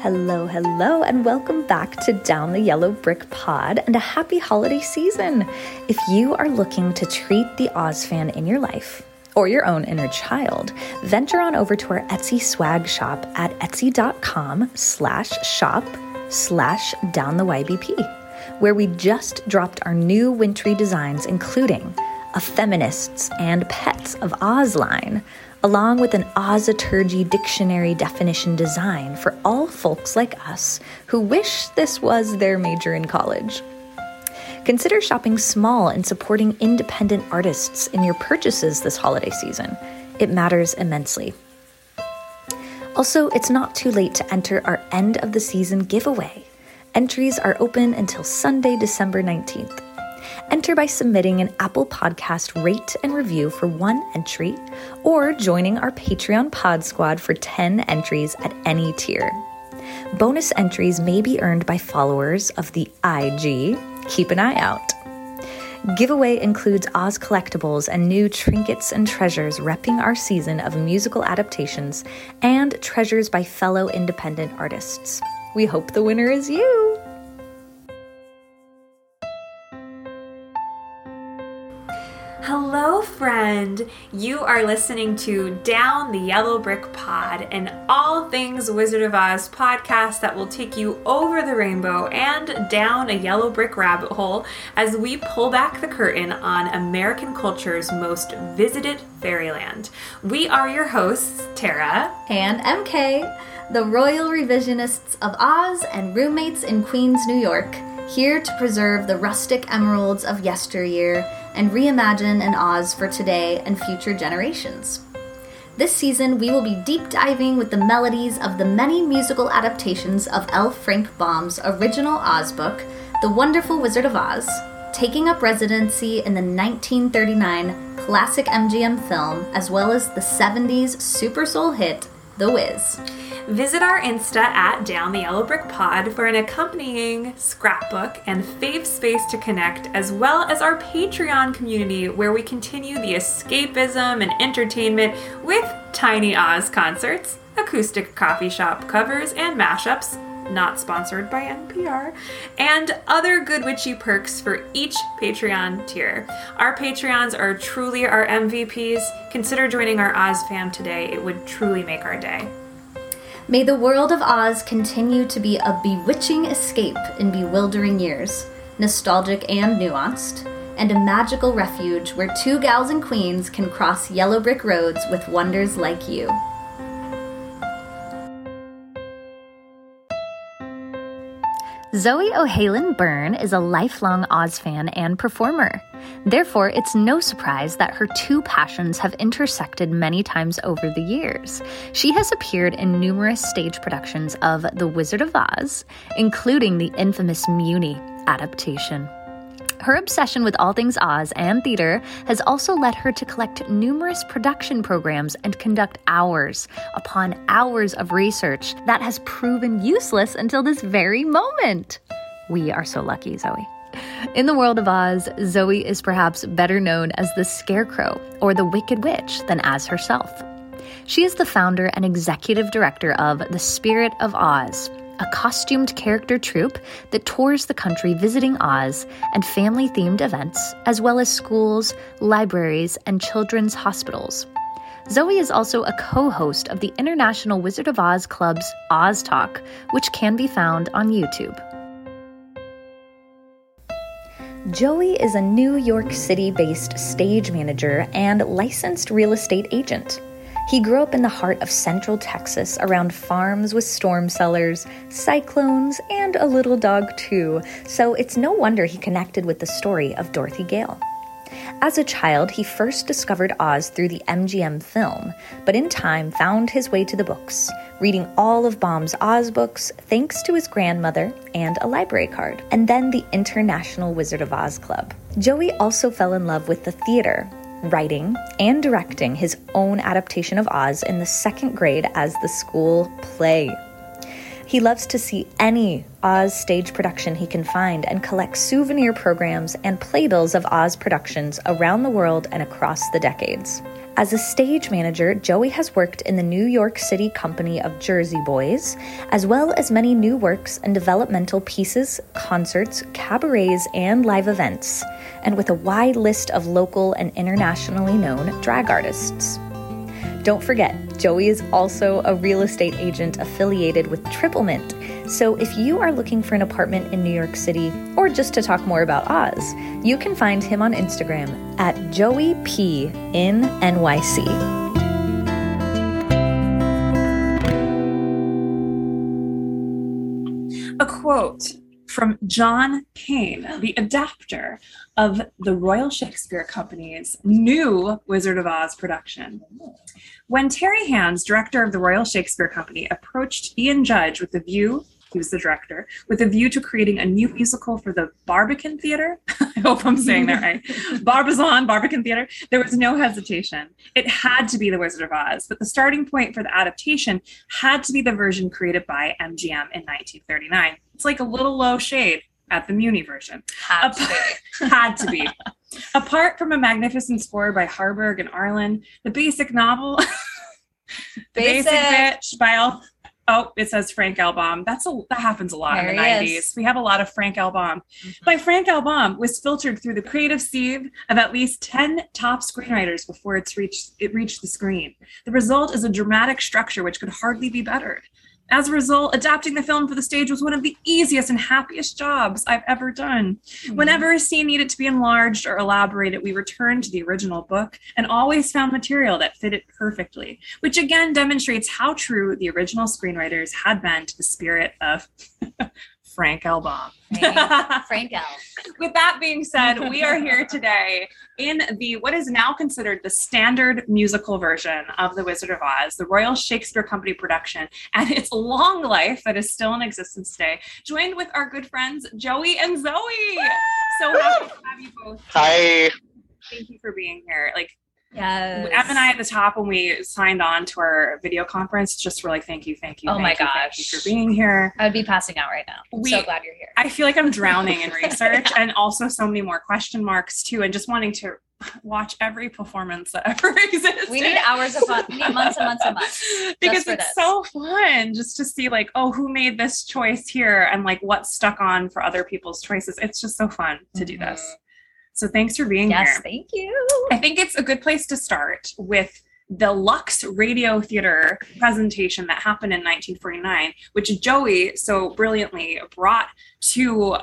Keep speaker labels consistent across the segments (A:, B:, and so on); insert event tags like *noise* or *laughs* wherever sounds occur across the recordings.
A: Hello, hello, and welcome back to Down the Yellow Brick Pod and a happy holiday season. If you are looking to treat the Oz fan in your life, or your own inner child, venture on over to our Etsy swag shop at etsy.com slash shop slash down the YBP, where we just dropped our new wintry designs, including a feminists and pets of Oz line, along with an Ozaturgy dictionary definition design for all folks like us who wish this was their major in college. Consider shopping small and supporting independent artists in your purchases this holiday season. It matters immensely. Also, it's not too late to enter our end of the season giveaway. Entries are open until Sunday, December 19th. Enter by submitting an Apple Podcast rate and review for one entry or joining our Patreon Pod Squad for 10 entries at any tier. Bonus entries may be earned by followers of the IG. Keep an eye out. Giveaway includes Oz collectibles and new trinkets and treasures repping our season of musical adaptations and treasures by fellow independent artists. We hope the winner is you!
B: Hello, friend. You are listening to Down the Yellow Brick Pod, an all things Wizard of Oz podcast that will take you over the rainbow and down a yellow brick rabbit hole as we pull back the curtain on American culture's most visited fairyland. We are your hosts, Tara.
C: and MK, the Royal Revisionists of Oz and roommates in Queens, New York, here to preserve the rustic emeralds of yesteryear and reimagine an Oz for today and future generations. This season, we will be deep diving with the melodies of the many musical adaptations of L. Frank Baum's original Oz book, The Wonderful Wizard of Oz, taking up residency in the 1939 classic MGM film, as well as the 70s Super Soul hit, The Wiz.
B: Visit our Insta at Down the Yellow Brick Pod for an accompanying scrapbook and fave space to connect, as well as our Patreon community where we continue the escapism and entertainment with Tiny Oz concerts, acoustic coffee shop covers, and mashups. Not sponsored by NPR, and other good witchy perks for each Patreon tier. Our Patreons are truly our MVPs. Consider joining our Oz fam today, it would truly make our day.
C: May the world of Oz continue to be a bewitching escape in bewildering years, nostalgic and nuanced, and a magical refuge where two gals and queens can cross yellow brick roads with wonders like you.
A: Zoe O'Halen Byrne is a lifelong Oz fan and performer. Therefore, it's no surprise that her two passions have intersected many times over the years. She has appeared in numerous stage productions of The Wizard of Oz, including the infamous Muni adaptation. Her obsession with all things Oz and theater has also led her to collect numerous production programs and conduct hours upon hours of research that has proven useless until this very moment. We are so lucky, Zoe. In the world of Oz, Zoe is perhaps better known as the Scarecrow or the Wicked Witch than as herself. She is the founder and executive director of The Spirit of Oz, a costumed character troupe that tours the country visiting Oz and family themed events, as well as schools, libraries, and children's hospitals. Zoe is also a co host of the International Wizard of Oz Club's Oz Talk, which can be found on YouTube. Joey is a New York City based stage manager and licensed real estate agent. He grew up in the heart of central Texas around farms with storm cellars, cyclones, and a little dog, too, so it's no wonder he connected with the story of Dorothy Gale. As a child, he first discovered Oz through the MGM film, but in time found his way to the books, reading all of Baum's Oz books thanks to his grandmother and a library card, and then the International Wizard of Oz Club. Joey also fell in love with the theater, writing, and directing his own adaptation of Oz in the second grade as the school play. He loves to see any Oz stage production he can find and collects souvenir programs and playbills of Oz productions around the world and across the decades. As a stage manager, Joey has worked in the New York City company of Jersey Boys, as well as many new works and developmental pieces, concerts, cabarets, and live events, and with a wide list of local and internationally known drag artists. Don't forget, Joey is also a real estate agent affiliated with Triplement. So if you are looking for an apartment in New York City or just to talk more about Oz, you can find him on Instagram at Joey P in NYC.
B: A quote from John Payne, the adapter of the Royal Shakespeare Company's new Wizard of Oz production. When Terry Hands, director of the Royal Shakespeare Company, approached Ian Judge with a view, he was the director, with a view to creating a new musical for the Barbican Theater, *laughs* I hope I'm saying that right, Barbizon Barbican Theater, there was no hesitation. It had to be The Wizard of Oz, but the starting point for the adaptation had to be the version created by MGM in 1939. It's like a little low shade at the Muni version.
C: Had to be.
B: Had to
C: *laughs*
B: be. Apart from a magnificent score by Harburg and Arlen, the basic novel, the basic,
C: Basic.
B: bitch by Al. Oh, it says Frank L. Baum. That's a that happens a lot in the
C: There he
B: '90s.
C: is. Mm-hmm.
B: We have a lot of Frank L. Baum. By Frank L. Baum was filtered through the creative sieve of at least ten top screenwriters before it's reached it reached the screen. The result is a dramatic structure which could hardly be bettered. As a result, adapting the film for the stage was one of the easiest and happiest jobs I've ever done.
C: Mm-hmm.
B: Whenever a scene needed to be enlarged or elaborated, we returned to the original book and always found material that fit it perfectly, which again demonstrates how true the original screenwriters had been to the spirit of *laughs* Frank L. Baum.
C: Frank, Frank L.
B: *laughs* With that being said, we are here today in the what is now considered the standard musical version of The Wizard of Oz, the Royal Shakespeare Company production, and its long life that is still in existence today, joined with our good friends Joey and Zoe. So happy to have you both.
D: Hi.
B: Thank you for being here. Like
C: Yes.
B: Em and I at the top when we signed on to our video conference, just were like, thank you, thank you.
C: Oh
B: thank
C: my
B: you, Thank you
C: gosh.
B: for being here.
C: I would be passing out right now. I'm
B: We-
C: so glad you're
B: *laughs*
C: here.
B: I feel like I'm drowning in research and also so many more question marks too, and just wanting to watch every performance that ever *laughs* exists.
C: we need hours of fun. We need months and months and months.
B: because
C: for
B: it's
C: this.
B: so fun just to see like, oh, who made this choice here and like what's stuck on for other people's choices. It's just so fun to do this. So thanks for being
C: Mm-hmm. Yes,
B: here.
C: thank you.
B: I think it's a good place to start with the Lux Radio Theater presentation that happened in 1949, which Joey so brilliantly brought to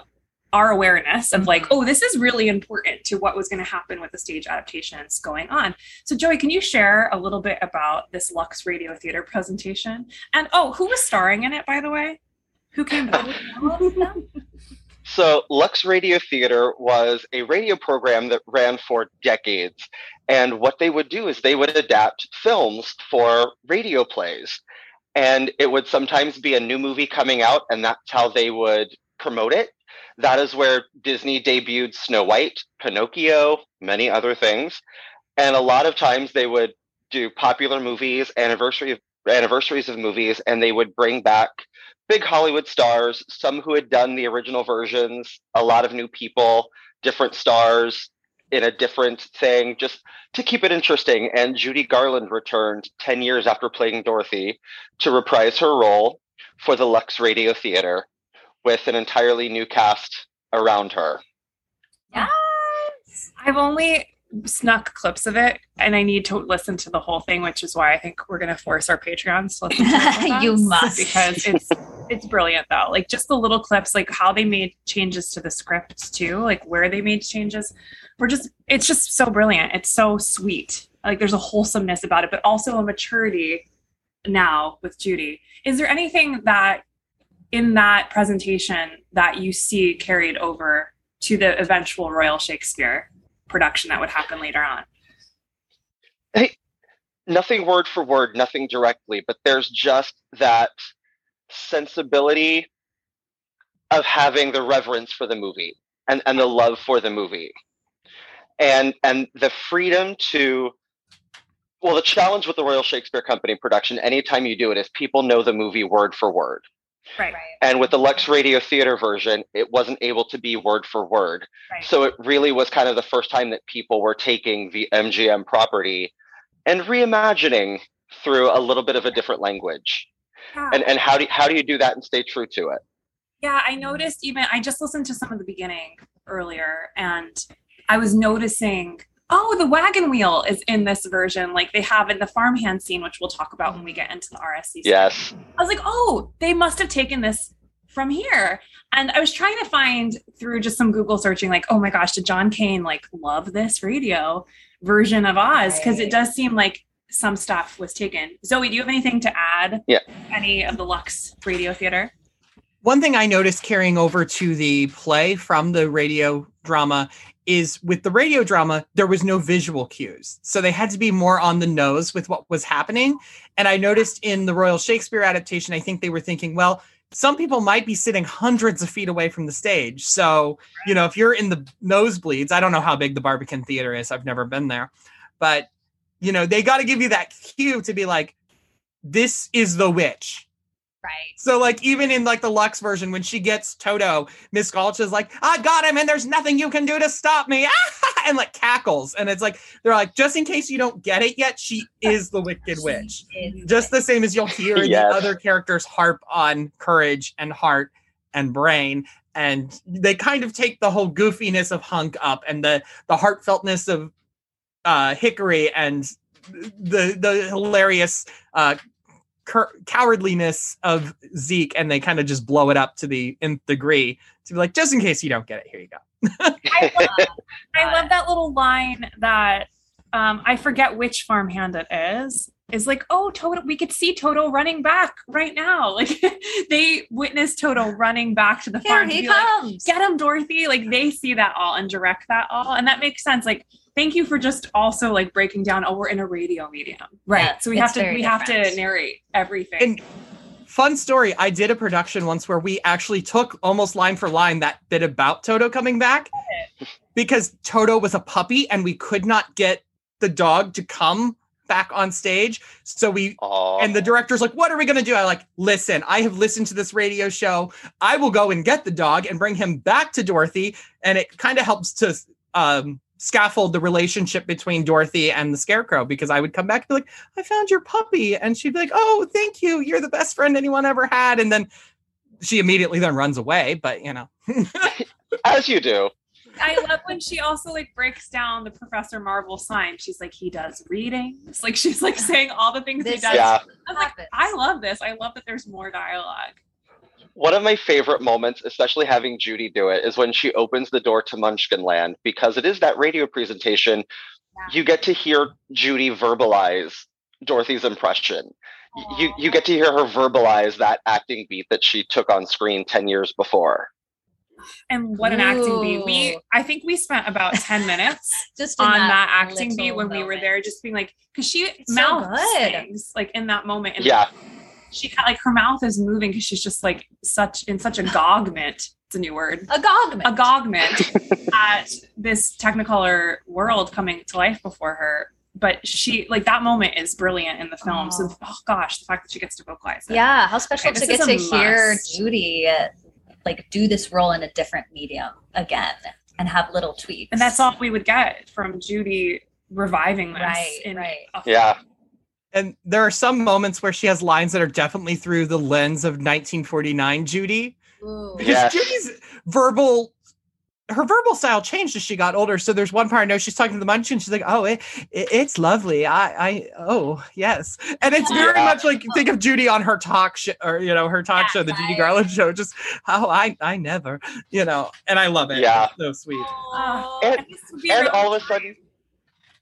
B: our awareness of like, oh, this is really important to what was going to happen with the stage adaptations going on. So, Joey, can you share a little bit about this Lux Radio Theater presentation? And oh, who was starring in it, by the way? Who came?
D: So, Lux Radio Theater was a radio program that ran for decades. And what they would do is they would adapt films for radio plays. And it would sometimes be a new movie coming out, and that's how they would promote it. That is where Disney debuted Snow White, Pinocchio, many other things. And a lot of times they would do popular movies, anniversary of, anniversaries of movies, and they would bring back big Hollywood stars, some who had done the original versions, a lot of new people, different stars in a different thing, just to keep it interesting. And Judy Garland returned 10 years after playing Dorothy to reprise her role for the Lux Radio Theater with an entirely new cast around her.
B: I've only snuck clips of it, and I need to listen to the whole thing, which is why I think we're going to force our Patreons to listen to it with us.
C: *laughs* You must.
B: because it's it's brilliant though. Like just the little clips, like how they made changes to the script too, like where they made changes. We're just it's just so brilliant. It's so sweet. Like there's a wholesomeness about it, but also a maturity now with Judy. Is there anything that in that presentation that you see carried over to the eventual Royal Shakespeare production that would happen later on?
D: nothing word for word, nothing directly, but there's just that sensibility of having the reverence for the movie and, and the love for the movie. And and the freedom to well, the challenge with the Royal Shakespeare Company production, anytime you do it, is people know the movie word for word.
B: Right.
D: And with the Lux Radio Theater version, it wasn't able to be word for word.
B: Right.
D: So it really was kind of the first time that people were taking the MGM property and reimagining through a little bit of a different language.
B: Yeah.
D: And, and how, do, how do you do that and stay true to it?
B: Yeah, I noticed even I just listened to some of the beginning earlier and I was noticing oh the wagon wheel is in this version like they have in the farmhand scene which we'll talk about when we get into the RSC.
D: Yes.
B: I was like, "Oh, they must have taken this from here." And I was trying to find through just some Google searching like, "Oh my gosh, did John Cain like love this radio version of Oz?" cuz it
C: Right.
B: does seem like some stuff was taken. Zoe, do you have anything to add?
D: Yeah.
B: Any of the Lux Radio Theater?
E: One thing I noticed carrying over to the play from the radio drama is with the radio drama, there was no visual cues. So they had to be more on the nose with what was happening. And I noticed in the Royal Shakespeare adaptation, I think they were thinking, well, some people might be sitting hundreds of feet away from the stage. So, you know, if you're in the nosebleeds, I don't know how big the Barbican Theater is, I've never been there, but, you know, they got to give you that cue to be like, this is the witch.
C: Right.
E: So like even in like the Lux version, when she gets Toto, Miss Gulch is like, I got him, and there's nothing you can do to stop me. *laughs* and like cackles. And it's like, they're like, just in case you don't get it yet, she is the wicked witch.
C: It's-
E: Just the same as you'll hear in
D: Yes.
E: the other characters harp on courage and heart and brain. And they kind of take the whole goofiness of Hunk up and the the heartfeltness of uh Hickory and the the hilarious uh cur- cowardliness of Zeke and they kind of just blow it up to the nth degree to be like just in case you don't get it here you go
B: I love I
C: Got
B: love
C: it.
B: that little line that um, I forget which farmhand it is. Is like, oh, Toto, we could see Toto running back right now. *laughs* Like they witness Toto running back to the
C: Here
B: farm. to
C: he
B: be like,
C: comes.
B: Get him, Dorothy. Like they see that all and direct that all. And that makes sense. Like, thank you for just also like breaking down, oh, we're in a radio medium.
C: Right.
B: So we
C: It's
B: have to
C: very
B: we have to
C: different.
B: narrate everything.
E: And fun story, I did a production once where we actually took almost line for line that bit about Toto coming back because Toto was a puppy and we could not get the dog to come back on stage. So we
D: Aw.
E: and the director's like, "What are we going to do?" I like, "Listen, I have listened to this radio show. I will go and get the dog and bring him back to Dorothy." And it kind of helps to um, scaffold the relationship between Dorothy and the Scarecrow because I would come back and be like, "I found your puppy," and she'd be like, "Oh, thank you. You're the best friend anyone ever had." And then she immediately then runs away. But you know,
D: As you do.
B: I love when she also like breaks down the Professor Marvel sign. She's like, he does readings. Like she's like saying all the things he
C: This
B: does.
D: Yeah.
B: I was like, I love this. I love that there's more dialogue.
D: One of my favorite moments, especially having Judy do it, is when she opens the door to Munchkinland because it is that radio presentation. You get to hear Judy verbalize Dorothy's impression. Y- You you get to hear her verbalize that acting beat that she took on screen ten years before.
B: And what an acting beat. We
C: Ooh.
B: I think we spent about 10
C: *laughs*
B: minutes
C: just in
B: on that, acting
C: little
B: beat when we were
C: moment.
B: there, just being like, because she
C: so
B: mouths
C: good.
B: things like in that moment. And
D: Yeah.
B: She like her mouth is moving because she's just like such in such a gogment. It's a new word.
C: A gogman.
B: a
D: *laughs*
B: gogment at this technicolor world coming to life before her but she like that moment is brilliant in the film so oh gosh the fact that she gets to vocalize it
C: Yeah, how special
B: Okay,
C: to
B: this
C: get
B: is
C: to
B: a
C: hear
B: must.
C: Judy uh, like do this role in a different medium again and have little tweaks.
B: and that's all we would get from judy reviving this
C: Right,
B: in
C: right.
B: a-
D: Yeah.
E: and there are some moments where she has lines that are definitely through the lens of 1949 Judy,
C: Ooh.
D: Yeah.
E: because Judy's verbal her verbal style changed as she got older. So there's one part I know she's talking to the munchkin. She's like, "Oh, it, it, it's lovely. I, I, oh, yes." And it's very
D: Yeah.
E: much like think of Judy on her talk show, or you know, her talk
C: Yeah,
E: show, the Judy
C: right.
E: Garland *laughs* show. Just how I, I never, you know. And I love it.
D: Yeah.
E: It's so sweet.
B: Oh,
D: And-
B: I used to be
D: and
B: around
D: all of a
B: the
D: sudden-
B: time.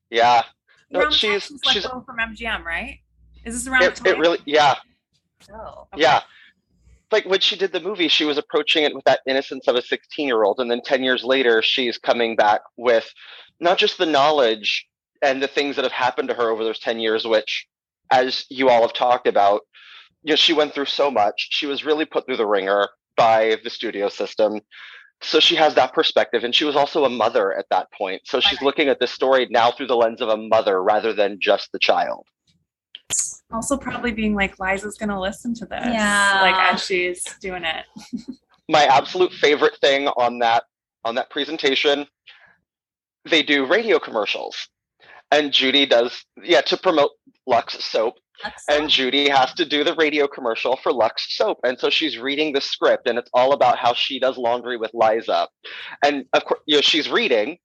D: Yeah. no,
B: Around the time
D: she's-
B: she was let
D: she's-
B: go from mgm right is this around
D: It,
B: the time?
D: it really yeah.
C: Oh.
B: Okay.
D: Yeah. Like when she did the movie, she was approaching it with that innocence of a 16 year old. And then 10 years later, she's coming back with not just the knowledge and the things that have happened to her over those 10 years, which, as you all have talked about, you know, she went through so much. She was really put through the ringer by the studio system. So she has that perspective. And she was also a mother at that point. So she's
B: Right.
D: looking at this story now through the lens of a mother rather than just the child.
B: also probably being like liza's gonna listen to this
C: Yeah.
B: like as she's doing it
D: my absolute favorite thing on that on that presentation they do radio commercials and Judy does yeah to promote Lux soap and Judy has to do the radio commercial for Lux soap. And so she's reading the script and it's all about how she does laundry with Liza. And of course, you know, she's reading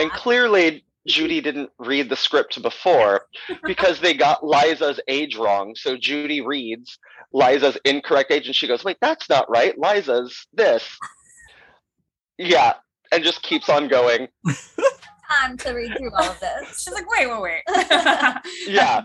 D: and clearly Judy didn't read the script
B: *laughs*
D: before because they got Liza's age wrong. So Judy reads Liza's incorrect age and she goes, "Wait, that's not right. Liza's this." Yeah, and just keeps on going.
C: time to read through all of this.
B: *laughs* She's like, wait, wait, wait.
D: Yeah.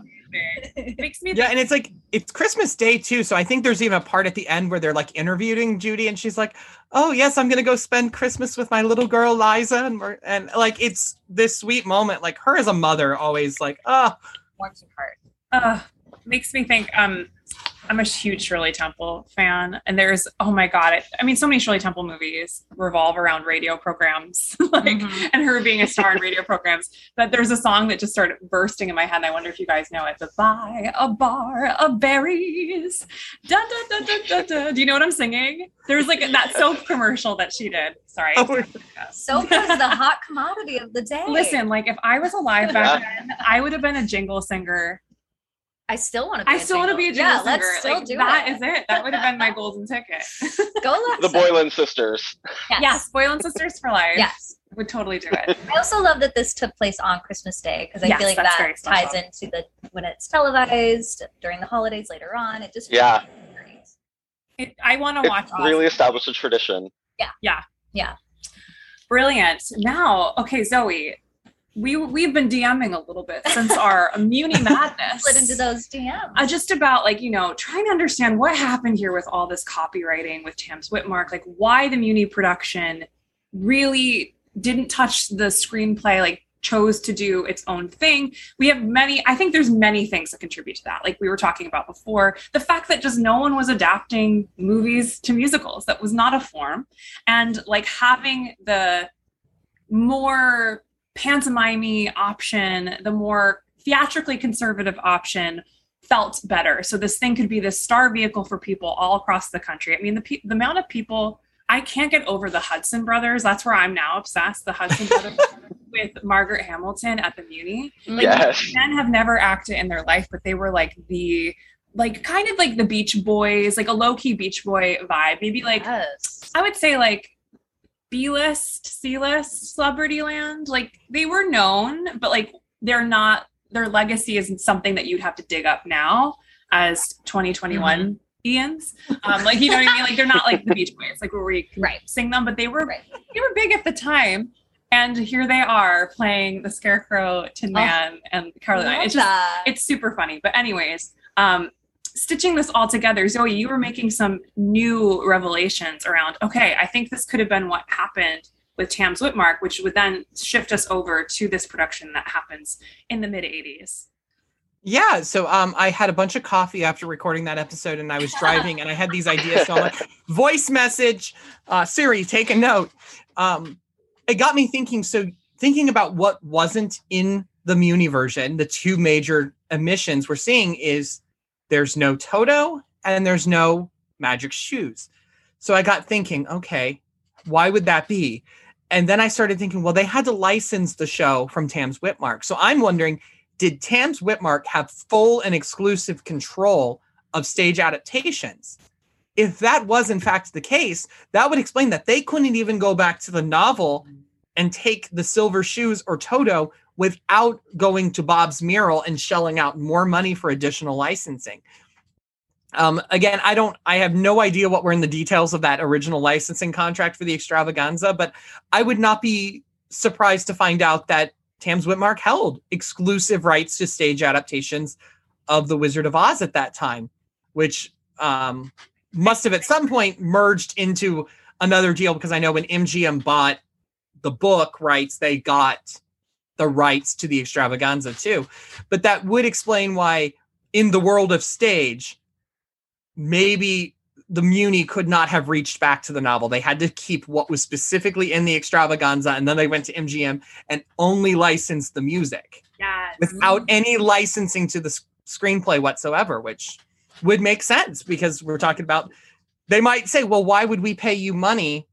B: Makes me
E: Yeah, and it's like it's Christmas Day too, so I think there's even a part at the end where they're like interviewing Judy, and she's like, "Oh yes, I'm gonna go spend Christmas with my little girl Liza," and we're, and like it's this sweet moment, like her as a mother, always like, "Oh,
C: Warms your heart.
B: uh, makes me think um I'm a huge Shirley Temple fan, and there's oh my god! I, I mean, so many Shirley Temple movies revolve around radio programs, *laughs* like
C: Mhm.
B: and her being a star in radio programs. But there's a song that just started bursting in my head. And I wonder if you guys know it. The buy a bar of berries. Dun, dun, dun, dun, dun, dun. Do you know what I'm singing? There was like that soap commercial that she did. Sorry.
E: Oh.
B: *laughs*
C: Soap was the hot commodity of the day.
B: Listen, like if I was alive back then, I would have been a jingle singer
C: I still want to.
B: I still want to be a jingle
C: yeah,
B: singer.
C: Let's still
B: like,
C: do
B: that
C: it.
B: is it. That would have been my golden
C: *laughs*
B: ticket. *laughs*
C: Go Lux.
D: The Boylan sisters.
C: Yes.
B: yes, Boyle and Sisters for Life.
C: Yes.
B: Would totally do
D: *laughs*
B: it.
C: I also love that this took place on Christmas Day because I
B: Yes,
C: feel like
B: that's
C: that
B: very special.
C: ties into the when it's televised during the holidays later on. It just
D: Yeah.
B: It- I want to watch
D: It's
B: Oz.
D: really established a tradition.
B: Brilliant. Now, okay, Zoe, we we've been DMing a little bit since our Muni madness.
C: split into those DMs.
B: uh, just about like you know trying to understand what happened here with all this copywriting with Tams Whitmark, like why the Muni production really didn't touch the screenplay, like chose to do its own thing. We have many. I think there's many things that contribute to that. Like we were talking about before, the fact that just no one was adapting movies to musicals that was not a form, and like having the more pantomime option, the more theatrically conservative option felt better. So this thing could be this star vehicle for people all across the country. I mean, the pe- the amount of people I can't get over the Hudson brothers. That's where I'm now obsessed. The Hudson brothers *laughs* with Margaret Hamilton at the Muni. Like,
D: Yes.
B: Men have never acted in their life, but they were like the like kind of like the Beach Boys, like a low key Beach Boy vibe. Maybe like
C: yes.
B: I would say like B list, C list, celebrity land. Like they were known, but like they're not. Their legacy isn't something that you'd have to dig up now as
C: Mm-hmm.
B: 2021 Ian's. Um, like you know what I mean? Like they're not like the Beach Boys, like where we can
C: Right.
B: sing them, but they were
C: Right.
B: they were big at the time. And here they are playing the Scarecrow, Tin
C: Oh.
B: Man, and Caroline.
C: Love
B: It's just
C: that.
B: it's super funny. But anyways, um, stitching this all together, Zoe, you were making some new revelations around. Okay, I think this could have been what happened with Tams Whitmark, which would then shift us over to this production that happens in the mid '80s.
E: Yeah, so um, I had a bunch of coffee after recording that episode, and I was driving, and I had these ideas. So I'm like, voice message, uh, Siri, take a note. Um, it got me thinking. So thinking about what wasn't in the Muni version, the two major omissions we're seeing is there's no Toto and there's no Magic Shoes. So I got thinking, okay, why would that be? And then I started thinking, well, they had to license the show from Tams Whitmark. So I'm wondering did Tams Whitmark have full and exclusive control of stage adaptations? If that was in fact the case, that would explain that they couldn't even go back to the novel and take the Silver Shoes or Toto without going to Bob's mural and shelling out more money for additional licensing. Um, again, I don't, I have no idea what were in the details of that original licensing contract for the extravaganza, but I would not be surprised to find out that Tams Whitmark held exclusive rights to stage adaptations of The Wizard of Oz at that time, which um, must have at some point merged into another deal because I know when MGM bought the book rights, they got the rights to the extravaganza too. But that would explain why, in the world of stage, maybe the Muni could not have reached back to the novel. They had to keep what was specifically in the extravaganza, and then they went to MGM and only licensed the music
B: Yes.
E: without any licensing to the s- screenplay whatsoever, which would make sense because we're talking about they might say, well, why would we pay you money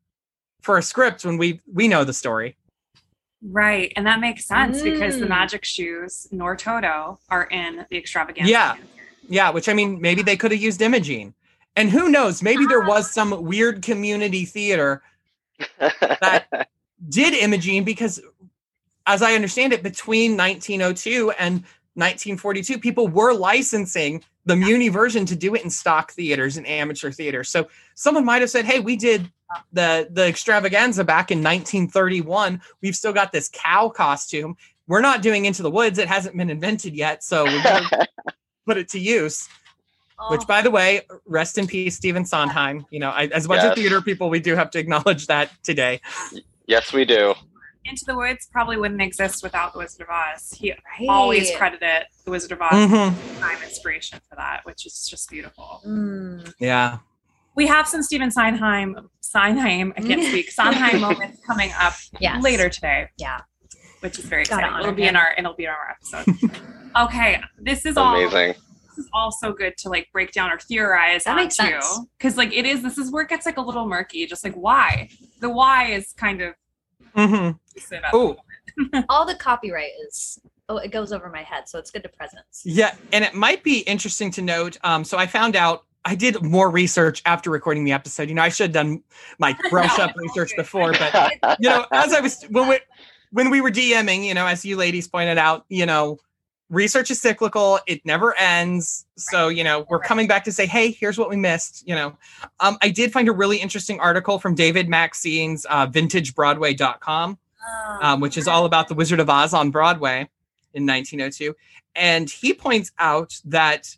E: for a script when we we know the story?
B: Right. And that makes sense because the
F: Mm.
B: magic shoes nor Toto are in the extravaganza.
E: Yeah. Yeah, which I mean, maybe they could have used Imogene. And who knows, maybe there was some weird community theater
D: *laughs*
E: That- did Imogene because, as I understand it, between 1902 and 1942, people were licensing the Muni version to do it in stock theaters and amateur theaters. So someone might have said, "Hey, we did the the extravaganza back in 1931. We've still got this cow costume. We're not doing Into the Woods. It hasn't been invented yet, so we better put it to use." Which, by the way, rest in peace, Stephen Sondheim. You know, I, as much
D: Yes.
E: as theater people, we do have to acknowledge that today.
D: yes, we do.
B: Into the Woods probably wouldn't exist without the Wizard of Oz. He
G: Right.
B: always credited the Wizard of Oz
E: Mhm.
B: as his prime inspiration for that, which is just beautiful.
G: Mm.
E: Yeah.
B: We have some Stephen Sondheim, Sondheim, I can't
C: *laughs*
B: speak, Sondheim moments coming up
C: Yes.
B: later today.
C: Yeah.
B: Which is very
C: Gotta
B: exciting.
C: honor
B: It'll be in
C: him.
B: our it'll be in our
C: *laughs*
B: episode. okay. This is all
D: Amazing.
B: this is also good to like break down or theorize
C: That makes sense.
B: because like it is this is where it gets like a little murky just like why the why is kind of
E: Mm-hmm.
B: oh
E: Oh,
C: *laughs* All the copyright is oh, it goes over my head, so it's good to presence.
E: yeah. And it might be interesting to note. Um, so I found out I did more research after recording the episode. You know, I should have done my brush up research before, but you know, as I was when we when we were DMing, you know, as you ladies pointed out, you know, research is cyclical; it never ends. So, you know, we're coming back to say, hey, here's what we missed. You know, um, I did find a really interesting article from David Maxine's uh, VintageBroadway.com, um, which is all about the Wizard of Oz on Broadway in 1902, and he points out that.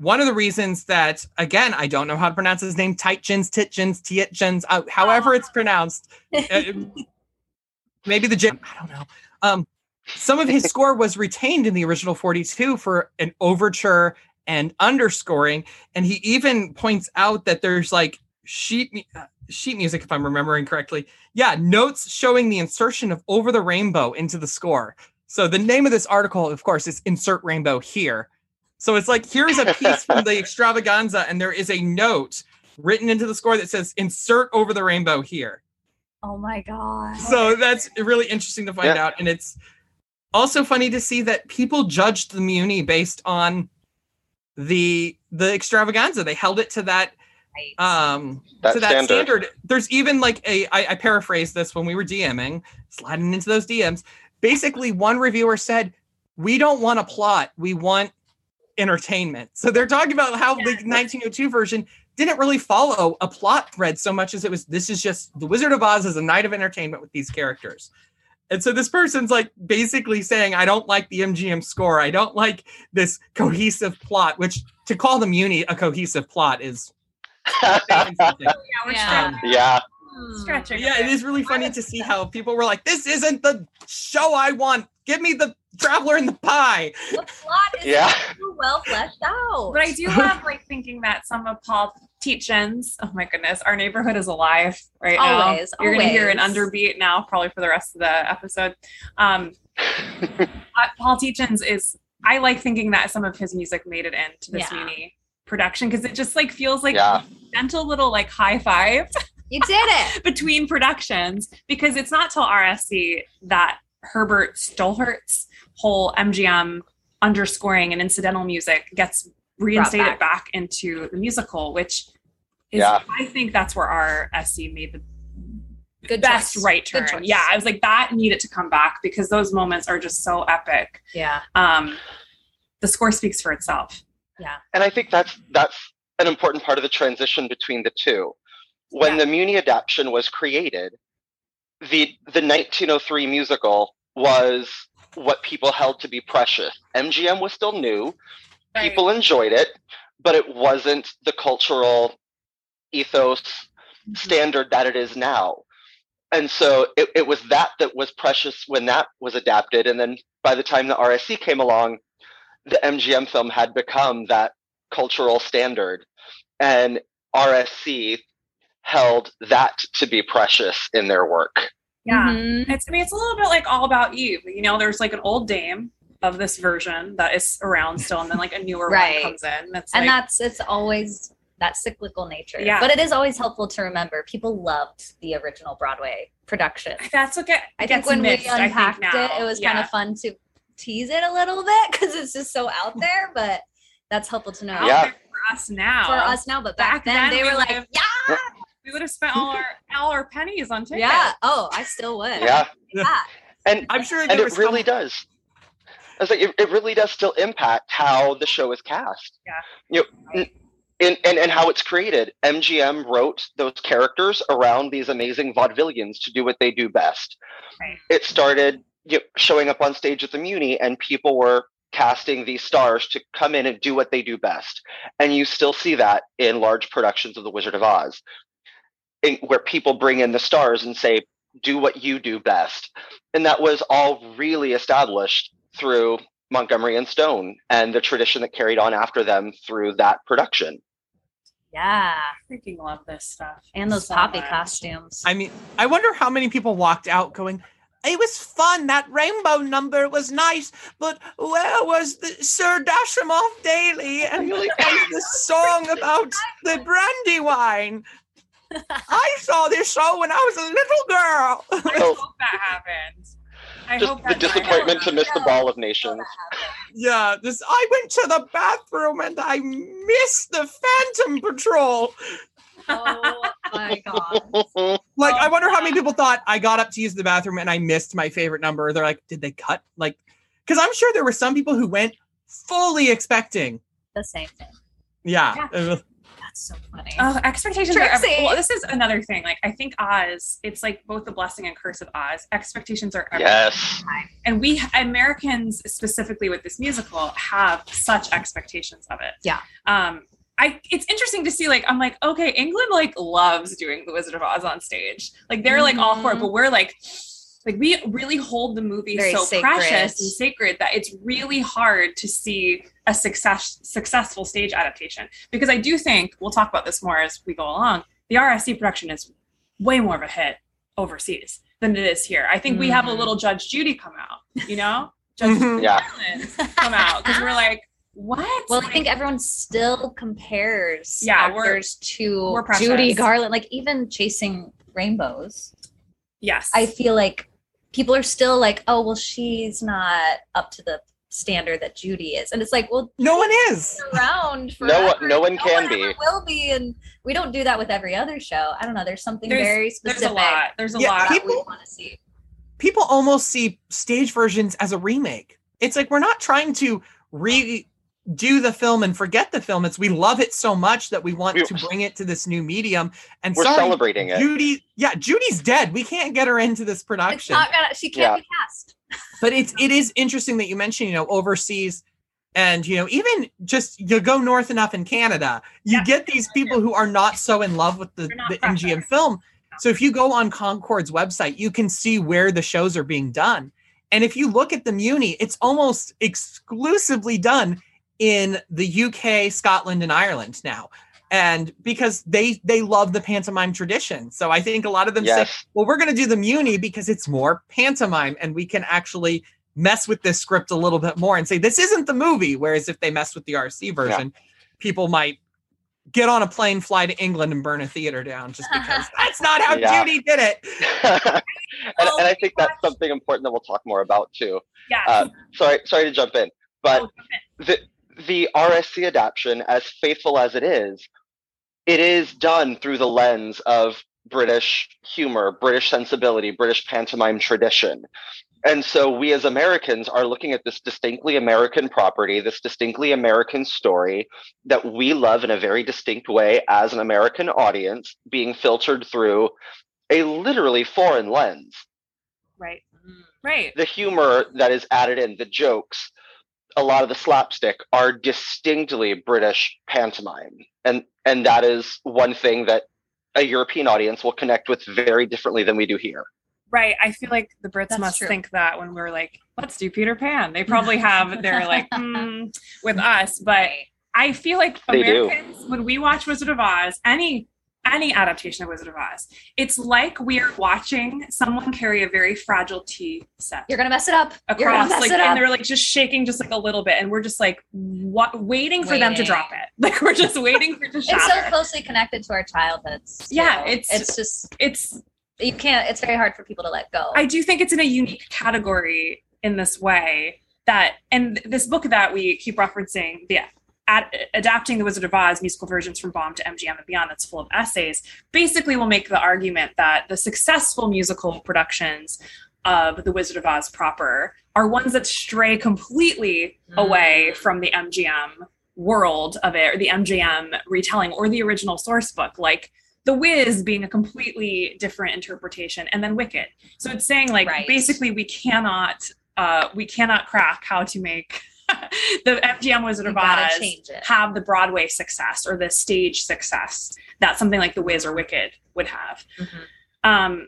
E: One of the reasons that, again, I don't know how to pronounce his name, Titjins, Titjins, Tietjins, uh, however it's pronounced, uh, maybe the gym. I don't know. Um, some of his score was retained in the original 42 for an overture and underscoring, and he even points out that there's like sheet mu- uh, sheet music, if I'm remembering correctly. Yeah, notes showing the insertion of "Over the Rainbow" into the score. So the name of this article, of course, is "Insert Rainbow Here." So it's like here's a piece from the extravaganza, and there is a note written into the score that says "Insert Over the Rainbow Here."
G: Oh my god.
E: So that's really interesting to find
D: Yeah.
E: out. And it's also funny to see that people judged the Muni based on the the extravaganza. They held it to that
C: Right.
E: um
D: That
E: to that standard.
D: standard.
E: There's even like a I, I paraphrase this when we were DMing, sliding into those DMs. Basically, one reviewer said, We don't want a plot, we want entertainment. So they're talking about how the 1902 version didn't really follow a plot thread so much as it was this is just the Wizard of Oz is a night of entertainment with these characters. And so this person's like basically saying, I don't like the MGM score. I don't like this cohesive plot, which to call the Muni a cohesive plot is saying something.
B: yeah, we're
C: Yeah.
B: stretching,
D: *laughs* yeah.
C: Hmm.
B: stretching a
E: Yeah, it
B: bit.
E: is really funny to see how people were like, "This isn't the show I want. Give me the Traveler in the Pie."
C: the plot is
D: Yeah.
C: so well fleshed out.
B: but i do love like thinking that some of paul teach-ins oh my goodness our neighborhood is alive right
C: Always,
B: now you're gonna hear an
C: always.
B: underbeat now probably for the rest of the episode
C: *laughs*
B: um uh, paul teach-ins is i like thinking that some of his music made it into this
C: Yeah.
B: muni production because it just like feels like
D: Yeah.
B: gentle little like high five
G: You did it.
B: between productions because it's not till RSC that Herbert Stolhert's whole MGM underscoring and incidental music gets reinstated back.
C: back.
B: into the musical, which is
D: Yeah.
B: I think that's where RSC made the
C: Good
B: best
C: choice.
B: right
C: Good
B: turn.
C: choice.
B: Yeah, I was like that needed to come back because those moments are just so epic.
C: Yeah.
B: Um, the score speaks for itself.
D: and I think that's that's an important part of the transition between the two. When the Muni adaptation was created, the the 1903 musical was what people held to be precious. MGM was still new; people enjoyed it, but it wasn't the cultural ethos standard that it is now. And so it, it was that that was precious when that was adapted. And then by the time the RSC came along, the MGM film had become that cultural standard. And RSC held that to be precious in their work.
B: Yeah.
F: Mhm.
B: Mm-hmm. It's, I mean, it's a little bit like All About Eve. You know, there's like an old dame of this version that is around still, and then like a newer
C: Right.
B: one comes in. That's
C: And
B: like,
C: that's it's always that cyclical nature.
B: Yeah.
C: But it is always helpful to remember people loved the original Broadway production.
B: That's what get,
C: I think
B: gets
C: when
B: missed,
C: we
B: I think,
C: unpacked it,
B: now.
C: it was
B: Yeah.
C: kind of fun to tease it a little bit because it's just so out there, but that's helpful to know
B: Out
D: Yeah.
B: there for us now.
C: for us now. But
B: Back
C: back, then,
B: then
C: they
B: we
C: were like,
B: would've-
C: yeah,
B: we would have spent all our all our pennies on tickets.
C: yeah. Oh, I still would.
D: Yeah.
C: Yeah.
D: And
E: I'm sure
D: and
E: there
D: it
E: was
D: really
E: some-
D: does. I was like, it, it really does still impact how the show is cast.
B: Yeah.
D: You know, n- and, and, and how it's created. MGM wrote those characters around these amazing vaudevillians to do what they do best.
B: Right.
D: It started you know, showing up on stage at the Muni, and people were casting these stars to come in and do what they do best. And you still see that in large productions of The Wizard of Oz, in, where people bring in the stars and say, do what you do best and that was all really established through Montgomery and Stone and the tradition that carried on after them through that production.
C: Yeah.
B: Freaking love this stuff.
C: And those
B: So
C: poppy
B: much.
C: costumes.
E: I mean, I wonder how many people walked out going, it was fun. That rainbow number was nice, but where was the Sir Dashimoff Daily
D: *laughs*
E: and
D: Really?
E: the song about the brandywine? I saw this show when I was a little girl.
B: I
D: So-
B: hope that happens. I
D: Oh. Just
B: hope
D: the
B: that
D: disappointment to
B: happens.
D: miss the ball of nations.
E: yeah, this I went to the bathroom and I missed the Phantom Patrol.
H: Oh my god.
D: *laughs*
E: Like,
C: Oh,
E: I wonder how many people thought I got up to use the bathroom and I missed my favorite number. They're like, did they cut? Like, because I'm sure there were some people who went fully expecting.
C: the same thing.
E: Yeah. Ugh.
C: That's so funny.
B: Oh, *laughs* expectations are ever-
C: Trixie.
B: well, this is another thing. Like I think Oz, it's like both the blessing and curse of Oz. Expectations are ever-
D: *laughs* yes.
B: and we Americans specifically with this musical have such expectations of it.
C: Yeah.
B: Um, I it's interesting to see like I'm like okay England like loves doing the Wizard of Oz on stage like they're like all for it
C: Mhm.
B: but we're like like we really hold the movie
C: Very
B: so
C: sacred.
B: precious and sacred that it's really hard to see a success successful stage adaptation because I do think we'll talk about this more as we go along the RSC production is way more of a hit overseas than it is here. I think we have a
E: Mm-hmm.
C: Mm.
B: little Judge Judy come out, you know, Judge
E: Mhm.
D: Yeah.
B: Collins come out because we're like, what?
C: Well, I think everyone still compares
B: Yeah, we're-
C: actors to
B: we're precious.
C: Judy Garland, like even Chasing Rainbows.
B: yes,
C: I feel like people are still like, oh, well, she's not up to the standard that Judy is, and it's like, well,
E: No one is.
B: *laughs*
C: she's around for
D: No one- no one can be.
C: will be, and we don't do that with every other show. I don't know. There's something
B: There's-
C: very
B: there's
C: specific
B: a lot. There's a
E: Yeah,
B: lot.
C: that we
E: People-
C: want to see.
E: People almost see stage versions as a remake. It's like we're not trying to redo the film and forget the film. It's we love it so much that we want
D: We-
E: to bring it to this new medium. And
D: We're
E: sorry,
D: celebrating it.
E: Judy, yeah, Judy's dead. We can't get her into this
C: It's
E: production.
C: not gonna. She can't
D: Yeah.
C: be cast.
E: but it's it is interesting that you mentioned you know overseas and you know even just you go north enough in canada you
B: Yeah.
E: get these people who are not so in love with the,
B: They're not
E: the
B: pressure.
E: mgm film so if you go on concord's website you can see where the shows are being done and if you look at the muni it's almost exclusively done in the uk scotland and ireland now and because they they love the pantomime tradition so i think a lot of them say
D: Yes.
E: well, we're going to do the Muni because it's more pantomime and we can actually mess with this script a little bit more and say, this isn't the movie. Whereas if they mess with the RC version, people might get on a plane, fly to England, and burn a theater down just because that's not how
D: Yeah.
E: Judy did it.
D: and, *laughs* and I think that's something important that we'll talk more about too.
B: yeah.
D: Uh, sorry, sorry to jump in, but
B: Oh,
D: the the RSC adaptation, as faithful as it is, it is done through the lens of British humor, British sensibility, British pantomime tradition. And so we as Americans are looking at this distinctly American property, this distinctly American story that we love in a very distinct way as an American audience, being filtered through a literally foreign lens
B: right,
C: Mm.
B: right.
D: the humor that is added in, the jokes, a lot of the slapstick are distinctly British pantomime. And and that is one thing that a European audience will connect with very differently than we do here.
B: Right. I feel like the Brits
C: That's
B: must
C: true.
B: think that when we're like, let's do Peter Pan. They probably have their
C: *laughs*
B: like mm, with us, but I feel like
D: They do.
B: Americans when we watch Wizard of Oz, any any adaptation of Wizard of Oz. It's like we are watching someone carry a very fragile tea set
C: You're gonna mess it up. You're gonna
B: across,
C: mess
B: like,
C: it up.
B: and they're like just shaking just like a little bit, and we're just like wa- waiting for them to
C: Waiting.
B: drop it. *laughs* Like we're just waiting for it to shatter.
C: it's so closely connected to our childhoods. too.
B: Yeah, it's-
C: it's just
B: it's
C: you can't. It's very hard for people to let go.
B: I do think it's in a unique category in this way that, and this book that we keep referencing, the ad, adapting the Wizard of Oz musical versions from Baum to MGM and beyond, that's full of essays, basically will make the argument that the successful musical productions of the Wizard of Oz proper are ones that stray completely away from the MGM world of it, or the MGM retelling, or the original source book, like. The Wiz being a completely different interpretation, and then Wicked. So it's saying like
C: Right.
B: basically we cannot uh, we cannot crack how to make *laughs* the FGM Wizard
C: you
B: of
C: gotta
B: Oz
C: change it.
B: have the Broadway success or the stage success that something like The Wiz or Wicked would have.
C: Mhm.
B: Um,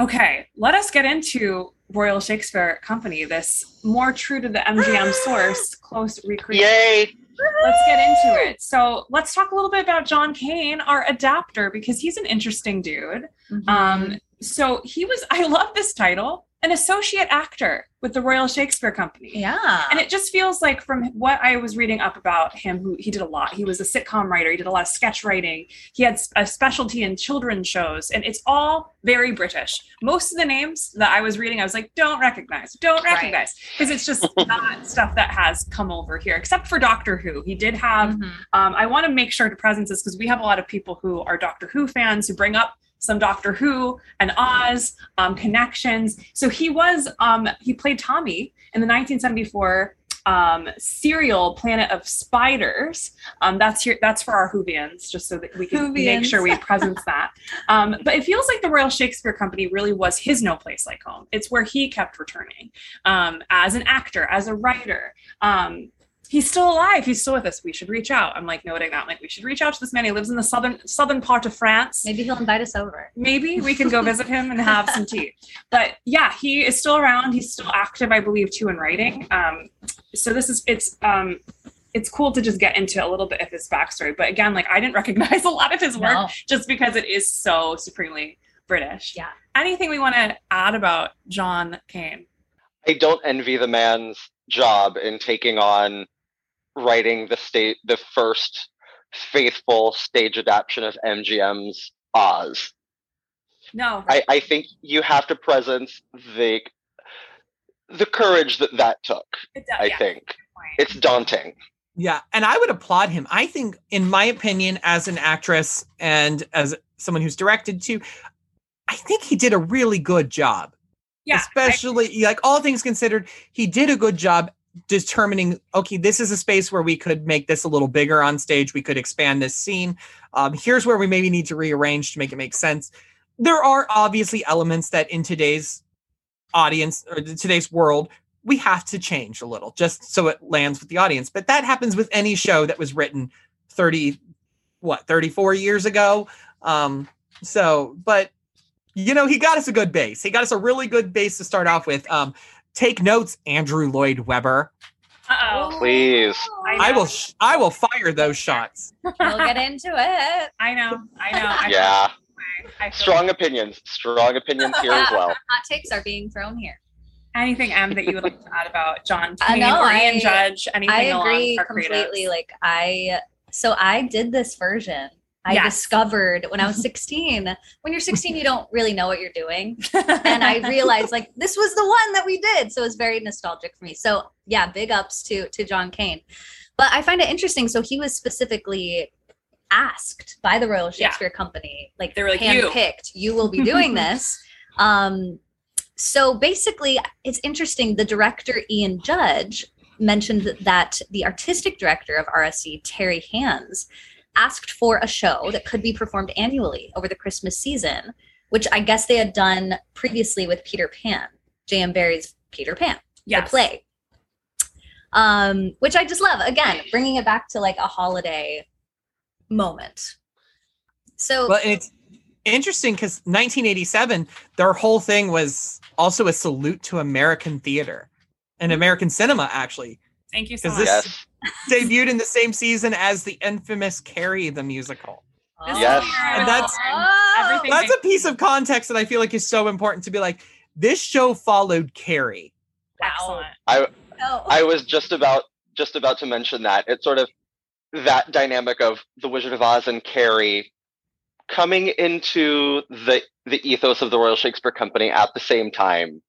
B: okay, let us get into Royal Shakespeare Company, this more true to the
C: *gasps*
B: MGM source, close recreation.
D: Yay!
B: Let's get into it. So let's talk a little bit about John Kane, our adapter, because he's an interesting dude. Um, so he was, *laughs* I love this title, an associate actor with the Royal Shakespeare Company.
C: yeah.
B: And it just feels like from what I was reading up about him, who he did a lot. He was a sitcom writer. He did a lot of sketch writing. He had s- a specialty in children's shows, and it's all very British. Most of the names that I was reading, I was like, don't recognize, don't
C: Right.
B: recognize, because it's
C: *laughs*
B: just not stuff that has come over here, except for Doctor Who. He did have
C: Mhm.
B: um, I want to make sure to presence this because we have a lot of people who are Doctor Who fans who bring up some Doctor Who and Oz um, connections. So he was um, he played Tommy in the 1974 um, serial Planet of Spiders. Um, that's here that's for our Whovians, just so that we can make
C: Whovians.
B: sure we presence that. Um, but it feels like the Royal Shakespeare Company really was his no place like home. It's where he kept returning um, as an actor, as a writer. Um, he's still alive. He's still with us. We should reach out. I'm like noting that. I'm like, we should reach out to this man. He lives in the southern southern part of France.
C: Maybe he'll invite us over.
B: Maybe we can go visit him and have some tea. But yeah, he is still around. He's still active, I believe, too, in writing. Um, so this is it's um it's cool to just get into a little bit of his backstory. But again, like I didn't *laughs* recognize a lot of his work
C: No.
B: just because it is so supremely British.
C: Yeah.
B: Anything we want to add about John Kane?
D: I don't envy the man's job in taking on writing the state the first faithful stage adaptation of MGM's Oz.
B: No.
D: I, I think you have to presence the the courage that that took.
B: It's- yeah,
D: I think
B: point.
D: it's daunting.
E: Yeah, and I would applaud him. I think, in my opinion, as an actress and as someone who's directed too, I think he did a really good job.
B: Yeah, I-
E: especially like all things considered, he did a good job determining. Okay, this is a space where we could make this a little bigger on stage. We could expand this scene. Um, here's where we maybe need to rearrange to make it make sense. There are obviously elements that in today's audience or today's world we have to change a little just so it lands with the audience. But that happens with any show that was written 30, what, 34 years ago. Um, so, but you know, he got us a good base. He got us a really good base to start off with. Um, take notes, Andrew Lloyd Webber.
C: Oh.
B: Uh-oh.
D: Please.
E: I will, sh- I will fire those shots.
C: We'll get into it.
B: I know. I know. I
D: Yeah.
B: Feel, I feel
D: Strong opinions. Strong opinions here
B: *laughs*
D: as well.
C: Hot takes are being thrown here.
B: anything M that you would like to add about John
C: I
B: Kane
C: know,
B: or Ian
C: Uh, I-
B: Judge? Anything
C: I
B: along
C: agree
B: our
C: completely.
B: um, *laughs* creatives?
C: Like I, so I did this version. I
B: Yes.
C: discovered when I was 16. when you're 16, you don't really know what you're doing. and I realized like this was the one that we did. So it was very nostalgic for me. So yeah, big ups to to John Kane. But I find it interesting. So he was specifically asked by the Royal
B: Yeah.
C: Shakespeare Company, like
B: They were like, "You."
C: handpicked, you. will be doing this. Um, so basically, it's interesting. The director Ian Judge mentioned that the artistic director of RSC, Terry Hands, asked for a show that could be performed annually over the Christmas season, which I guess they had done previously with Peter Pan, J.M. Barrie's Peter Pan
B: yes.
C: the play. Um, which I just love. Again, bringing it back to like a holiday moment. So
E: Well, and it's interesting because 1987, their whole thing was also a salute to American theater and American cinema, actually.
B: Thank you so
E: Is
B: much.
E: this-
D: Yes.
E: debuted in the same season as the infamous Carrie the musical.
D: This Yes.
B: And
E: that's-
C: Oh.
B: everything-
E: That's a piece of context that I feel like is so important to be like, this show followed Carrie.
B: Excellent.
C: Oh.
D: I was just about just about to mention that it's sort of that dynamic of the Wizard of Oz and Carrie coming into the the ethos of the Royal Shakespeare Company at the same time.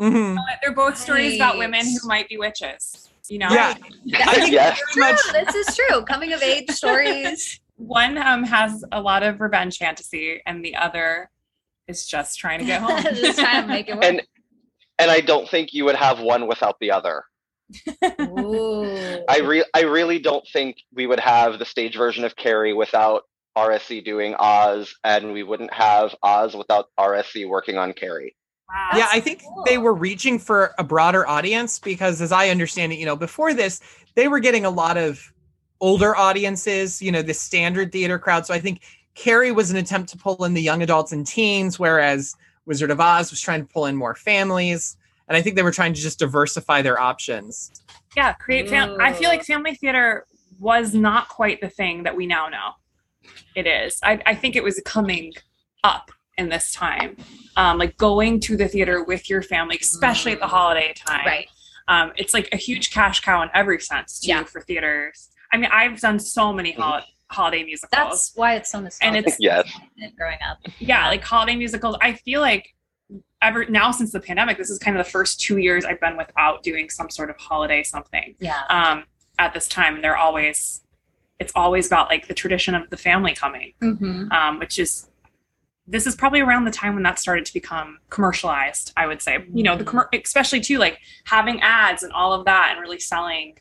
E: Mhm.
B: But They're both stories about women
C: Right.
B: who might be witches. You know,
E: Yeah. I think
D: yes,
E: very much.
C: True, this is true. Coming of age stories.
B: one um, has a lot of revenge fantasy, and the other is just trying to get home.
C: *laughs* Just trying to make it work.
D: And- and I don't think you would have one without the other.
C: Ooh.
D: I re- I really don't think we would have the stage version of Carrie without RSC doing Oz, and we wouldn't have Oz without RSC working on Carrie.
B: *laughs* wow.
E: yeah, I think they were reaching for a broader audience because, as I understand it, you know, before this, they were getting a lot of older audiences, you know, the standard theater crowd. So I think Carrie was an attempt to pull in the young adults and teens, whereas Wizard of Oz was trying to pull in more families. And I think they were trying to just diversify their options.
B: yeah, create fam- I feel like
C: Mm.
B: family theater was not quite the thing that we now know. It is. I, I think it was coming up in this time. Um, like going to the theater with your family, especially at the holiday time.
C: Mm. Right.
B: Um, it's like a huge cash cow in every sense too
C: Yeah. Mm-hmm.
B: for theaters. I mean, I've done so many hol- holiday musicals.
C: That's why it's so nostalgic.
B: it's-
D: Yes,
C: growing up.
B: yeah, like holiday musicals. I feel like ever now since the pandemic, this is kind of the first two years I've been without doing some sort of holiday something
C: Yeah.
B: um, at this time. And they're always, it's always about like the tradition of the family coming,
C: Mm-hmm.
B: um, which is, this is probably around the time when that started to become commercialized, I would say. You know, the commer- especially too, like having ads and all of that and really selling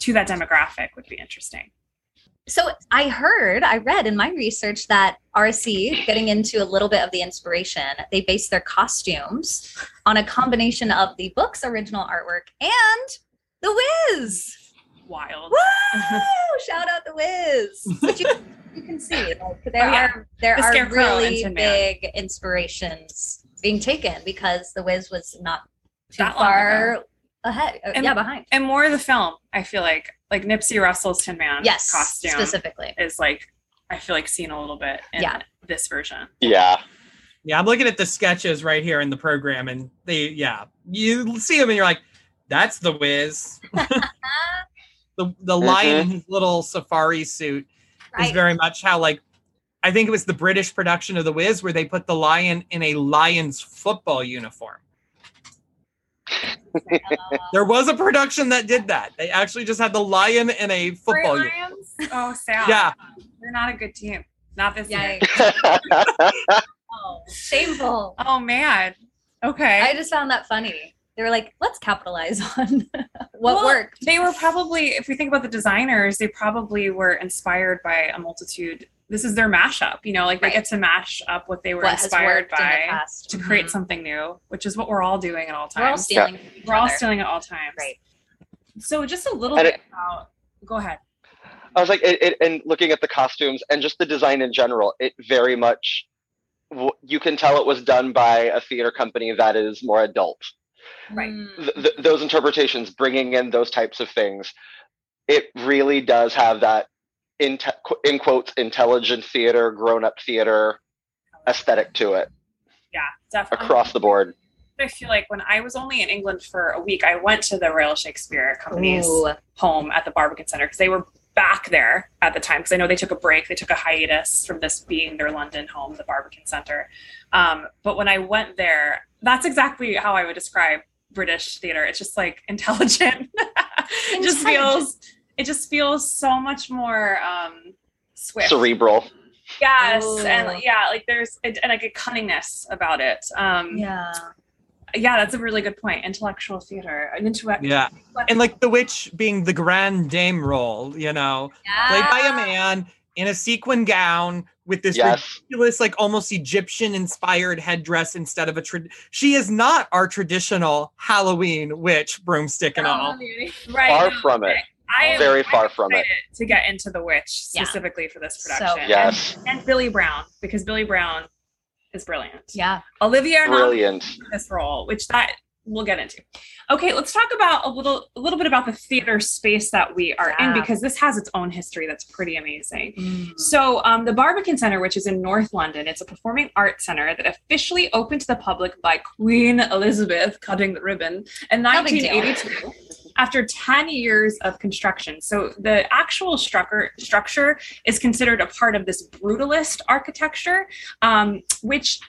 B: to that demographic would be interesting.
C: So I heard, I read in my research that RSC, getting into a little bit of the inspiration, they based their costumes on a combination of the book's original artwork and The Wiz.
B: Wild. *laughs*
C: Woo! Shout out The Wiz. Which you, you can see, like, there
B: Oh, yeah.
C: are there
B: The
C: are
B: Scarecrow and
C: really
B: Tin Man.
C: big inspirations being taken because The Wiz was not too
B: That long
C: far ahead. uh,
B: And-
C: yeah, behind.
B: And more of the film, I feel like, like Nipsey Russell's Tin Man
C: Yes,
B: costume
C: specifically.
B: is like, I feel like seen a little bit in
C: Yeah.
B: this version.
D: yeah, *laughs*
E: Yeah, I'm looking at the sketches right here in the program, and they, yeah, you see them and you're like, that's the whiz. the the lion in his little safari suit is
C: Uh, Right.
E: very much how like I think it was the British production of the Wiz where they put the lion in a lion's football uniform. There was a production that did that. They actually just had the lion in a football
B: Great
E: uniform.
B: Lions? Oh, sad.
E: Yeah.
B: They're not a good team. Not this year.
C: Yikes. Oh,
B: *laughs*
C: shameful.
B: Oh, man. Okay.
C: I just found that funny. They were like, let's capitalize *laughs* on what
B: Well,
C: worked.
B: They were probably, if we think about the designers, they probably were inspired by a multitude. This is their mashup, you know, like
C: Right.
B: they get to mash up what they were
C: what has
B: inspired
C: worked in the
B: by
C: past.
B: to create
C: Mhm.
B: something new, which is what we're all doing at all
C: We're all
B: times.
C: stealing. from each
B: We're all
C: other.
B: stealing at all times.
C: Right.
B: So just a little
D: And
B: bit about, go ahead.
D: I was like, it, it, and looking at the costumes and just the design in general, it very much w- you can tell it was done by a theater company that is more adult.
C: Right.
D: Th- th- those interpretations, bringing in those types of things, it really does have that in, te- qu- in quotes intelligent theater, grown up theater aesthetic to it
B: Yeah, definitely.
D: across the board.
B: I feel like when I was only in England for a week, I went to the Royal Shakespeare Company's
C: Ooh.
B: home at the Barbican Center because they were back there at the time. Because I know they took a break, they took a hiatus from this being their London home, the Barbican Center. Um, but when I went there, that's exactly how I would describe British theater. It's just like *laughs* intelligent. it just feels. It just feels so much more um, swift.
D: Cerebral.
B: Yes,
C: Ooh.
B: and yeah, like there's and, and like a cunningness about it. Um,
C: Yeah.
B: yeah, that's a really good point. Intellectual theater, an intellect.
E: Yeah. And like the witch being the grand dame role, you know, played by
C: Ah.
B: Ah.
E: a man in a sequin gown with this
D: Yes.
E: ridiculous, like almost Egyptian inspired headdress instead of a. Tra- she is not our traditional Halloween witch, broomstick and
B: Oh,
E: all.
B: Right.
D: Far
B: no,
D: from it.
B: okay. I am
D: Very far from it.
B: excited to get into the witch
C: Yeah.
B: specifically for this
C: So
B: production.
C: good.
D: Yes.
B: And, and Billy Brown because Billy Brown is brilliant.
C: Yeah.
B: Olivia Brilliant.
D: Brilliant.
B: this role, which that we'll get into. Okay, let's talk about a little a little bit about the theater space that we are in
C: Yeah.
B: because this has its own history that's pretty amazing.
C: Mhm.
B: So, um, the Barbican Centre, which is in North London, it's a performing arts centre that officially opened to the public by Queen Elizabeth cutting the ribbon in
C: big deal.
B: 1982 after 10 years of construction. So, the actual structure, structure is considered a part of this brutalist architecture, um, which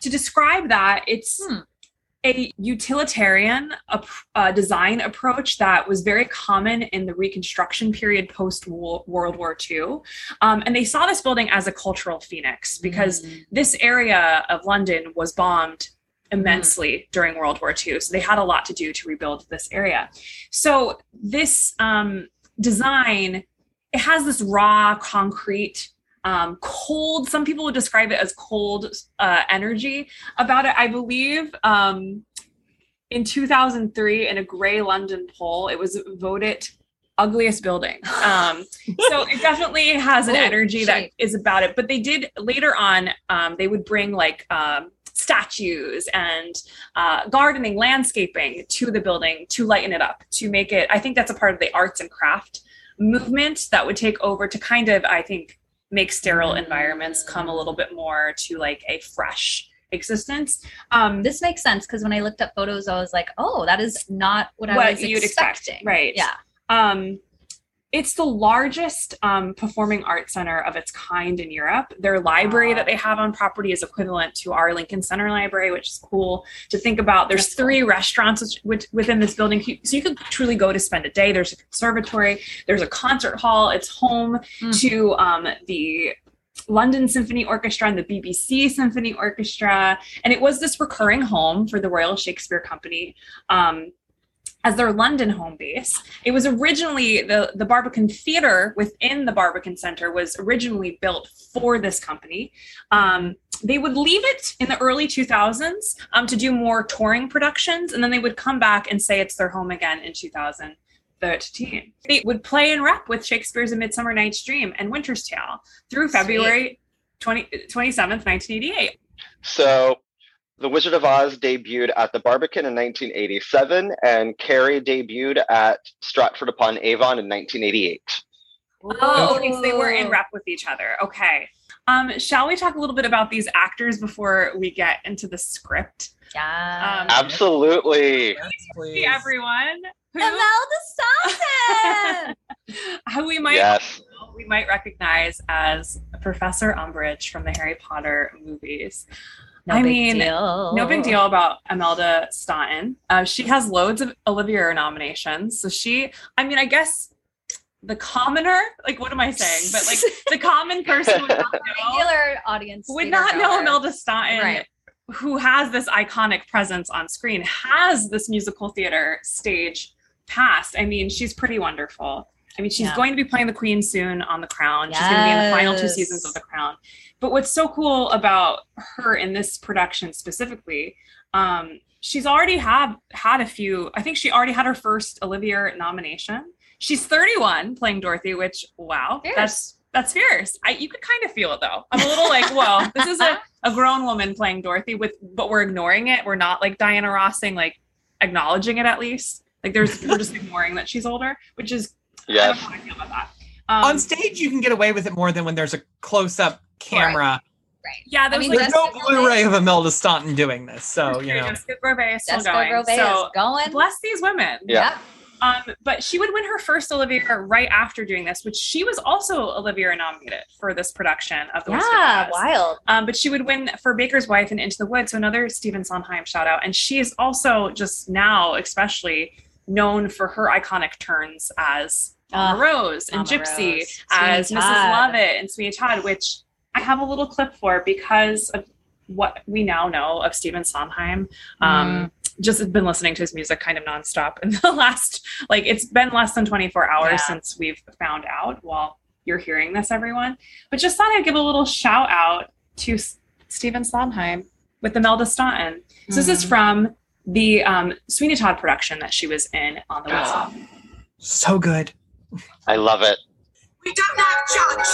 B: to describe that, it's
C: Hmm.
B: a utilitarian ap- uh, design approach that was very common in the Reconstruction period post World War II. Um, and they saw this building as a cultural phoenix because
C: Mm.
B: this area of London was bombed immensely during World War II. So they had a lot to do to rebuild this area. So this um, design, it has this raw concrete. Um, cold. Some people would describe it as cold uh, energy about it. I believe um, in 2003, in a Gray London poll, it was voted ugliest building. Um, so it definitely has an
C: Oh,
B: energy that
C: shade.
B: is about it. But they did later on. Um, they would bring like um, statues and uh, gardening, landscaping to the building to lighten it up, to make it. I think that's a part of the arts and craft movement that would take over to kind of, I think, make sterile environments come a little bit more to like a fresh existence. Um,
C: This makes sense because when I looked up photos, I was like, "Oh, that is not what, I
B: What
C: was
B: you'd expect,
C: expecting."
B: right.
C: Yeah.
B: Um, it's the largest um, performing arts center of its kind in Europe. Their library that they have on property is equivalent to our Lincoln Center Library, which is cool to think about. There's
C: That's cool.
B: three restaurants which, which, within this building, so you could truly go to spend a day. There's a conservatory, there's a concert hall. It's home
C: Mm.
B: to um, the London Symphony Orchestra and the BBC Symphony Orchestra, and it was this recurring home for the Royal Shakespeare Company. Um, as their London home base. It was originally the the Barbican Theater within the Barbican Center was originally built for this company. Um, they would leave it in the early 2000s um, to do more touring productions, and then they would come back and say it's their home again in 2013. They would play and rep with Shakespeare's A Midsummer Night's Dream and Winter's Tale through
C: Sweet.
B: February 20, 27th, 1988.
D: So, The Wizard of Oz debuted at the Barbican in 1987, and Carrie debuted at Stratford upon Avon in 1988.
B: Oh, okay. So they were in rep with each other. Okay. Um, shall we talk a little bit about these actors before we get into the script?
C: Yeah.
B: Um,
D: Absolutely.
E: Yes,
B: Hey,
E: please.
B: everyone. Who, *laughs*
C: Imelda Staunton.
B: who Uh, we might
D: Yes.
B: we might recognize as Professor Umbridge from the Harry Potter movies. I mean,
C: deal.
B: No big deal about Imelda Staunton. Uh, she has loads of Olivier nominations. So she, I mean, I guess the commoner, like, what am I saying? But *laughs* like, the common person would *laughs* not know.
C: Regular audience
B: would
C: theater
B: not know
C: goer.
B: Imelda Staunton,
C: Right.
B: who has this iconic presence on screen, has this musical theater stage past. I mean, she's pretty wonderful. I mean, she's
C: Yeah.
B: going to be playing the Queen soon on The Crown. She's going to be in the final two
C: Yes.
B: seasons of The Crown. But what's so cool about her in this production specifically, um, she's already had had a few. I think she already had her first Olivier nomination. She's 31 playing Dorothy, which wow,
C: Fierce.
B: that's that's fierce. I, you could kind of feel it though. I'm a little like,
C: *laughs*
B: whoa, this is a, a grown woman playing Dorothy with, but we're ignoring it. We're not like Diana Rossing, like acknowledging it at least. Like there's, we're just ignoring that she's older, which is I don't
D: Yes.
B: know how I feel about that. Um,
E: On stage, you can get away with it more than when there's a close-up camera.
B: yeah, there's
C: mean,
B: like
E: There's no
C: Jessica
E: Blu-ray of Imelda Staunton doing this, so you know.
B: Jessica Grobet is still
C: Jessica
B: going.
C: Grobet
B: so
C: is going.
B: bless these women.
D: Yeah.
C: Yep.
B: Um, but she would win her first Olivier right after doing this, which she was also Olivier nominated for this production of the Wizard of
C: Yeah.
B: Oz. *laughs*
C: Wild.
B: Um, but she would win for Baker's Wife and Into the Woods, so another Stephen Sondheim shout out. And she is also just now, especially known for her iconic turns as Mama
C: Ah,
B: Rose and
C: Mama
B: Gypsy,
C: Rose,
B: as
C: Sweeney
B: Mrs.
C: Todd.
B: Lovett and Sweeney Todd, which I have a little clip for because of what we now know of Stephen Sondheim.
C: Mm.
B: Um, Just have been listening to his music kind of nonstop in *laughs* the last, like, it's been less than 24 hours
C: Yeah.
B: since we've found out. Well, you're hearing this, everyone. But just thought I'd give a little shout out to S- Stephen Sondheim with Imelda Staunton. So this is from the um, Sweeney Todd production that she was in on the West Side.
E: So good.
D: I love it.
I: We do not judge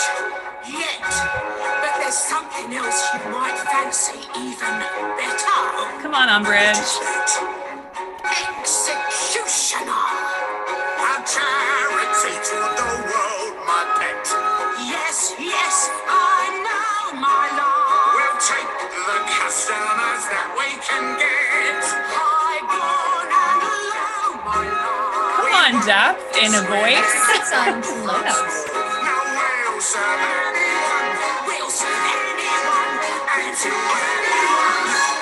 I: yet, but there's something else you might fancy even better.
B: Come on, Umbridge.
I: What is that? executioner. A charity to the world, my pet. Yes, yes, I know, my lord. We'll take the customers that we can get. Highborn and low, my lord.
B: Come on, Duff, in a voice.
C: That's on low notes.
I: Now we'll serve anyone. We'll serve anyone and to anyone. And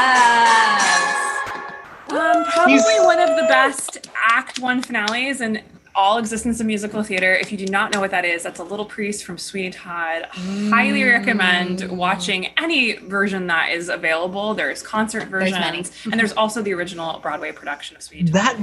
C: Yes.
B: Um, probably
E: He's-
B: one of the best Act One finales in all existence of musical theater. If you do not know what that is, that's a Little Priest from Sweeney Todd. Highly recommend watching any version that is available. There's concert versions,
C: many.
B: and there's also the original Broadway production of Sweeney Todd.
E: That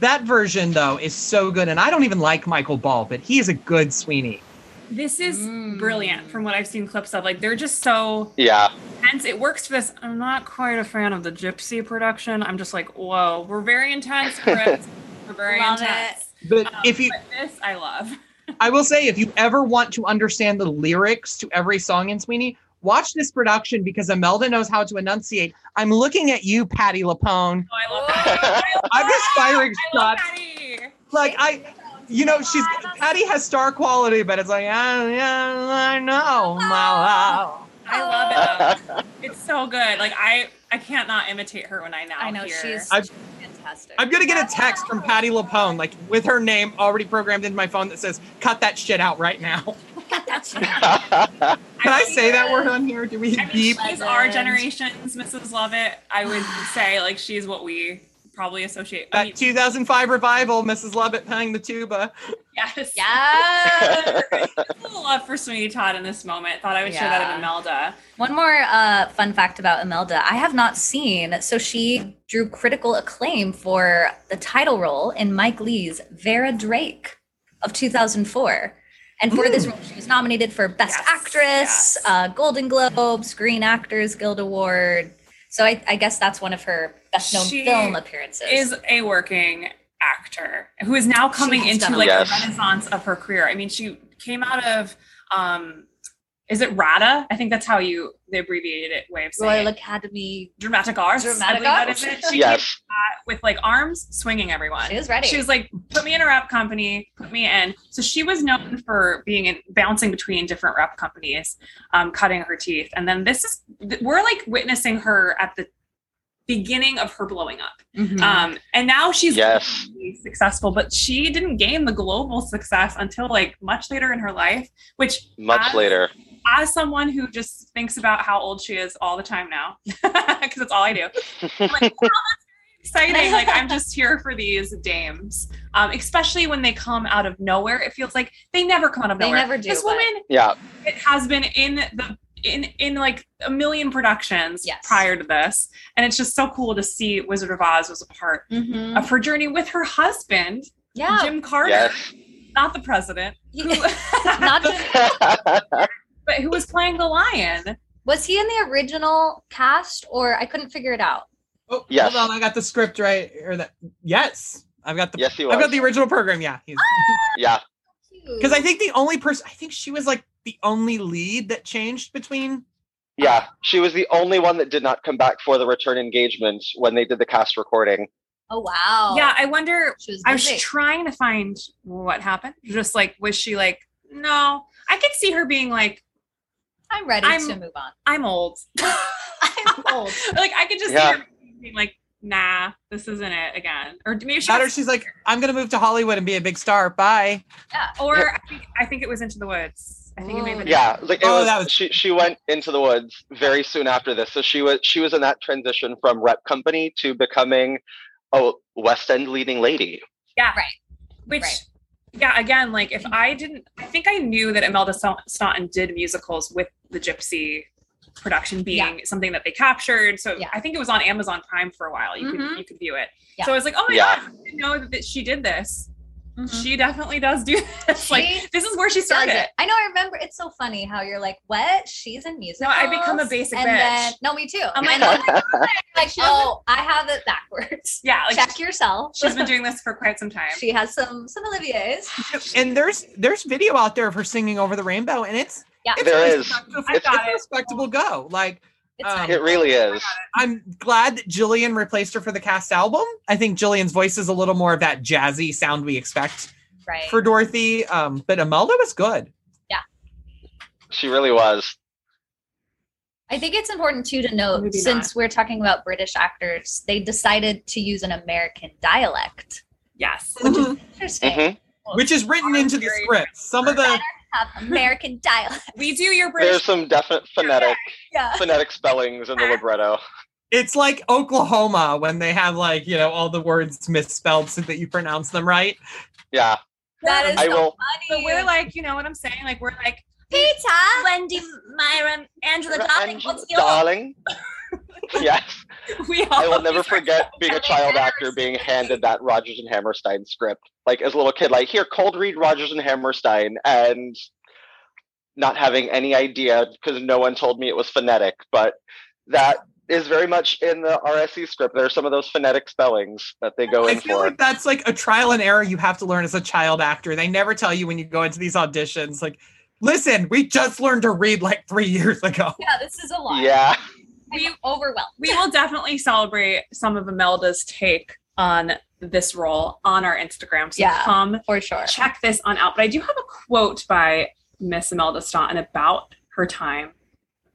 E: that version though is so good, and I don't even like Michael Ball, but he is a good Sweeney.
B: This is
C: Mm.
B: brilliant from what I've seen clips of. Like they're just so
E: *laughs*
D: Yeah.
B: intense. It works for this. I'm not quite a fan of the Gypsy production. I'm just like, whoa, we're very intense. Brits. We're very
C: Love
B: intense.
E: But
B: Um,
E: if you,
B: but this I love.
E: I will say, if you ever want to understand the lyrics to every song in Sweeney, watch this production because Imelda knows how to enunciate. I'm looking at you, Patty Lapone.
B: Oh, I love that.
E: I'm just firing
B: I love
E: shots.
B: Patty.
E: Like I, you know, she's Patty has star quality, but it's like I, I, I know my love.
B: I love it. Though. It's so good. Like I, I can't not imitate her when I now.
C: I know
B: hear.
C: she's
E: I'm-
C: she's fantastic.
E: I'm gonna get a text from Patty Lapone, like with her name already programmed in my phone that says, "Cut that shit out right now." Can I say that word on here? Do we
B: I mean,
E: beep?
B: she's our
C: Pleasant.
B: generation's Mrs. Lovett. I would say like she's what we probably associate. I mean,
E: That 2005 revival, Mrs. Lovett playing the tuba. Oh,
B: yes. *laughs*
C: Yes.
B: Full love for Sweeney Todd in this moment. Thought I would share that
C: Yeah.
B: of Imelda.
C: One more uh, fun fact about Imelda I have not seen. So she drew critical acclaim for the title role in Mike Lee's Vera Drake of 2004. And for this role, she was nominated for Best
B: Yes,
C: Actress,
B: yes.
C: Uh, Golden Globe, Screen Actors Guild Award. So I, I guess that's one of her best known
B: She
C: film appearances.
B: Is a working actor who is now coming
C: has
B: into
C: done a
B: like
D: lot.
B: the renaissance of her career. I mean, she came out of um is it RADA? I think that's how you the abbreviated it way of saying
C: Royal
B: it.
C: Academy.
B: dramatic arts. I
C: Dramatic
B: believe that
C: arts.
B: is
C: *laughs*
B: it. She came
D: yes.
B: out with like arms swinging everyone.
C: She was ready.
B: She was like, put me in a rap company, put me in. So she was known for being in, bouncing between different rap companies, um, cutting her teeth. And then this is, th- we're like witnessing her at the beginning of her blowing up.
C: Mm-hmm. Hmm.
B: Um, and now she's
D: Yes.
B: really successful, but she didn't gain the global success until like much later in her life, which
D: Much
B: as-
D: later.
B: as someone who just thinks about how old she is all the time now, *laughs* because it's all I do. I'm like, wow, that's very exciting. Like I'm just here for these dames, um, especially when they come out of nowhere. It feels like they never come out of
C: They
B: nowhere.
C: never do,
B: This
C: but-
B: woman
D: Yeah.
B: it has been in the in in like a million productions
C: Yes.
B: prior to this, and it's just so cool to see Wizard of Oz was a part
C: Mhm.
B: of her Uh, journey with her husband,
C: Yeah.
B: Jim Carter,
D: Yes.
B: not the
C: *laughs*
B: president, *laughs*
C: not just
B: but who was playing the lion.
C: *laughs* Was he in the original cast or I couldn't figure it out?
E: Oh,
D: Yes.
E: hold on, I got the script right. Or that? Yes, I've got
D: *laughs*
E: the.
D: yes, he was.
E: I've got the original program. Yeah,
B: Oh,
D: yeah.
E: because I think the only person, I think she was like the only lead that changed between.
D: Yeah. She was the only one that did not come back for the return engagement when they did the cast recording.
C: Oh wow.
B: Yeah, I wonder
C: She was
B: I was
C: busy.
B: trying to find what happened. Just like, was she like, no? I could see her being like,
C: I'm ready
B: I'm-
C: to move on.
B: I'm old.
C: *laughs* I'm old.
B: *laughs* like, I could just
D: Yeah.
B: see her being like, nah, this isn't it again. Or maybe she,
E: Shatter,
B: was-
E: she's like, I'm gonna move to Hollywood and be a big star. Bye.
B: or I think, I think it was Into the Woods. I think it may have been.
D: Yeah, like it
E: Oh,
D: was,
E: that was-
D: she she went into the woods very soon after this. So she was she was in that transition from rep company to becoming a West End leading lady.
B: Which,
C: Right.
B: yeah, again, like if I didn't, I think I knew that Imelda Staun- Staunton did musicals with the Gypsy production being something that they captured. So
C: Yeah.
B: I think it was on Amazon Prime for a while. You
C: Mhm.
B: could you could view it.
C: Yeah.
B: So I was like, oh my
D: Yeah.
B: god, I didn't know that she did this.
C: Mhm.
B: Mm-hmm. She definitely does do *laughs* this.
C: She
B: like this is where she
C: Does
B: started.
C: it. I know I remember it's so funny how you're like, what? She's in music.
B: No, I become a basic
C: and
B: bitch.
C: Then, no, me too.
D: Oh
B: I'm
C: and
B: like,
C: then you're like,
B: she doesn't-
C: oh, I have it backwards.
B: Yeah, like
C: Check
B: Oh,
C: yourself. *laughs*
B: she's been doing this for quite some time.
C: She has some some Olivier's.
E: And there's there's video out there of her singing over the rainbow, and it's
C: Yeah.
E: It's
D: There
E: a
D: is.
E: respectable-
B: I
E: It's,
B: got
E: a
B: it.
E: respectable go. Like
C: It's
E: Um,
C: fine.
D: *laughs* It really is.
E: I'm glad that Jillian replaced her for the cast album. I think Jillian's voice is a little more of that jazzy sound we expect
C: right.
E: for Dorothy. Um, but Imelda was good.
D: She really was.
C: I think it's important too to note
B: Maybe
C: since we're talking about British actors, they decided to use an American dialect. *laughs*
B: Yes.
C: Interesting.
D: hmm
C: Mm-hmm.
E: Which is written into the
B: Very-
E: script. Some of the
C: Have American *laughs* dialect.
B: We do your British.
D: There's some definite phonetic
C: Yeah.
D: phonetic spellings in the libretto.
E: it's like Oklahoma when they have like, you know, all the words misspelled so that you pronounce them right.
D: Yeah,
C: That is
D: I
C: so
D: will.
C: funny.
B: But we're like, you know what I'm saying? Like we're like
C: Pizza.
B: Wendy Myra Angela
D: darling. yes.
B: *laughs* We all
D: I
E: *laughs*
D: will never forget being a child actor being handed that Rogers and Hammerstein script. Like as a little kid, like here, cold read Rogers and Hammerstein, and not having any idea because no one told me it was phonetic. But that is very much in the RSE script. There are some of those phonetic spellings that they go
E: I
D: in
E: feel
D: for.
E: like that's like a trial and error you have to learn as a child actor. They never tell you when you go into these auditions, like, listen, we just learned to read like three years ago. *laughs*
C: Yeah, this is a lot.
D: yeah,
C: I'm overwhelmed.
B: we will definitely celebrate some of Imelda's take on this role on our Instagram. So
C: Yeah.
B: come
C: For sure.
B: check this on out. But I do have a quote by Miss Imelda Staunton about her time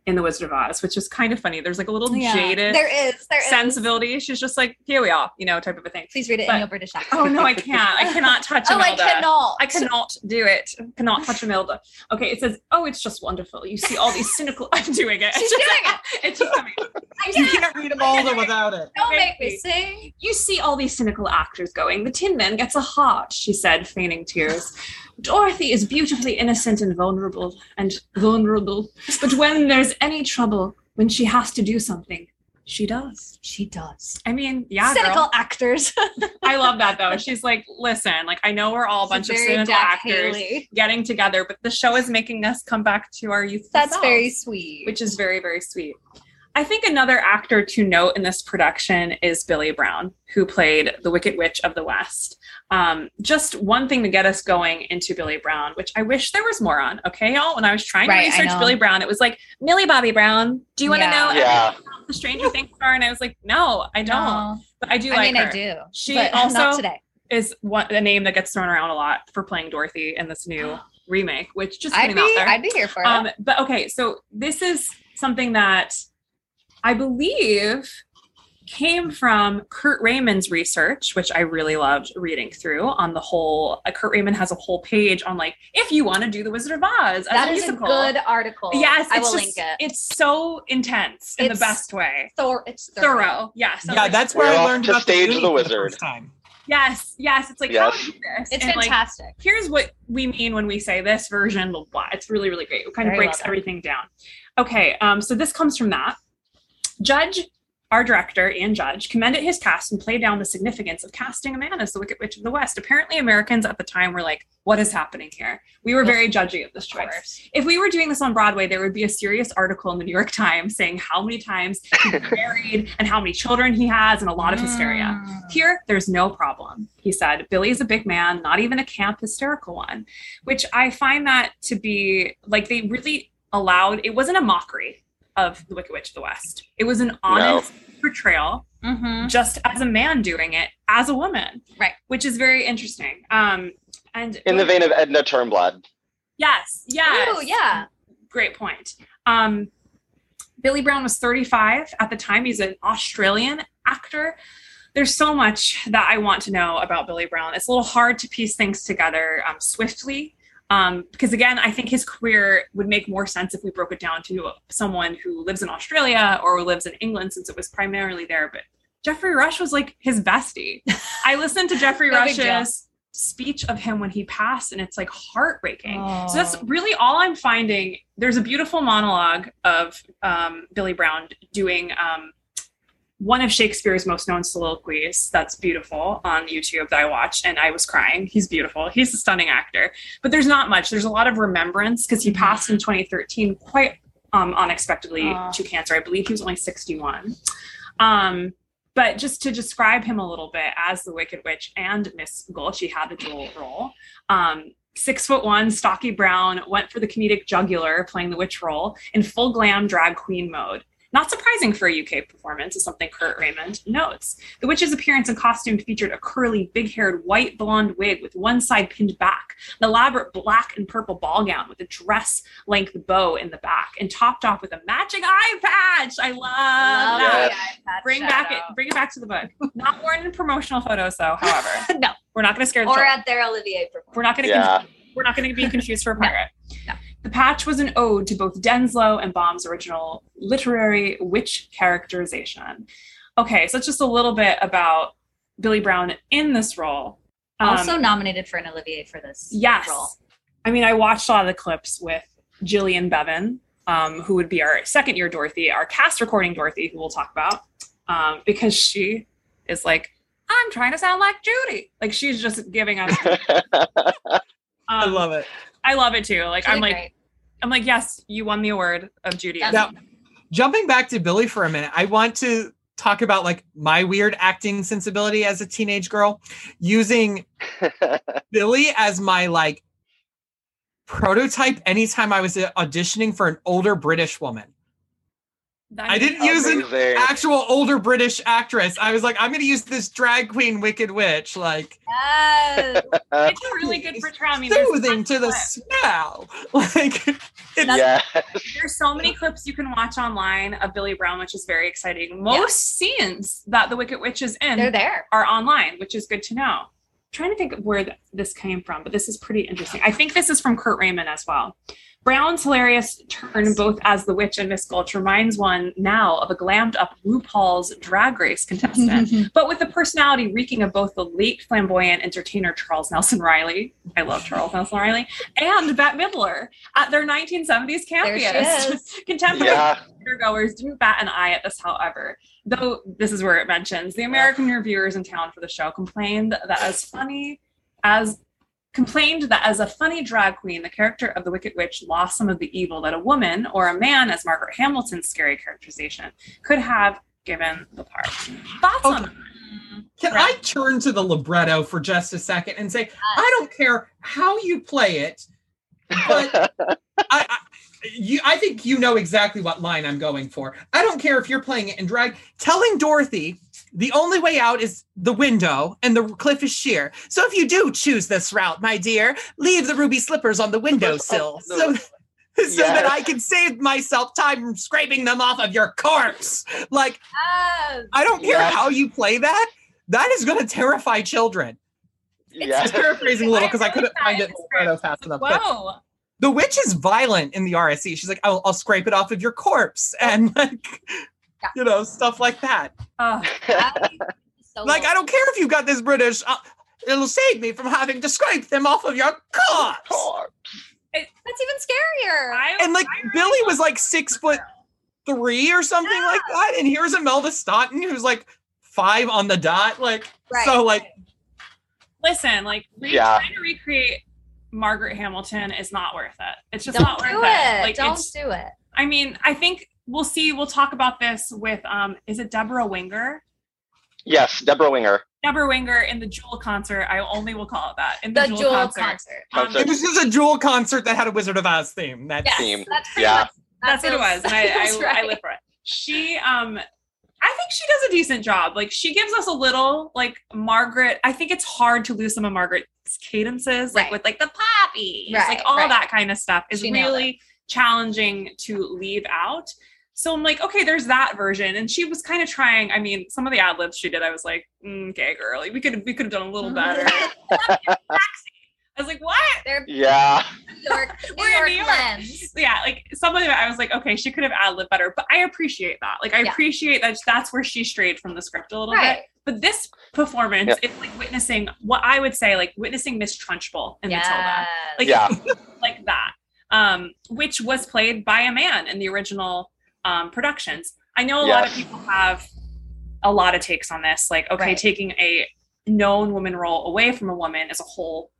B: in The Wizard of Oz, which is kind of funny. There's like a little
C: Yeah.
B: jaded
C: There is. There is.
B: sensibility. She's just like, here we are, you know, type of
C: *laughs*
B: a thing.
C: Please read it
B: But-
C: in your British accent.
B: Oh no, I can't. I cannot touch
C: Oh, I
B: Imelda.
C: cannot.
B: I cannot do it. Cannot touch Imelda. Okay, it says, "Oh, it's just wonderful. You see all these cynical." *laughs* I'm doing it.
C: She's
B: It's just-
C: doing
B: *laughs* It's just coming.
C: I
E: You
C: can't.
E: can't read Imelda without it.
C: Don't make me sing.
B: You see all these cynical actors going, the Tin Man gets a heart, she said, feigning tears. Dorothy is beautifully innocent and vulnerable, and vulnerable. But when there's any trouble, when she has to do something, she does.
C: She does.
B: I mean, yeah,
C: Cynical
B: girl.
C: actors.
B: I love that though. She's like, listen, like I know we're all a bunch of
C: Very
B: cynical
C: Jack
B: actors
C: Haley.
B: getting together, but the show is making us come back to our youth.
C: That's
B: selves
C: very sweet.
B: which is very very sweet. I think another actor to note in this production is Billy Brown, who played the Wicked Witch of the West. Um, just one thing to get us going into Billy Brown, which I wish there was more on. Okay, y'all. When I was trying
C: Right, I
B: to research
C: know.
B: Billy Brown, it was like Millie Bobby Brown. Do you want to
C: Yeah.
E: Oh,
B: know everything
D: yeah.
B: about the Stranger Things star? And I was like, no, I don't.
C: No.
B: But I do
C: I
B: like
C: mean,
B: her.
C: I do.
B: She
C: but
B: also-
C: not today.
B: Is what a name that gets thrown around a lot for playing Dorothy in this new
C: *gasps*
B: remake, which just
C: I'd
B: came
C: be,
B: out there.
C: I'd be here for it.
B: Um, but okay, so this is something that I believe came from Kurt Raymond's research, which I really loved reading through on the whole. Uh, Kurt Raymond has a whole page on like if you want to do the Wizard of Oz as
C: that
B: a
C: is a
B: musical.
C: good article.
B: Yes,
C: I
B: it's
C: will
B: just-
C: link it.
B: It's so intense in
C: It's
B: the best way.
C: Thor- it's
B: Thorough.
C: thorough.
B: Yes. I was
E: Yeah,
B: like,
E: that's where
D: We're
E: I
D: off
E: learned
D: to
E: about
D: stage the
E: the, Goonies for
D: wizard.
E: first time.
B: yes. Yes. It's like how
D: Yes.
B: do this?
C: It's
B: And, like,
C: fantastic.
B: here's what we mean when we say this version, blah, blah. It's really, really great. It kind
C: Very
B: of breaks
C: well done.
B: everything down. Okay, um, so this comes from that. Judge, our director, Ian Judge, commended his cast and played down the significance of casting a man as the Wicked Witch of the West. Apparently, Americans at the time were like, what is happening here? We were very judgy of this choice if we were doing this on Broadway, there would be a serious article in the New York Times saying how many times *laughs* he was married and how many children he has and a lot of hysteria. Here, there's no problem, he said. Billy's a big man, not even a camp hysterical one, which I find that to be like they really allowed it wasn't a mockery of the Wicked Witch of the West. It was an honest portrayal
C: Mm-hmm.
B: just as a man doing it as a woman.
C: Right.
B: Which is very interesting. Um and
D: In the vein of Edna Turnblad.
B: Yes. Yes
C: Oh yeah.
B: great point. Um, Billy Brown was 35 at the time. He's an Australian actor. There's so much that I want to know about Billy Brown. It's a little hard to piece things together um, swiftly. Um, because again, I think his career would make more sense if we broke it down to someone who lives in Australia or lives in England, since it was primarily there. But Jeffrey Rush was like his bestie. *laughs* I listened to Jeffrey
C: No big deal.
B: Rush's speech of him when he passed, and it's like heartbreaking. So that's uh, really all I'm finding. There's a beautiful monologue of um, Billy Brown doing um, one of Shakespeare's most known soliloquies that's beautiful on YouTube that I watched, and I was crying. He's beautiful. He's a stunning actor. But there's not much. There's a lot of remembrance because he passed in 2013 quite um, unexpectedly
C: Aw.
B: to cancer. I believe he was only 61. Um, but just to describe him a little bit as the Wicked Witch and Miss Gulch, she had a dual role. Um, Six foot one, stocky brown, went for the comedic jugular, playing the witch role in full glam drag queen mode. Not surprising for a UK performance, is something Kurt Raymond notes. The witch's appearance and costume featured a curly, big haired, white blonde wig with one side pinned back, an elaborate black and purple ball gown with a dress length bow in the back, and topped off with a matching eye patch. I love, that.
C: Love the eye patch
B: Bring
C: shout
B: back it.
C: out.
B: Bring it back to the book. Not worn in promotional photos, though. However,
C: *laughs* No.
B: we're not going to scare the
C: Or
B: children.
C: at their Olivier performance.
B: We're not going to.
D: Yeah.
B: we're not going to be confused for a pirate.
C: *laughs* No.
B: The patch was an ode to both Denslow and Baum's original literary witch characterization. Okay, so it's just a little bit about Billy Brown in this role. Um,
C: also nominated for an Olivier for this
B: yes.
C: role.
B: I mean, I watched a lot of the clips with Jillian Bevan, um, who would be our second year Dorothy, our cast recording Dorothy, who we'll talk about, um, because she is like, I'm trying to sound like Judy. Like she's just giving us. um,
E: *laughs*
D: *laughs*
E: I love it.
B: I love it too. Like
C: Really
B: I'm like
C: great.
B: I'm like yes, you won the award of Judy.
C: That's-
E: Now, jumping back to Billy for a minute, I want to talk about like my weird acting sensibility as a teenage girl, using Billy as my like prototype anytime I was uh, auditioning for an older British woman.
B: That-
E: I didn't use an
D: Amazing.
E: actual older British actress. I was like, I'm going to use this drag queen, Wicked Witch, like
B: *laughs*
C: Yes.
B: It's a really good portrayal. I mean, there's,
E: soothing to the smell. *laughs* Like, it's,
D: Yeah.
B: there's so many clips you can watch online of Billy Brown, which is very exciting. Most scenes that the Wicked Witch is in
C: They're there.
B: are online, which is good to know. I'm trying to think of where th- this came from, but this is pretty interesting. I think this is from Kurt Raymond as well. Brown's hilarious turn, both as the witch and Miss Gulch, reminds one now of a glammed up RuPaul's drag race contestant, but with a personality reeking of both the late flamboyant entertainer Charles Nelson Riley, I love Charles Nelson Riley, and Bette Midler at their 1970s
C: There she
B: campus.
C: is.
B: *laughs* Contemporary
D: Yeah.
B: theatergoers didn't bat an eye at this, however. Though this is where it mentions the American reviewers in town for the show complained that as funny as complained that as a funny drag queen, the character of the Wicked Witch lost some of the evil that a woman or a man, as Margaret Hamilton's scary characterization, could have given the part. Thoughts
C: Oh,
B: on that?
E: Can I turn to the libretto for just a second and say, I don't care how you play it, but I, I, you, I think you know exactly what line I'm going for. I don't care if you're playing it in drag. Telling Dorothy the only way out is the window and the cliff is sheer. So if you do choose this route, my dear, leave the ruby slippers on
D: *laughs*
E: the windowsill
D: Oh,
E: so, *laughs*
D: no.
E: so that
D: Yes.
E: I can save myself time from scraping them off of your corpse. Like,
C: Yes.
E: I don't care
D: Yes.
E: how you play that. That is going to terrify children.
D: *laughs* yeah. *laughs*
E: Just paraphrasing a little because I
B: really
E: couldn't
B: thought
E: find
B: it
E: it in
B: was
E: the photo fast enough. but-
B: Whoa.
E: the witch is violent in the RSC. She's like, I'll, I'll scrape it off of your corpse *laughs* and like,
C: Yeah.
E: you know, stuff like that.
B: Ugh.
C: I- so
E: Like, I
C: lovely.
E: don't care if you got this British. Uh, it'll save me from having to scrape them off of your corpse.
C: That's even scarier.
B: I-
E: And like,
B: I really
E: Billy was
B: love
E: like six foot three or something like that. And here's Imelda Staunton who's like five on the dot. Like,
C: Right.
E: so like,
B: listen, like re-
D: Yeah.
B: trying to recreate Margaret Hamilton is not worth it. It's just
C: don't
B: not worth
C: do
B: it.
C: it.
B: Like
C: don't
B: it's,
C: do it.
B: I mean, I think we'll see. We'll talk about this with um, is it Deborah Winger?
D: Yes, Deborah Winger.
B: Deborah Winger in the Jewel concert. I only will call it that in the,
C: The
B: Jewel,
C: Jewel
B: concert.
C: concert.
B: Um,
D: Concert.
E: it was just a jewel concert that had a Wizard of Oz theme. That's
C: Yes,
D: Theme.
C: That's pretty
D: Yeah.
C: much- that
B: that's what it was.
C: feels- *laughs*
B: And I,
C: feels
B: I, I
C: right.
B: live for it. She, um, I think she does a decent job. Like she gives us a little like Margaret. I think it's hard to lose some of Margaret's cadences, like
C: Right.
B: with like the poppies,
C: Right,
B: like all
C: right.
B: that kind of stuff is
C: She nailed
B: really challenging to leave out. So I'm like, okay, there's that version, and she was kind of trying. I mean, some of the ad libs she did, I was like, mm, okay, girl, we could we could have done a little
C: *laughs*
B: better. I was like, what?
C: They're
D: Yeah.
C: New York, New
B: *laughs* We're in
C: York,
B: New York.
C: lens.
B: So, yeah, like some of it, I was like, okay, she could have ad lib better, but I appreciate that. Like, I
C: Yeah.
B: appreciate that that's where she strayed from the script a little bit.
C: Right.
B: But this performance
D: Yeah.
B: is like witnessing what I would say, like witnessing Miss Trunchbull in Matilda,
C: Yes.
B: Like-
D: Yeah.
B: like that, um, which was played by a man in the original um, productions. I know a lot of
D: Yes.
B: people have a lot of takes on this. Like, okay,
C: Right.
B: taking a known woman role away from a woman is a whole,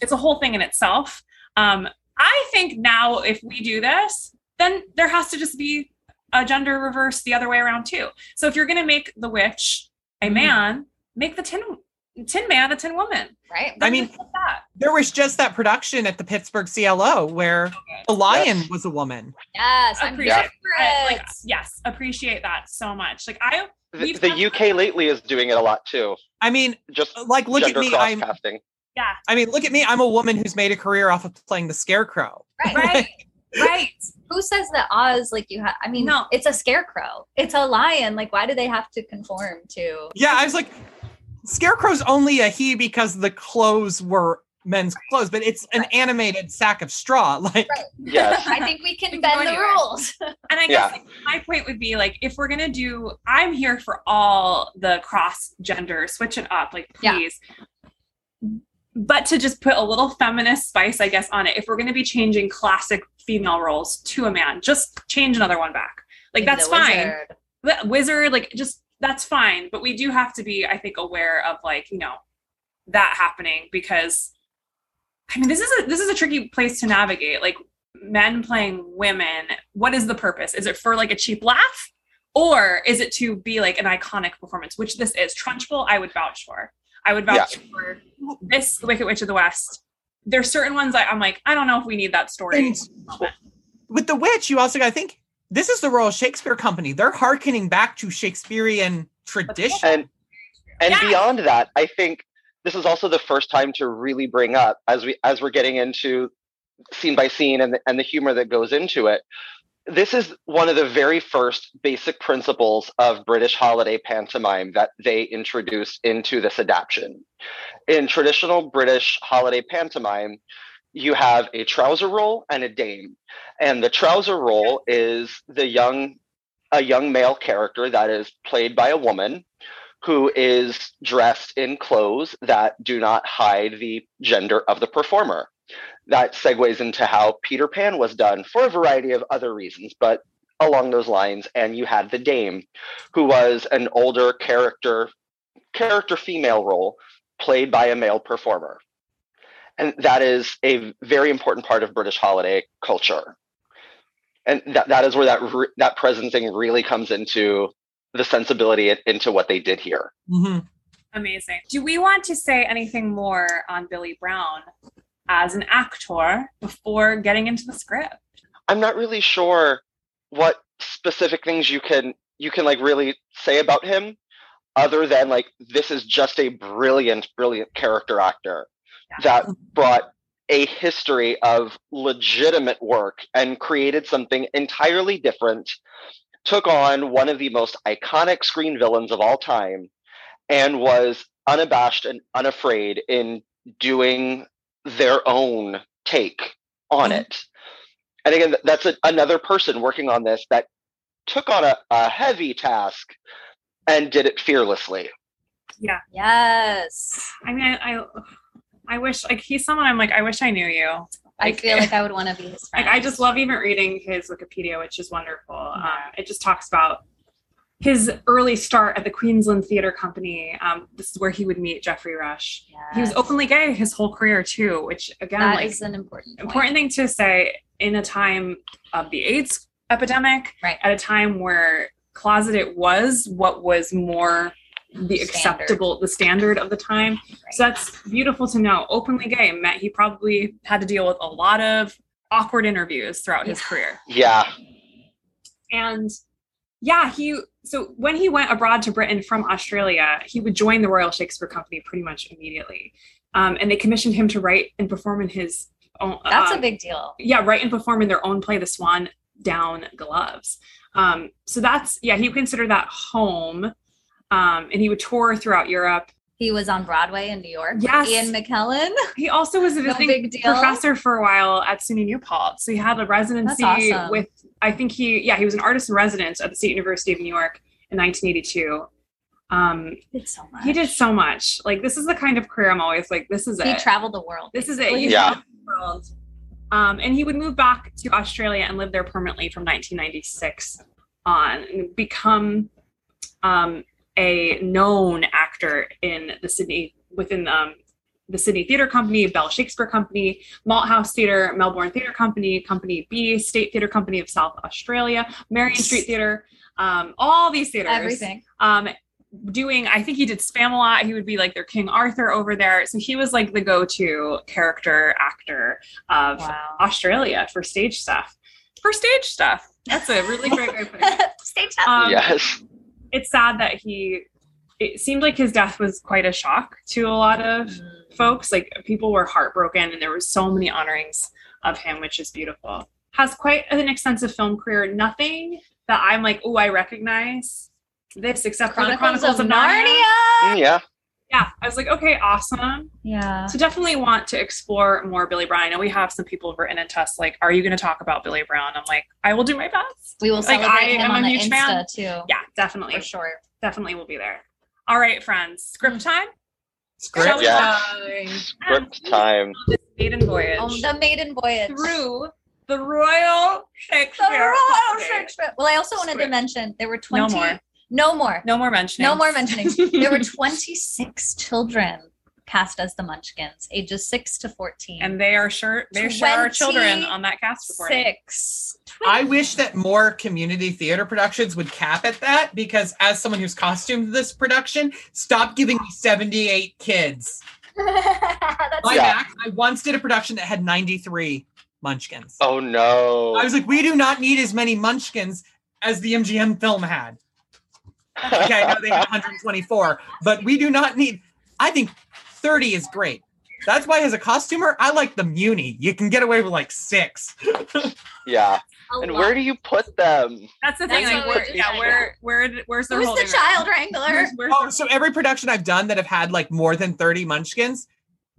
B: it's a whole thing in itself. Um, I think now if we do this, then there has to just be a gender reverse the other way around too. So if you're going to make the witch a
C: Mhm.
B: man, make the Tin Tin Man, the Tin Woman.
C: right?
E: I mean,
B: Just like that.
E: there was just that production at the Pittsburgh CLO where the lion was a woman.
C: Yes, I'm
B: Appreciate
C: here for
B: I,
C: it.
B: like, yes, appreciate that so much. Like I,
D: The,
B: We've
D: the
B: talked
D: UK lately is doing it a lot too.
E: I mean,
D: Just
E: like Oh, look at
D: gender
E: me. I'm
D: crosscasting.
B: yeah,
E: I mean, look at me. I'm a woman who's made a career off of playing the scarecrow.
C: right.
B: right, right.
C: *laughs* Who says that Oz like you have? I mean,
B: No.
C: it's a scarecrow. It's a lion. Like, why do they have to conform to?
E: Yeah, I was like, scarecrow's only a he because the clothes were men's clothes, but it's an animated sack of straw. *laughs* Like,
D: Yes.
C: I think we can
B: can
C: bend
B: go
C: the
B: anywhere.
C: rules.
B: And I guess like, my point would be like, if we're gonna do, I'm here for all the cross gender, switch it up, like
C: Yeah.
B: please. But to just put a little feminist spice, I guess, on it. If we're gonna be changing classic female roles to a man, just change another one back. Like that's
C: The
B: fine.
C: wizard.
B: the wizard like just that's fine but we do have to be i think aware of like you know that happening because i mean this is a this is a tricky place to navigate like men playing women what is the purpose is it for like a cheap laugh or is it to be like an iconic performance which this is trunchbull i would vouch for i would vouch for this the wicked witch of the west there's certain ones I, i'm like i don't know if we need that story
E: And with the witch, you also got to think this is the Royal Shakespeare Company. They're hearkening back to Shakespearean tradition.
D: And and
B: Yeah.
D: beyond that, I think this is also the first time to really bring up as we as we're getting into scene by scene and the, and the humor that goes into it. This is one of the very first basic principles of British holiday pantomime that they introduced into this adaptation. In traditional British holiday pantomime, you have a trouser roll and a dame. And the trouser roll is the young a young male character that is played by a woman who is dressed in clothes that do not hide the gender of the performer. That segues into how Peter Pan was done for a variety of other reasons, but along those lines. And you had the dame, who was an older character, character female role played by a male performer. And that is a very important part of British holiday culture. And that, that is where that, re- that presencing really comes into the sensibility in- into what they did here.
E: Mhm.
B: Amazing. Do we want to say anything more on Billy Brown as an actor before getting into the script?
D: I'm not really sure what specific things you can you can like really say about him other than like this is just a brilliant brilliant character actor that brought a history of legitimate work and created something entirely different took on one of the most iconic screen villains of all time and was unabashed and unafraid in doing their own take on it and again th- that's a, another person working on this that took on a, a heavy task and did it fearlessly
C: Yes.
B: I mean, I, I, I wish like he's someone I'm like I wish I knew you.
C: I
B: Like- eh.
C: feel like I would want to be his
B: Like
C: friend.
B: I just love even reading his Wikipedia, which is wonderful. Um, it just talks about his early start at the Queensland Theatre Company. Um, this is where he would meet Jeffrey Rush. He was
C: Yes.
B: openly gay his whole career too, which again,
C: That
B: like,
C: is an important point.
B: important thing to say in a time of the AIDS epidemic,
C: Right.
B: at a time where closeted was what was more the
C: Standard.
B: acceptable, the standard of the time. So that's beautiful to know. Openly gay meant he probably had to deal with a lot of awkward interviews throughout his
C: Yeah.
B: career.
D: yeah
B: And yeah, he so when he went abroad to Britain from Australia, he would join the Royal Shakespeare Company pretty much immediately. Um, and they commissioned him to write and perform in his own.
C: That's
B: um,
C: a big deal.
B: yeah, write and perform in their own play, The Swan Down Gloves. Um, so that's yeah, he considered that home, um, and he would tour throughout Europe.
C: He was on Broadway in New York. with
B: Yes.
C: Ian McKellen. *laughs*
B: He also was a
C: No
B: visiting
C: big deal.
B: professor for a while at SUNY New Paltz. So he had a residency
C: That's awesome.
B: with I think he yeah he was an artist in residence at the State University of New York in 1982. Um,
C: He did so much.
B: he did so much. Like this is the kind of career I'm always like this is
C: He
B: it.
C: traveled the world.
B: This is it. You
D: Yeah.
B: travel the world. Um, and he would move back to Australia and live there permanently from 1996 on and become um, a known actor in the Sydney within um, the Sydney Theatre Company, Bell Shakespeare Company, Malthouse Theatre, Melbourne Theatre Company, Company B, State Theatre Company of South Australia, Marion Street Theatre, um, all these theaters
C: Everything.
B: um, doing i think he did spam a lot he would be like their king arthur over there so he was like the go-to character actor of australia for stage stuff for stage stuff that's a really great way of putting it
C: Stay tough.
B: Um,
D: yes.
B: it's sad that he it seemed like his death was quite a shock to a lot of folks like people were heartbroken and there were so many honorings of him which is beautiful has quite an extensive film career nothing that i'm like oh i recognize this except for the chronicles of narnia
D: Mm, Yeah.
B: yeah i was like okay awesome
C: Yeah.
B: so definitely want to explore more billy brown and we have some people have written in to us like are you going to talk about billy brown i'm like i will do my best
C: We will
B: Like,
C: celebrate
B: I
C: him
B: am
C: on
B: a
C: the
B: huge
C: Insta
B: fan.
C: too.
B: yeah definitely
C: For sure.
B: definitely will be there all right friends script time
E: Script.
D: Yeah.
B: Yes.
D: Script time.
B: Maiden uh, voyage
C: Oh, the maiden voyage.
B: through the Royal
C: The
B: Shakespeare.
C: Royal
B: Company.
C: Shakespeare. Well, I also wanted to
B: Script.
C: mention there were 20.
B: more.
C: No more.
B: No more mentioning.
C: No more
B: *laughs*
C: mentionings. there were 26 children cast as the Munchkins, ages 6 to 14.
B: and they are sure they sure are children
C: 26.
B: on that cast recording.
C: six.
E: I wish that more community theater productions would cap at that because, as someone who's costumed this production, stop giving me 78 kids.
C: *laughs* That's
E: My
D: Yeah.
E: back, I once did a production that had 93 munchkins.
D: Oh no.
E: I was like, we do not need as many munchkins as the MGM film had. Okay, I know they had 124, but we do not need, I think 30 is great. That's why, as a costumer, I like the Muni. You can get away with like six.
D: *laughs* yeah.
C: a
D: And
C: lot.
D: where do you put them?
B: That's the thing. like,
C: That's what
B: where,
C: we
B: yeah,
C: did.
B: where where did- where's the
C: Who's
B: holding
C: the
B: right?
C: child wrangler?
B: *laughs* Where's, where's
E: Oh,
B: the-
E: so every production I've done that have had like more than 30 munchkins,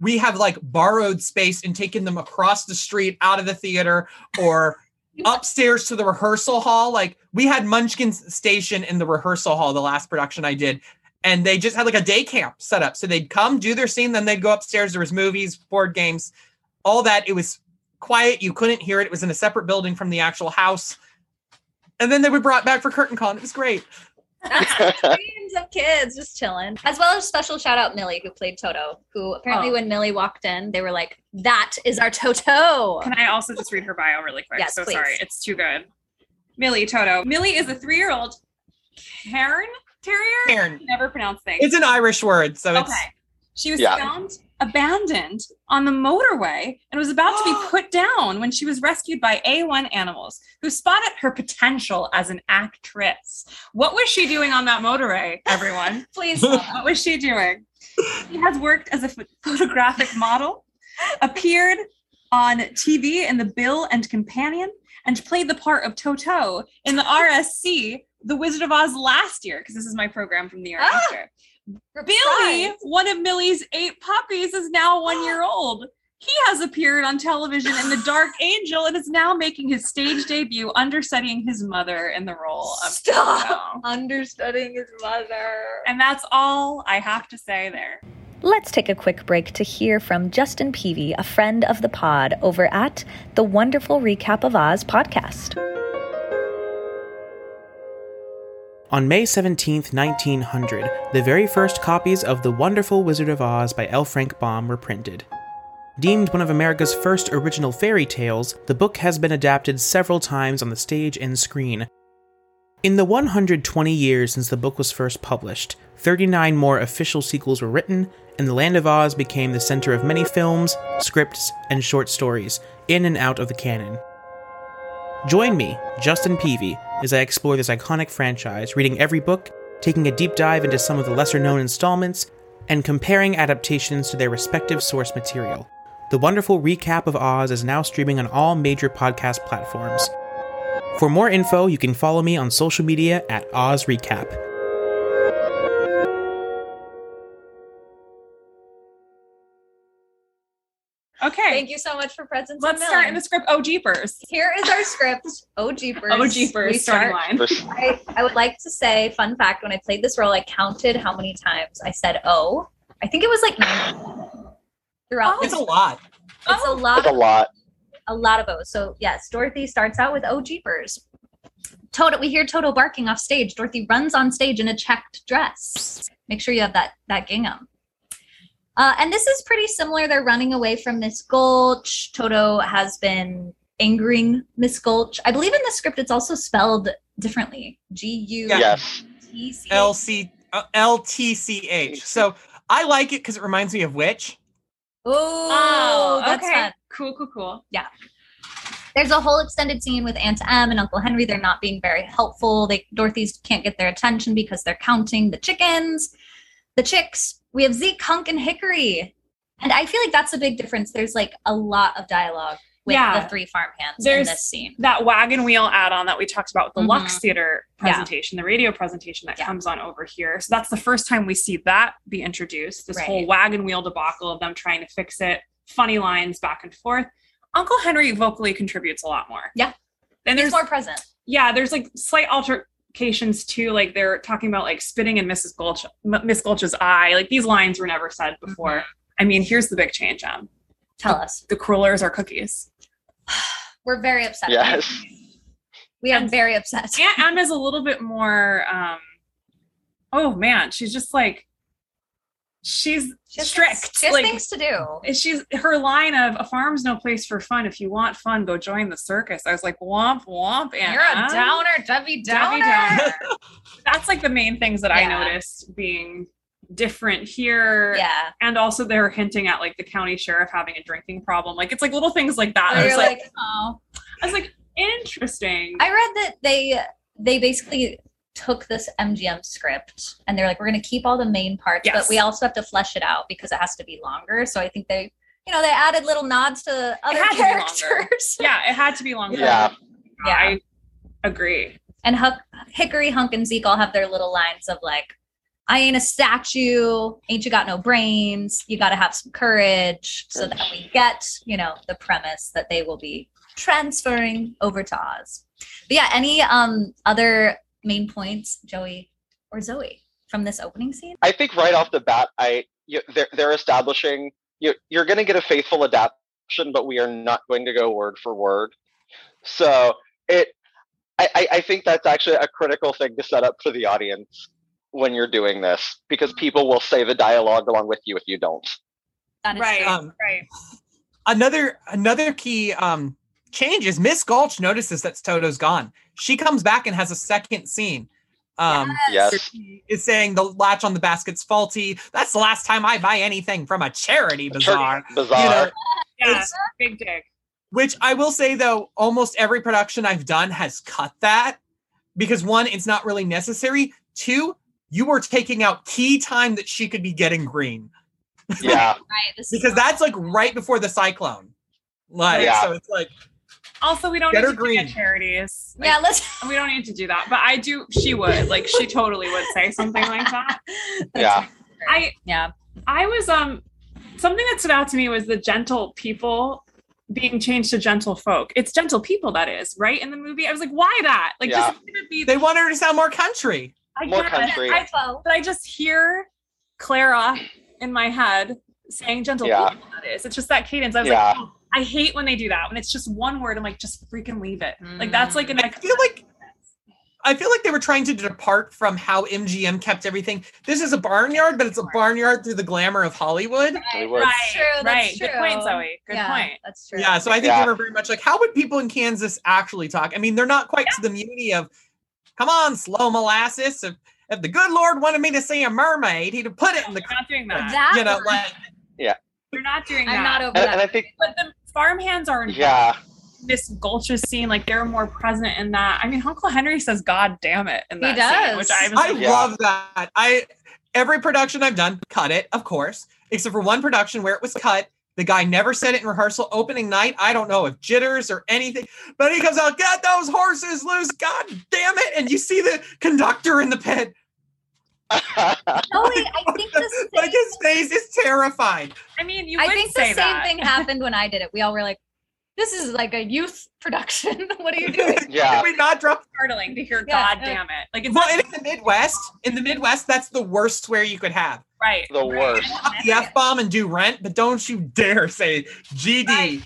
E: we have like borrowed space and taken them across the street out of the theater or upstairs to the rehearsal hall. Like we had munchkins station in the rehearsal hall, the last production I did. And they just had like a day camp set up. So they'd come do their scene, then they'd go upstairs. There was movies, board games, all that. It was quiet. You couldn't hear it. It was in a separate building from the actual house. And then they were brought back for curtain call. And it was great.
C: Millions of kids just chilling. As well as special shout out Millie, who played Toto, who apparently
B: Oh.
C: when Millie walked in, they were like, that is our Toto.
B: Can I also just read her bio really quick?
C: Oh. Yes,
B: so
C: please.
B: sorry, it's too good. Millie Toto. Millie is a three-year-old Cairn Terrier.
E: Karen,
B: Never pronounce things.
E: It's an Irish word, so it's
B: Okay. She was
D: Yeah.
B: found abandoned on the motorway and was about to be put down when she was rescued by A1 Animals, who spotted her potential as an actress. What was she doing on that motorway, everyone?
C: Please. tell us.
B: what was she doing? She has worked as a ph- photographic model, appeared on TV in The Bill and Companion, and played the part of Toto in the RSC, The Wizard of Oz last year, because this is my program from the year
C: Ah!
B: after. Billy, one of Millie's eight puppies, is now
C: *gasps*
B: one year old. He has appeared on television in The Dark Angel and is now making his stage debut, understudying his mother in the role of
C: Stop.
B: Toto.
C: Understudying his mother.
B: And that's all I have to say there.
A: Let's take a quick break to hear from Justin Peavy, a friend of the pod, over at the Wonderful Recap of Oz podcast.
J: On May 17, 1900, the very first copies of The Wonderful Wizard of Oz by L. Frank Baum were printed. Deemed one of America's first original fairy tales, the book has been adapted several times on the stage and screen. In the 120 years since the book was first published, 39 more official sequels were written, and The Land of Oz became the center of many films, scripts, and short stories, in and out of the canon. Join me, Justin Peavy, as I explore this iconic franchise, reading every book, taking a deep dive into some of the lesser known installments, and comparing adaptations to their respective source material. The wonderful recap of Oz is now streaming on all major podcast platforms. For more info, you can follow me on social media at Oz Recap.
B: Okay.
C: Thank you so much for presents.
B: Let's
C: and
B: start in
C: milling.
B: the script. Oh, jeepers.
C: Here is our script.
B: *laughs*
C: Oh jeepers.
B: Oh, jeepers.
C: We
B: starting
C: start.
B: line.
D: First-
C: I, I would like to say, fun fact, when I played this role, I counted how many times I said oh. I think it was like nine
B: Oh,
C: throughout.
E: it's
C: this.
E: a lot.
C: it's a lot
D: That's a lot.
C: a lot of O's. So yes, Dorothy starts out with O jeepers. Toto, we hear Toto barking off stage. Dorothy runs on stage in a checked dress. Make sure you have that that gingham. Uh, and this is pretty similar. They're running away from Miss Gulch. Toto has been angering Miss Gulch. I believe in the script it's also spelled differently. G U
D: Yes.
C: T C.
E: L C Uh, LTCH. So I like it because it reminds me of Witch.
C: Oh, that's
B: okay.
C: fun.
B: Cool, cool, cool.
C: There's a whole extended scene with Aunt Em and Uncle Henry. They're not being very helpful. They Dorothy's can't get their attention because they're counting the chickens, the chicks. We have Zeke, Hunk, and Hickory. And I feel like that's a big difference. There's like a lot of dialogue with
B: Yeah.
C: the three farmhands
B: There's-
C: in this scene.
B: That wagon wheel add-on that we talked about with the
C: Mhm.
B: Lux Theater
C: Yeah.
B: presentation, the radio presentation that
C: Yeah.
B: comes on over here. So that's the first time we see that be introduced. This whole
C: Right.
B: wagon wheel debacle of them trying to fix it, funny lines back and forth. Uncle Henry vocally contributes a lot more.
C: Yeah.
B: And there's
C: There's more present.
B: yeah, there's like slight altercations too. Like they're talking about like spitting in Mrs. Gulch, M- Miss Gulch's eye. Like these lines were never said before.
C: Mm-hmm.
B: I mean, here's the big change. Um,
C: Tell us.
B: the crullers are cookies.
C: We're very upset.
D: Yes.
C: We are
B: And-
C: very upset.
B: Aunt Em is a little bit more. um Oh man, she's just like she's
C: She has
B: strict.
C: things- She has
B: like
C: things to do.
B: she's her line of a farm's no place for fun. If you want fun, go join the circus. I was like womp womp. Aunt
C: You're a
B: Em.
C: downer, Debbie Downer.
B: Debbie Downer. That's like the main things that
C: Yeah.
B: I noticed being different here.
C: Yeah.
B: And also they're hinting at like the county sheriff having a drinking problem. Like it's like little things like that. I
C: Where
B: was
C: you're
B: like,
C: like, oh.
B: I was like, interesting.
C: I read that they they basically took this MGM script and they're like, we're going to keep all the main parts,
B: Yes.
C: but we also have to flesh it out because it has to be longer. So I think they, you know, they added little nods to other
B: had to be longer. *laughs*
C: characters.
B: yeah, it had to be longer.
D: Yeah.
B: Yeah, I agree.
C: and Huck, Hickory, Hunk, and Zeke all have their little lines of like, I ain't a statue, ain't you got no brains, you got to have some courage, so that we get, you know, the premise that they will be transferring over to Oz. But yeah, any um other main points, Joey or Zoe, from this opening scene?
D: I think right off the bat, I you, they're they're establishing you, you're going to get a faithful adaptation, but we are not going to go word for word. So it, I, I, I think that's actually a critical thing to set up for the audience when you're doing this, because people will say the dialogue along with you if you don't.
C: That is
B: Right.
C: true.
E: Um,
B: Right.
E: another another key um change is Miss Gulch notices that Toto's gone. She comes back and has a second scene. Um
D: Yes.
E: is saying the latch on the basket's faulty. That's the last time I buy anything from a charity bazaar.
D: Bizarre.
E: You know,
B: Yeah.
E: It's-
C: uh,
B: big dig.
E: Which I will say though, almost every production I've done has cut that because one, it's not really necessary. Two, you were taking out key time that she could be getting green
D: yeah.
C: Right, this is
E: because that's like right before the cyclone. Like
D: Yeah.
E: so it's like
B: Also, we don't
E: Get
B: need
E: her
B: to green.
E: green.
B: charities. Like,
C: yeah, let's.
B: *laughs* We don't need to do that. But I do. She would like. She totally would say something like that.
D: Yeah.
B: I
C: Yeah.
B: I was um something that stood out to me was the gentle people being changed to gentle folk. It's gentle people that is right in the movie. I was like, why that? Like,
D: Yeah.
B: just gonna be
E: they want her to sound more country.
B: I
D: More
B: get it.
D: country.
B: I, but I just hear Clara in my head saying gentle
D: Yeah.
B: people that is. It's just that cadence. I was
D: Yeah.
B: like, oh, I hate when they do that. When it's just one word, I'm like, just freaking leave it. Like that's like an
E: I feel like I feel like they were trying to depart from how MGM kept everything. This is a barnyard, but it's a barnyard through the glamour of Hollywood.
D: They would.
B: right,
C: true, that's
B: right. Good
C: true.
B: point, Zoe. Good
C: yeah,
B: point.
C: That's true.
E: Yeah, so I think
D: Yeah.
E: they were very much like, how would people in Kansas actually talk? I mean, they're not quite to the mutiny of, come on, slow molasses. If, if the good Lord wanted me to see a mermaid, he'd have put it in
B: *laughs*
E: the,
B: You're not doing that.
C: That
E: you know,
C: one,
E: like,
B: You're not doing that.
C: I'm not over
D: And,
C: that.
D: and I think,
B: but the farmhands are involved.
D: yeah. *laughs*
B: Miss Gulch's scene, like they're more present in that. I mean, Uncle Henry says, "God damn it," in
C: He
B: that
C: does.
B: scene, which I was
E: I
B: like,
D: Yeah.
E: love that. I every production I've done cut it, of course, except for one production where it was cut. The guy never said it in rehearsal opening night. I don't know if jitters or anything, but he comes out, get those horses loose, god damn it. And you see the conductor in the pit. *laughs*
C: Zoe, I think this
E: Like his face is terrified.
B: I mean, you
C: I
B: would
C: think the
B: say
C: same
B: that.
C: thing happened when I did it. We all were like, "This is like a youth *laughs* production. what are
B: *laughs*
C: you doing?"
D: Yeah.
E: Can we not drop
B: startling to hear
C: Yeah. uh,
B: god damn it like it's
E: well
B: not
E: and in the Midwest? In the Midwest, that's the worst swear you could have.
B: right
D: The
B: right,
D: worst.
E: Pop the F bomb and do rent, but don't you dare say GD.
B: Right.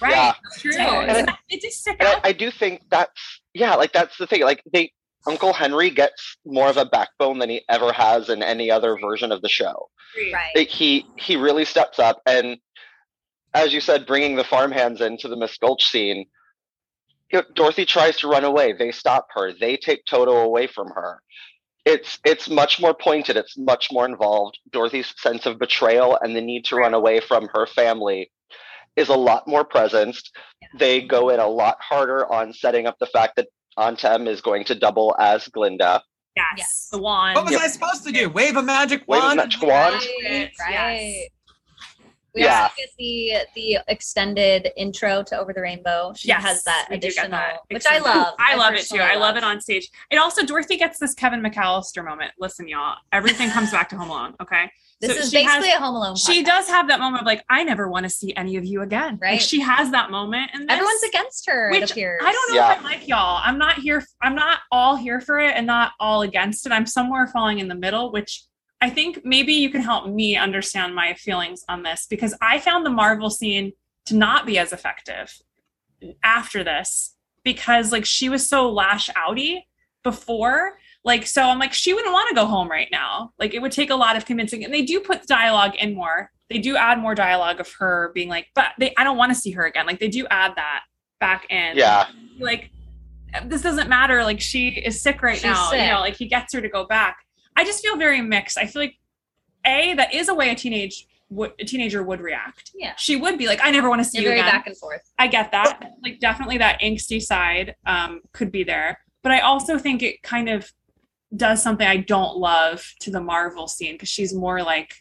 B: right
D: Yeah.
B: it's true
C: And
B: It's not- it just stick
D: And I,
B: out
D: I do think that's yeah, like that's the thing. Like they Uncle Henry gets more of a backbone than he ever has in any other version of the show.
C: Right.
D: Like, he he really steps up, and as you said, bringing the farmhands into the Miss Gulch scene. you know, Dorothy tries to run away. They stop her. They take Toto away from her. it's it's much more pointed it's much more involved dorothy's sense of betrayal and the need to run away from her family is a lot more present they go in a lot harder on setting up the fact that antem is going to double as glinda
B: Yes.
C: Yes.
B: The wand.
E: What was I supposed to do? Wave a magic
D: wait a
E: wand?
D: minute Juan?
C: Right. right. We
D: Yeah.
C: also get the the extended intro to Over the Rainbow. She
B: Yes,
C: has that
B: we do get
C: additional,
B: that.
C: which I love.
B: I love it too.
C: personally
B: I love it on stage. It also Dorothy gets this Kevin McAllister moment. Listen, y'all, everything comes back to Home Alone. Okay,
C: This
B: So
C: is
B: she has-
C: basically a Home Alone.
B: she
C: podcast.
B: does have that moment of like, I never want to see any of you again. Like
C: Right.
B: she has that moment, and
C: Everyone's against her. it
B: Which
C: appears.
B: I don't know
D: Yeah.
B: if I like y'all. I'm not here. I'm not all here for it, and not all against it. I'm somewhere falling in the middle, which. I think maybe you can help me understand my feelings on this because I found the Marvel scene to not be as effective after this because like she was so lash outy before like so i'm like she wouldn't want to go home right now like it would take a lot of convincing and they do put dialogue in more they do add more dialogue of her being like but they i don't want to see her again like they do add that back in
D: yeah *laughs*
B: like this doesn't matter like she is sick right
C: She's
B: now you
C: sick.
B: know like he gets her to go back i just feel very mixed i feel like a that is a way a teenage would a teenager would react
C: Yeah.
B: she would be like i never want to see
C: You're
B: you
C: very
B: again
C: back and forth.
B: I get that. Like definitely that angsty side um, could be there, but I also think it kind of does something I don't love to the Marvel scene because she's more like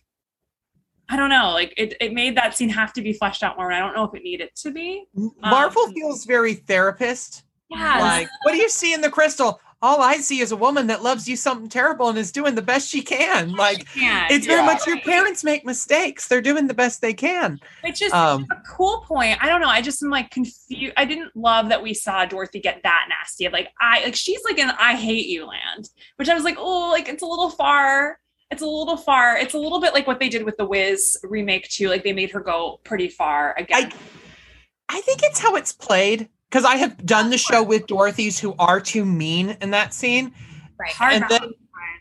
B: I don't know, like it, it made that scene have to be fleshed out more and I don't know if it needed to be.
E: Marvel
B: Um,
E: feels very therapist.
B: Yeah.
E: Like, what do you see in the crystal? All I see is a woman that loves you something terrible and is doing the best she can. Like,
B: yeah.
E: it's very
D: Yeah.
E: much your parents make mistakes. They're doing the best they can.
B: It's just
E: Um,
B: a cool point. I don't know. I just am like confused. I didn't love that we saw Dorothy get that nasty of like I like she's like in I hate you land, which I was like, oh, like it's a little far. It's a little far. It's a little bit like what they did with the Wiz remake too. Like they made her go pretty far again.
E: I think it's how it's played because I have done the show with Dorothy's who are too mean in that scene.
C: Right.
B: Hard
E: and then-
B: bound.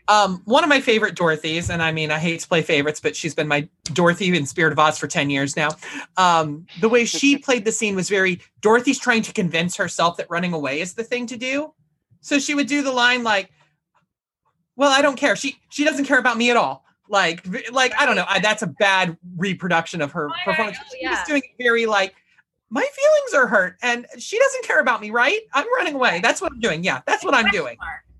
E: Um, one of my favorite Dorothy's, and I mean, I hate to play favorites, but she's been my Dorothy in Spirit of Oz for 10 years now. Um, the way she played the scene was very Dorothy's trying to convince herself that running away is the thing to do. So she would do the line like, well, I don't care. She, she doesn't care about me at all. Like, v- like, I don't know. I, that's a bad reproduction of her
B: Right,
E: performance.
C: oh,
E: She was
C: yeah.
E: doing it very like, my feelings are hurt and she doesn't care about me, right? I'm running away. That's what I'm doing. Yeah, that's what I'm doing.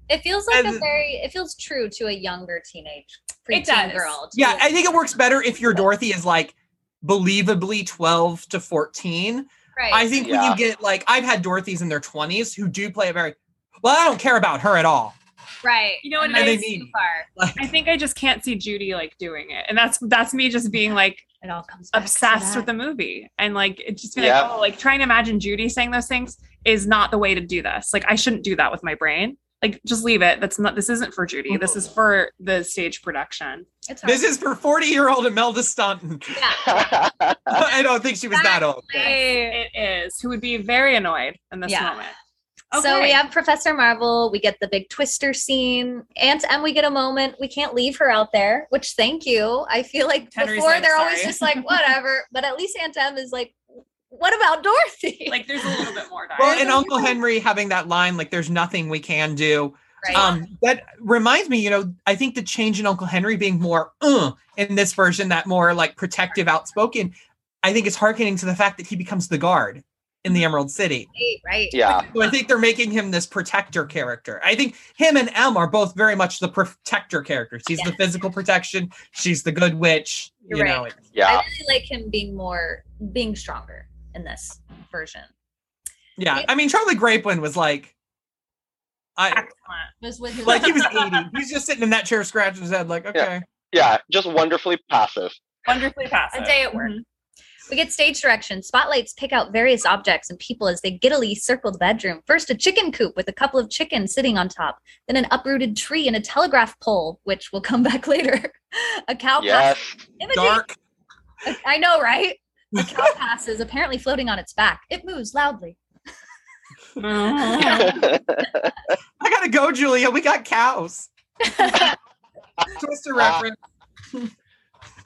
C: It feels like
E: And-
C: a very. It feels true to a younger teenage
B: It
C: preteen
B: does.
C: girl. to
E: Yeah,
C: be
E: I think it works better if your Dorothy is like believably 12 to 14.
C: like, right.
E: I think when
D: Yeah.
E: you get like, I've had Dorothy's in their 20s who do play a very, well, I don't care about her at all.
C: right.
B: You know what
C: And
B: it
C: that's
E: is? They
C: Too
E: mean-
C: far.
B: I think I just can't see Judy like doing it. And that's that's me just being like
C: It all comes back to
B: obsessed
C: that.
B: with the movie and like it just be
D: Yeah.
B: like oh like trying to imagine judy saying those things is not the way to do this like i shouldn't do that with my brain like just leave it that's not this isn't for judy this is for the stage production
C: It's hard.
E: This is for 40 year old Imelda Staunton. I don't think she was that old.
B: it is who would be very annoyed in this
C: Yeah.
B: moment
C: So we
B: Okay.
C: have Professor Marvel, we get the big twister scene, and and we get a moment we can't leave her out there, which thank you. I feel like
B: Henry's
C: before
B: like,
C: they're always
B: "Sorry."
C: just like
B: *laughs*
C: whatever, but at least Aunt Em is like, what about Dorothy?
B: *laughs* like there's a little bit
D: *laughs*
B: more
E: Well,
B: dialogue.
C: *laughs*
E: and Uncle Henry having that line, like, there's nothing we can do.
C: right?
E: Um, that reminds me, you know, I think the change in Uncle Henry being more uh, in this version, that more like protective, outspoken, I think is hearkening to the fact that he becomes the guard in
C: Mm-hmm.
E: the Emerald City.
C: Right, right.
D: yeah
E: So I think they're making him this protector character. I think him and M are both very much the protector characters. He's the physical protection. She's the good witch. You
C: You're
E: know,
D: yeah
C: I really like him being more being stronger in this version.
E: yeah. I mean, Charlie Grapewin was like, I
B: Excellent.
C: Was with who
E: like he was eighty. He's just sitting in that chair, scratching his head, like, okay.
D: yeah just wonderfully passive
B: wonderfully passive
C: A day at work.
B: Mhm.
C: We get stage direction. Spotlights pick out various objects and people as they giddily circle the bedroom. First, a chicken coop with a couple of chickens sitting on top, then an uprooted tree and a telegraph pole, which will *laughs* come back later. a
E: Oh,
C: cow
D: yes
C: passes. Imagery.
E: Dark.
C: I know, right? A cow *laughs* passes, apparently floating on its back. It moves loudly.
B: Mm-hmm.
C: *laughs*
D: *laughs*
E: I gotta go, Julia. We got cows. Twister reference.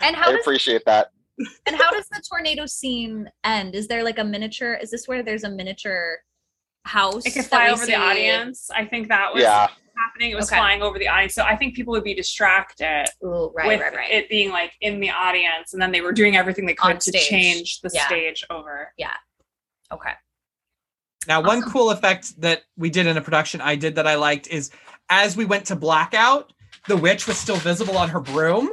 C: And how
D: i
C: does
D: appreciate that
C: and how does the tornado scene end? Is there like a miniature? Is this where there's a miniature house?
B: it could
C: that
B: fly
C: we
B: over
C: see?
E: *laughs*
B: the audience i think that was
D: yeah
B: happening. It was
C: Okay.
B: flying over the audience. So I think people would be distracted
C: Ooh, right,
B: with
C: right, right.
B: it being like in the audience. And then they were doing everything they
C: On
B: could to
C: stage.
B: change the
C: Yeah.
B: stage over.
C: okay.
E: Now, one
C: Awesome.
E: cool effect that we did in a production I did that I liked is as we went to blackout, the witch was still visible on her broom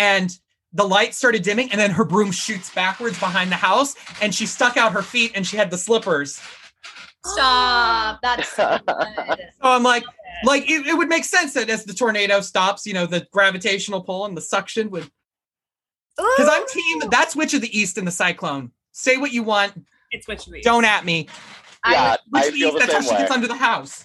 E: and the light started dimming and then her broom shoots backwards behind the house and she stuck out her feet and she had the slippers.
C: Stop.
D: *laughs*
C: That's so good.
E: So I'm like, like it, it would make sense that as the tornado stops, you know, the gravitational pull and the suction would because I'm team that's Witch of the East and the Cyclone. Say what you want,
B: It's which of these.
E: don't at me.
D: yeah,
E: Witch
D: I
E: of the
D: feel
E: East,
D: the
E: that's how
D: same
E: she
D: way.
E: gets under the house.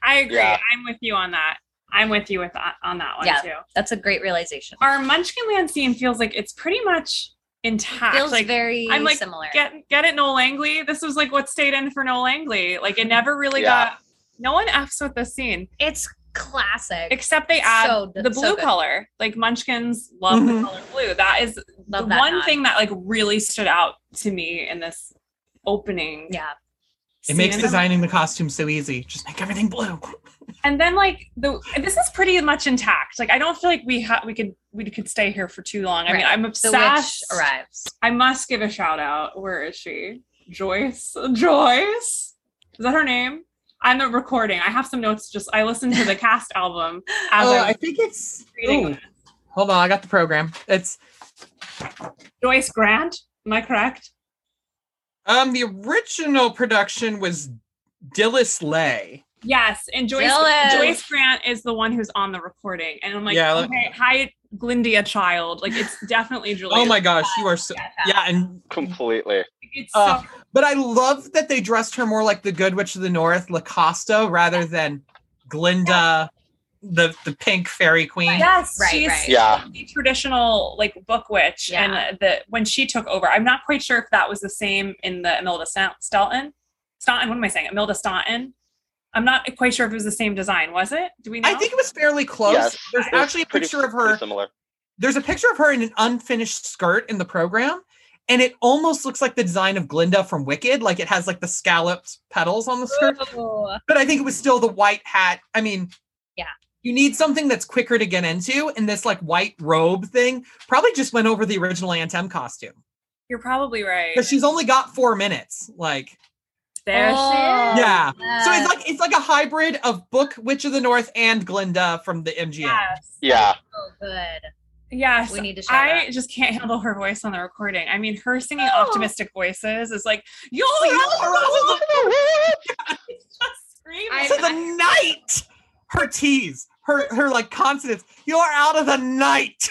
B: I agree.
D: Yeah.
B: I'm with you on that. I'm with you with that, on that one
C: Yeah.
B: too.
C: That's a great realization.
B: Our Munchkinland scene feels like it's pretty much intact.
C: Feels
B: like
C: very
B: I'm like,
C: similar.
B: get get it Noel Langley. This was like what stayed in for Noel Langley. Like it never really
D: Yeah.
B: got. No one f's with this scene
C: it's classic.
B: except they
C: So
B: add
C: d-
B: the
C: so
B: blue
C: good.
B: color. Like Munchkins love
E: Mhm.
D: Mm-hmm.
B: the color blue. That is
C: Love
B: the
C: that
B: one
C: nod.
B: thing that like really stood out to me in this opening.
C: Yeah.
E: It makes
B: scene.
E: designing the costume so easy. Just make everything blue.
B: And then like the this is pretty much intact. Like I don't feel like we have we could we could stay here for too long. I mean
C: Right.
B: I'm
C: The
B: obsessed.
C: witch arrives.
B: I must give a shout out. Where is she? Joyce. Joyce. Is that her name? I'm not recording. I have some notes. Just I listened
C: *laughs*
B: to the cast album as
E: Oh,
B: I was
E: I think it's.
B: reading
E: ooh. hold on, I got the program. It's
B: Joyce Grant. Am I correct?
E: um the original production was Dillis Lay.
B: Yes. And Joyce
C: Dylan.
B: Joyce Grant is the one who's on the recording. And I'm like,
E: Yeah, let-
B: okay, hi Glindia Child. Like it's definitely Julia.
E: Oh my gosh, you are so yeah, and
D: Completely.
B: it's
E: uh,
B: so
E: but I love that they dressed her more like the Good Witch of the North, Lacosta, rather than Glinda, the the pink fairy queen.
B: Yes,
C: Right,
B: she's
C: right.
D: Yeah.
B: the traditional like book witch,
C: Yeah.
B: and the when she took over, I'm not quite sure if that was the same in the Imelda Sta- Staunton. Staunton, what am I saying? Imelda Staunton. I'm not quite sure if it was the same design. Was it? Do we know?
E: I think it was fairly close.
D: Yes.
E: There's
D: It was
E: actually a
D: pretty-
E: picture of
D: pretty
E: her.
D: Similar.
E: There's a picture of her in an unfinished skirt in the program, and it almost looks like the design of Glinda from Wicked. Like it has like the scalloped petals on the skirt.
C: *laughs*
E: but I think it was still the white hat. I mean,
C: Yeah.
E: you need something that's quicker to get into, and this like white robe thing probably just went over the original Antem costume
B: you're probably right.
E: because she's only got four minutes. Like,
B: there.
C: Oh,
B: she is.
E: yeah. So
C: yes.
E: it's like it's like a hybrid of book Witch of the North and Glinda from the MGM.
B: Yes.
D: Yeah.
C: so good.
B: Yes.
C: We need to shout
B: I
C: out.
B: just can't handle her voice on the recording. I mean, her singing
C: Oh.
B: optimistic voices is like, yo,
E: *laughs*
B: yo, just screaming.
E: So the night, her tease, her her like consonants. You're out of the night.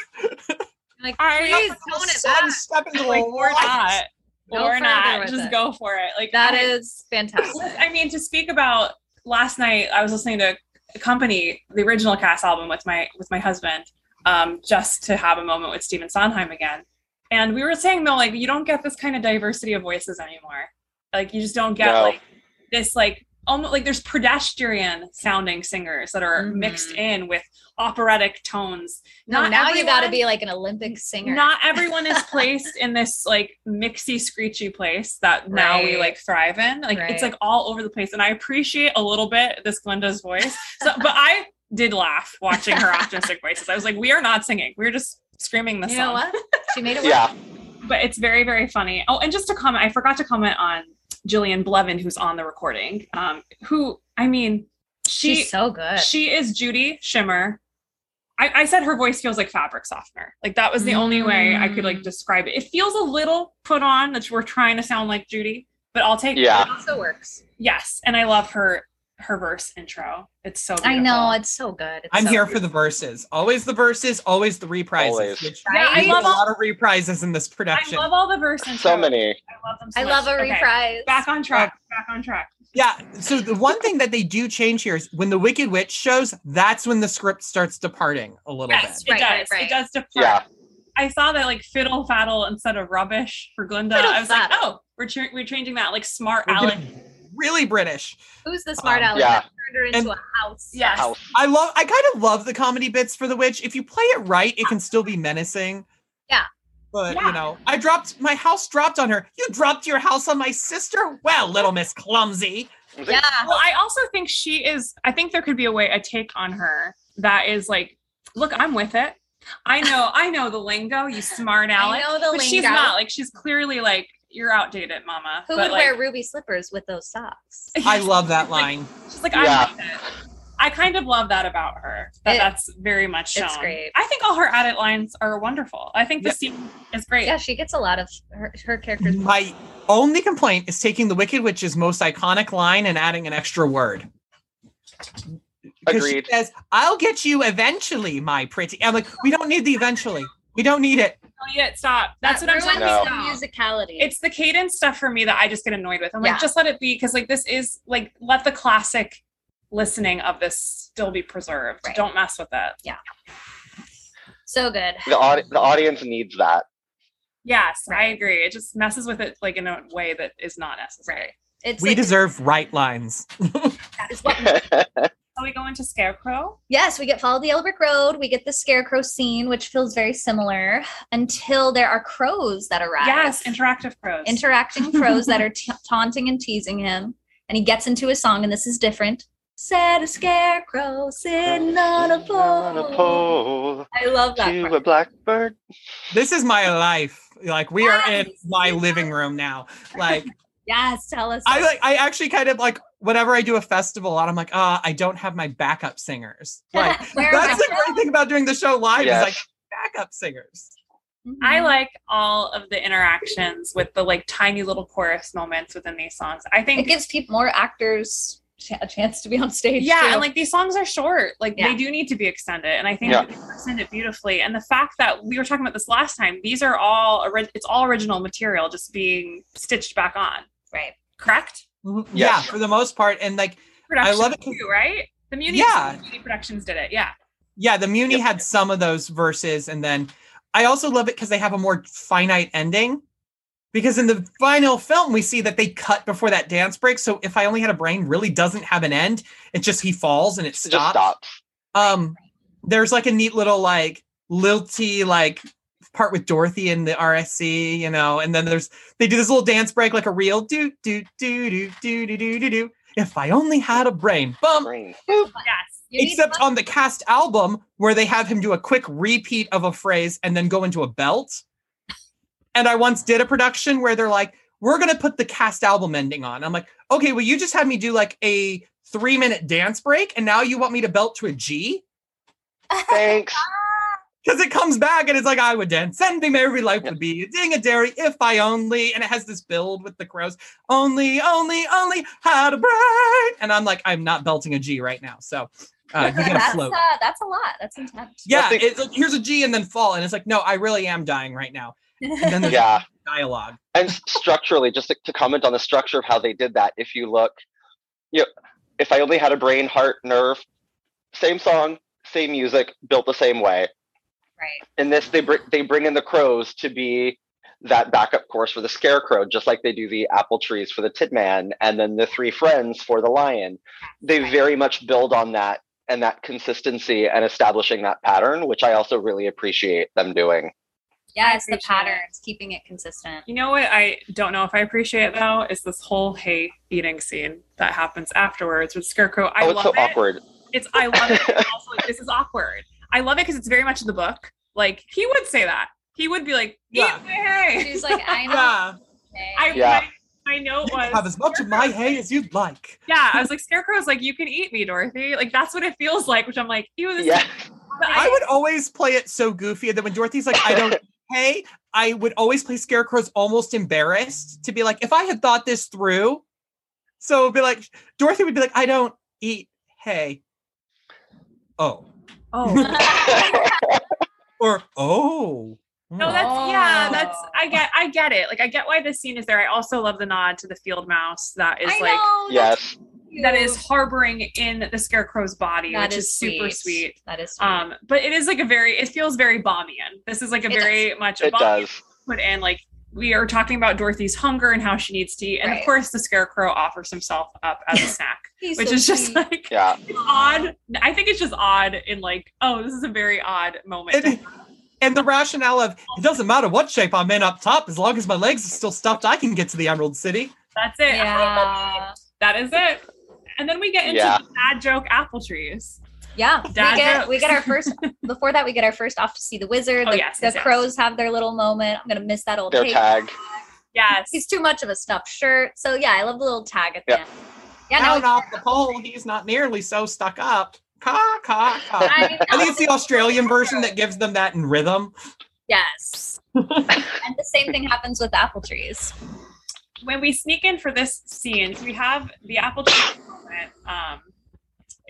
C: Like,
B: I-
C: please
E: Up
C: tone
E: until
C: it
E: sun,
C: back.
E: step into the
B: like or
E: light.
B: not
C: Go
B: or
C: further
B: not
C: with
B: just
C: it.
B: go for it like
C: That
B: I-
C: is *laughs*
B: *laughs*
C: fantastic.
B: i mean to speak about last night i was listening to company the original cast album with my with my husband um just to have a moment with steven sondheim again and we were saying though like you don't get this kind of diversity of voices anymore like you just don't get
D: No.
B: like this like almost like there's pedestrian sounding singers that are
C: Mhm.
B: mixed in with operatic tones
C: No, now you got to
B: everyone-
C: be like an Olympic singer.
B: not everyone is placed in this like mixy, screechy place that now we
C: Right.
B: like thrive in. Like it's
C: Right.
B: like all over the place, and I appreciate a little bit this Glinda's voice. So, but I did laugh watching her
C: *laughs*
B: optimistic voices. I was like, we are not singing; we're just screaming this
C: you
B: song.
C: know what? She
E: *laughs*
C: made it work.
D: Yeah.
B: But it's very, very funny. Oh, and just to comment, I forgot to comment on Jillian Blevin, who's on the recording. Um, who I mean, she
C: She's so good.
B: she is Judy Shimmer. I, I said her voice feels like fabric softener. Like that was the only way I could like
C: Mm.
B: describe it. It feels a little put on that we're trying to sound like Judy, but I'll take
D: Yeah.
C: also works.
B: Yes, and I love her her verse intro. It's so beautiful.
C: I know it's so good. It's
E: I'm
C: so
E: here
C: good.
E: for the verses. Always the verses, always the reprises.
D: Always.
E: which-
B: Yeah, I
E: we
B: love
E: get a
B: all,
E: lot of reprises in this
B: I
E: production.
B: love all the verse intros.
D: So many.
B: I love them. So
C: I
B: much.
C: love a
B: Okay,
C: reprise.
B: Back on track. Back on track.
E: yeah. So the one thing that they do change here is when the Wicked Witch shows, that's when the script starts departing a little
B: Yes, it
E: bit.
C: Right,
B: does.
C: right, right.
B: It does depart.
D: Yeah.
B: I saw that like fiddle faddle instead of rubbish for Glinda.
C: Fiddle
B: I was like,
C: faddle.
B: oh, we're, ch- we're changing that like smart
E: We're
B: Alec
E: getting Really British.
C: Who's the smart
E: Um,
C: aleck
D: yeah.
C: that turned her into
E: And-
C: a house?
B: Yes.
D: House.
E: I love I kind of love the comedy bits for the witch. If you play it right, it can still be menacing.
C: Yeah.
E: But
B: Yeah.
E: you know, I dropped my house dropped on her. You dropped your house on my sister? Well, little Miss Clumsy.
D: Was it-
C: Yeah.
B: Well, I also think she is. I think there could be a way, a take on her that is like, look, I'm with it. I know, I know the lingo, you smart
C: I
B: aleck.
C: know the
B: But
C: lingo.
B: she's not like she's clearly like you're outdated, mama.
C: Who
B: But,
C: would
B: like,
C: wear ruby slippers with those socks? *laughs*
E: I love that line.
B: She's like,
D: Yeah.
B: I'm with it. I kind of love that about her. That
C: It-
B: that's very much shown.
C: it's great.
B: I think all her edit lines are wonderful. I think the scene is great.
C: Yeah, she gets a lot of her, her characters.
E: My only complaint is taking the Wicked Witch's most iconic line and adding an extra word. 'Cause She *laughs*
D: Agreed.
E: says, "I'll get you eventually, my pretty." I'm like, we don't need the eventually. We don't need it.
B: Elliot, stop. That's
C: That
B: what I'm
C: ruins
B: talking
D: No.
C: the
B: about.
C: musicality.
B: it's the cadence stuff for me that I just get annoyed with. I'm
C: Yeah.
B: like, just let it be because like this is like let the classic listening of this still be preserved.
C: Right.
B: Don't mess with it.
C: so good.
D: The, aud- the audience needs that. *laughs*
B: Yes, I agree. It just messes with it like in a way that is not necessary.
C: It's
E: we
C: like-
E: deserve right lines.
C: it's what-
B: So we go into Scarecrow.
C: yes, we get follow the yellow brick road. We get the scarecrow scene, which feels very similar until there are crows that arrive.
B: Yes, interactive crows. *laughs*
C: interacting crows that are ta taunting and teasing him. And he gets into a song, and this is different. Said a scarecrow sitting on a pole.
D: On a pole
C: I love that.
D: to
C: part.
D: a blackbird.
E: this is my life. Like we are in
C: Yes.
E: my living room now. Like
C: Yes, tell us.
E: I like I actually kind of like whenever I do a festival and I'm like, ah, I don't have my backup singers.
B: *laughs*
E: Like
C: Where are
E: that's
C: my
E: the great thing about doing the show live is like
D: Yes.
E: backup singers.
C: Mhm.
B: *laughs* I like all of the interactions with the like tiny little chorus moments within these songs. I
C: It
B: think
C: gives people more actors ch- a chance to be on stage.
B: yeah,
C: too.
B: and like these songs are short. Like
C: Yeah.
B: they do need to be extended, and I think
D: Yeah.
B: that they extend it beautifully. And the fact that we were talking about this last time, these are all ori- it's all original material just being stitched back on.
C: right.
B: Correct?
E: Mhm. Yeah,
D: Yes.
E: for the most part. And like,
B: Productions
E: love it 'cause-
B: too, right? The Muni,
E: Yeah.
B: Muni Productions did it. Yeah,
E: yeah, the Muni
D: Yep.
E: had some of those verses, and then I also love it because they have a more finite ending. Because in the final film, we see that they cut before that dance break. So if I only had a brain, really doesn't have an end. It just he falls and it
D: It just
E: stops.
D: stops.
E: um there's like a neat little like lilty like part with Dorothy and the RSC, you know, and then there's they do this little dance break like a real do do do do do do do do do. If I only had a brain. Bum.
D: Green.
B: yes.
C: You need
E: Except
C: to-
E: on the cast album where they have him do a quick repeat of a phrase and then go into a belt. And I once did a production where they're like, we're gonna put the cast album ending on. I'm like, okay, well, you just had me do like a three minute dance break, and now you want me to belt to a G?
D: Thanks.
E: Because it comes back and it's like I would dance, and the merry life would be a ding a dairy if I only. And it has this build with the crows, only, only, only how to break. And I'm like, I'm not belting a G right now, so uh, you
C: *laughs*
E: gotta
C: that's,
E: float.
C: Uh, that's a lot. That's intense.
E: Yeah,
D: Nothing-
E: it's like here's a G and then fall, and it's like no, I really am dying right now. And then there's
D: Yeah.
E: dialogue.
D: and s- structurally, just to, to comment on the structure of how they did that, if you look, you know, if I only had a brain, heart, nerve, same song, same music, built the same way.
C: Right.
D: In this, they bring they bring in the crows to be that backup course for the scarecrow, just like they do the apple trees for the tin man, and then the three friends for the lion. They very much build on that and that consistency and establishing that pattern, which I also really appreciate them doing.
C: Yeah,
B: I
C: it's the
B: appreciate
C: patterns, keeping it
B: *laughs*
C: consistent.
B: You know what I don't know if I appreciate though is this whole hay eating scene that happens afterwards with Scarecrow. I
D: oh, it's
B: love
D: so
B: it.
D: awkward.
B: It's I love it. It's also like this is awkward. I love it because it's very much in the book. Like he would say that. He would be like, eat
E: Yeah.
B: my hay.
C: She's like, I know.
E: Yeah,
C: *laughs*
B: I *laughs*
D: Yeah.
B: my, my note
E: you
B: was
E: can have as much of my
B: Scarecrow-
E: hay as you'd like.
B: Yeah, I was like, Scarecrow's like, you can eat me, Dorothy. Like that's what it feels like, which I'm like, ew, this *laughs*
D: Yeah.
B: but
E: I would always play it so goofy that when Dorothy's like, I don't hey, I would always play scarecrows almost embarrassed to be like, if I had thought this through, so it'd be like Dorothy would be like, I don't eat hay. Oh. *laughs*
B: oh
E: Or oh.
B: no, that's yeah, that's I get I get it. Like I get why this scene is there. I also love the nod to the field mouse that is
C: I
B: like
C: know. that's
D: yes.
C: cute.
B: that is harboring in the scarecrow's body,
C: That
B: which is, super sweet.
C: That is sweet.
B: Um, but it is like a very it feels very Bombian. This is like a
C: It
B: very much a
D: It
B: Bombian
D: does.
B: put in like we are talking about Dorothy's hunger and how she needs to eat. And
C: Right.
B: of course the scarecrow offers himself up as a
C: *laughs*
B: snack,
C: He's
B: which
C: so
B: is just *laughs*
C: sweet.
B: like
D: Yeah.
B: it's odd. I think it's just odd in like, oh, this is a very odd moment.
E: And, and the rationale of it doesn't matter what shape I'm in up top, as long as my legs are still stuffed, I can get to the Emerald City.
B: That's it.
C: yeah.
B: *laughs* That is it. And then we get into
D: Yeah.
B: dad joke apple trees.
C: Yeah, we
B: Dad
C: get
B: jokes.
C: we get our
B: *laughs*
C: first before that we get our first off to see the wizard.
B: Oh,
C: the
B: yes,
C: the
B: yes, yes.
C: crows have their little moment. I'm gonna miss that old
D: Their
C: pig.
D: tag.
B: Yes.
C: He's too much of a stuffed shirt. So yeah, I love the little tag at the
D: Yeah.
C: end. Yeah, now
E: Down off the pole, he's not nearly so stuck up. Caw, caw, caw. I
C: I,
E: think it's the Australian version that gives them that in rhythm.
C: *laughs*
E: *laughs*
C: yes. and the same thing happens with apple trees.
B: when we sneak in for this scene, so we have the apple tree moment um,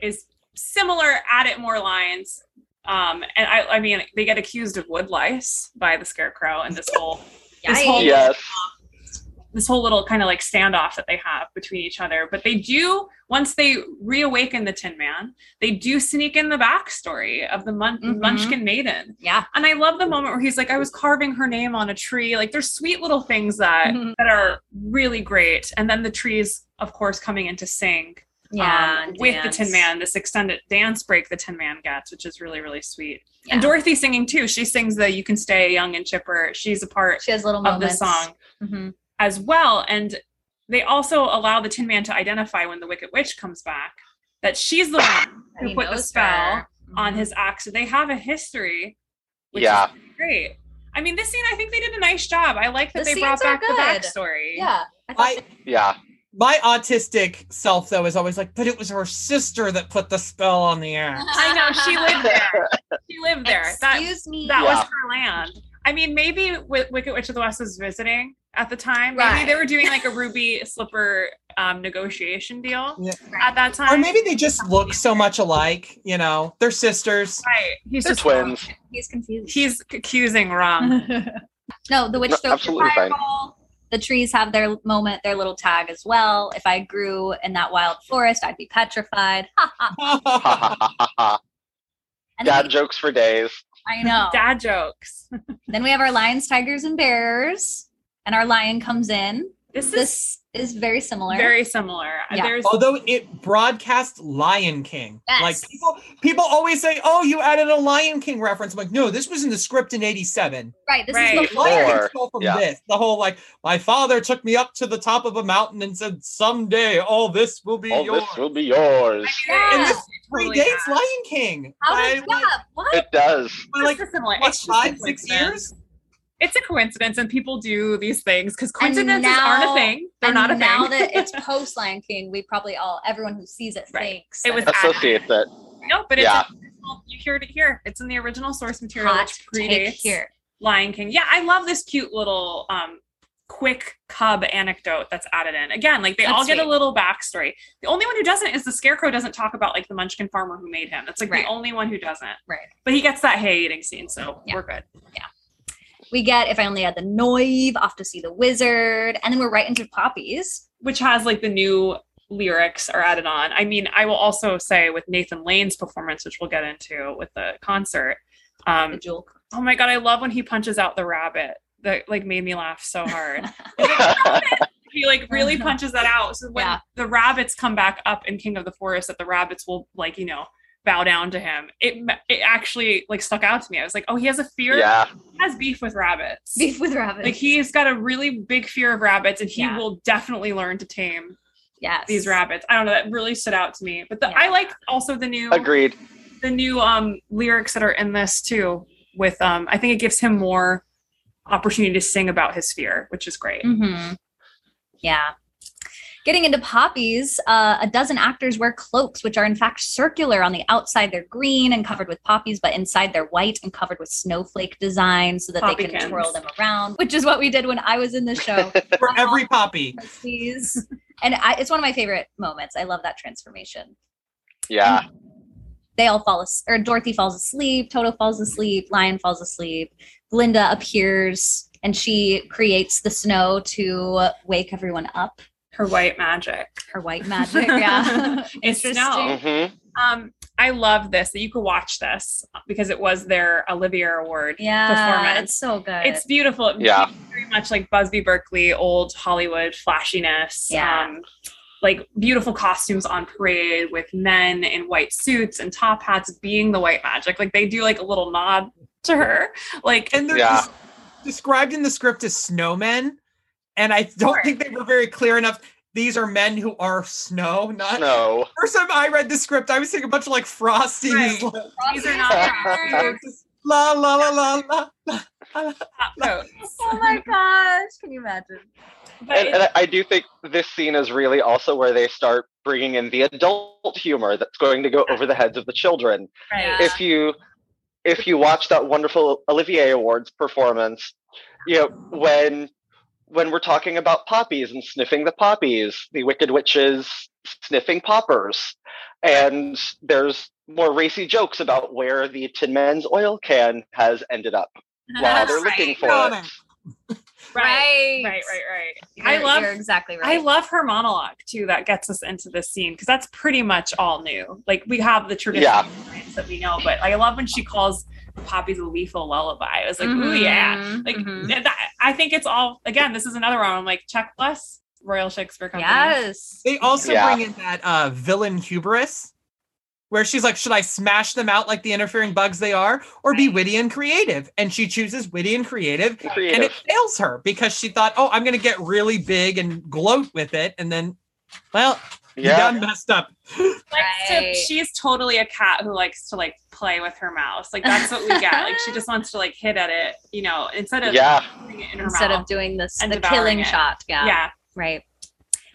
B: is similar. Add it more lines, um, and I, I mean they get accused of wood lice by the scarecrow and this whole This whole-
C: Yikes.
D: Yes.
B: this whole little kind of like standoff that they have between each other. But they do once they reawaken the Tin Man, they do sneak in the backstory of the mun-
C: Mhm.
B: Munchkin Maiden,
C: Yeah.
B: and I love the moment where he's like, "I was carving her name on a tree." Like, there's sweet little things that
C: Mhm.
B: that are really great. And then the trees, of course, coming into sync
C: Yeah.
B: um,
C: and
B: with the Tin
C: dance.
B: Man. This extended dance break the Tin Man gets, which is really really sweet.
C: Yeah.
B: And Dorothy singing too. She sings the "You Can Stay Young and Chipper." She's a part
C: She has little
B: of the
C: moments.
B: song
C: Mhm.
B: as well. And they also allow the Tin Man to identify when the Wicked Witch comes back that she's the one
C: And he
B: who put the
C: knows
B: spell
C: her.
B: on
C: Mhm.
B: his axe. So they have a history. Which
D: Yeah.
B: Is pretty great. I mean, this scene, I think they did a nice job. I like that
C: The
B: they brought
C: scenes are
B: back
C: good.
B: the backstory.
C: Yeah. I thought
E: I,
D: Yeah.
E: my autistic self, though, is always like, but it was her sister that put the spell on the air.
B: I know she
C: *laughs*
B: lived there. She lived there. That
C: Excuse me.
B: that
D: Yeah.
B: was her land. I mean, maybe Wi- Wicked Witch of the West was visiting at the time. Maybe
C: Right.
B: they were doing like a ruby slipper um, negotiation deal
E: Yeah.
B: at that time.
E: Or maybe they just look so much alike, you know, they're
D: *laughs*
E: sisters.
B: right. He's
D: They're
B: just wrong.
D: twins.
C: He's confused.
B: He's accusing wrong.
C: No, the witch
D: No,
C: throws the
D: absolutely fine.
C: fireball. The trees have their moment, their little tag as well. If I grew in that wild forest, I'd be petrified. Ha ha.
D: Ha, ha, ha, ha, ha.
C: And then
D: Dad
C: we,
D: jokes for days.
C: I know.
B: Dad jokes.
C: Then we have our lions, tigers, and bears, and our lion comes in.
B: This is
C: This is very similar.
B: very similar.
C: Yeah.
B: There's
E: Although it broadcast Lion King.
C: Yes.
E: Like people people always say, Oh, you added a Lion King reference. I'm like, no, this was in the script in 87.
C: right. This
B: Right.
C: is the
E: Lion King
D: Or-
E: stole from
D: yeah.
E: this. The whole like, my father took me up to the top of a mountain and said, Someday all this will be
D: All
E: yours.
D: this will be yours.
C: Yeah.
E: And this
B: Totally
E: predates
B: not.
E: Lion King.
C: how
E: by,
C: does
E: like,
C: yeah, what?
D: It does.
E: by, like
B: This is similar.
E: what,
B: It's just a
E: five, six
B: coincidence.
E: years?
B: It's a coincidence, and people do these things because
C: And
B: coincidences
C: now-
B: aren't a thing. They're
C: And
B: not a
C: now
B: thing.
C: that
B: *laughs*
C: it's post Lion King, we probably all everyone who sees it
B: Right.
C: thinks
B: It
C: that
B: was
C: it's
D: Associates it.
B: no, but it's
D: Yeah.
B: original- you heard it here. It's in the original source material,
C: hot
B: which
C: take
B: predates
C: here.
B: Lion King. Yeah, I love this cute little um, quick cub anecdote that's added in. Again, like they
C: That's
B: all get
C: sweet.
B: a little backstory. The only one who doesn't is the scarecrow. Doesn't talk about like the Munchkin farmer who made him. That's like
C: Right.
B: the only one who doesn't.
C: Right.
B: But he gets that hay eating scene, so
C: Yeah.
B: we're good.
C: We get if I only had the Noive off to see the wizard, and then we're right into poppies.
B: which has like the new lyrics are added on. I mean, I will also say with Nathan Lane's performance, which we'll get into with the concert.
C: The
B: Um,
C: jewel
B: oh my god, I love when he punches out the rabbit. That like made me laugh so
D: *laughs*
B: hard. he like
C: *laughs*
B: really punches that out. So when
C: Yeah.
B: the rabbits come back up in King of the Forest, that the rabbits will like you know bow down to him. It ma- it actually like stuck out to me. I was like, oh, he has a fear.
D: yeah.
B: He has beef with rabbits.
C: beef with rabbits.
B: Like he's got a really big fear of rabbits, and he
C: Yeah.
B: will definitely learn to tame
C: yes.
B: these rabbits. I don't know. That really stood out to me. But the, I
C: Yeah.
B: like also the new
D: Agreed.
B: the new um lyrics that are in this too. With um, I think it gives him more opportunity to sing about his fear, which is great.
C: hmm Yeah. Getting into poppies, uh, a dozen actors wear cloaks, which are in fact circular. On the outside, they're green and covered with poppies, but inside, they're white and covered with snowflake design so that they can
B: Poppykins.
C: twirl them around, which is what we did when I was in the show.
E: For
B: Uh-huh.
E: every poppy.
C: Please. and I, it's one of my favorite moments. I love that transformation.
D: Yeah.
C: They all fall, as- or Dorothy falls asleep, Toto falls asleep, Lion falls asleep, Glinda appears, and she creates the snow to wake everyone up.
B: Her white magic. *laughs*
C: her white magic. Yeah.
B: It's snow.
D: Mm-hmm.
B: Um, I love this that you could watch this because it was their Olivier Award.
C: Yeah.
B: Performance.
C: It's so good.
B: It's beautiful. It
D: Yeah.
B: feels Very much like Busby Berkeley, old Hollywood flashiness.
C: Yeah.
B: Um, like beautiful costumes on parade with men in white suits and top hats being the white magic. Like they do like a little nod to her. Like
E: and they're
D: Yeah.
E: des- described in the script as snowmen and i don't
B: Sure.
E: think they were very clear enough these are men who are snow, not.
D: No.
E: First time I read the script, I was thinking a bunch of like Frosty.
B: Right. These are not accurate
E: La la la la la.
B: top coats.
C: Oh
B: *laughs*
C: my gosh. Can you imagine?
B: But
D: *laughs* And,
B: it-
D: and I- I do think this scene is really also where they start bringing in the adult humor that's going to go over the heads of the children.
B: right.
D: If you if you watch that wonderful Olivier Awards performance, you know when when we're talking about poppies and sniffing the poppies, the Wicked Witches sniffing poppers, and there's more racy jokes about where the Tin Man's oil can has ended up while they're looking for
E: Got
D: it.
E: it.
B: right,
C: Right.
B: right, right, right. I
C: You're-
B: love
C: You're exactly
B: I
C: right.
B: love her monologue too. That gets us into this scene because that's pretty much all new. Like we have the traditional
D: Yeah.
B: lines that we know, but I love when she calls the poppies a lethal lullaby. I was like, ooh yeah.
C: Mhm,
B: Like
C: mhm.
B: th- that, I think it's all again. This is another one. I'm like check plus Royal Shakespeare Company.
C: Yes.
E: They also
D: Yeah.
E: bring in that uh, villain hubris, where she's like, "Should I smash them out like the interfering bugs they are, or be
B: Right.
E: witty and creative?" And she chooses witty and creative, and
D: Creative.
E: it fails her because she thought, "Oh, I'm going to get really big and gloat with it," and then, well, you
D: yeah.
E: done messed up.
B: Likes to-
C: Right.
B: she's totally a cat who likes to like play with her mouse. Like that's what we get. like she just wants to like hit at it, you know, instead of
D: Yeah.
B: putting it in her
C: Instead
B: mouth.
C: of doing this,
B: and
C: the
B: devouring
C: killing
B: it.
C: shot.
B: yeah.
C: Right.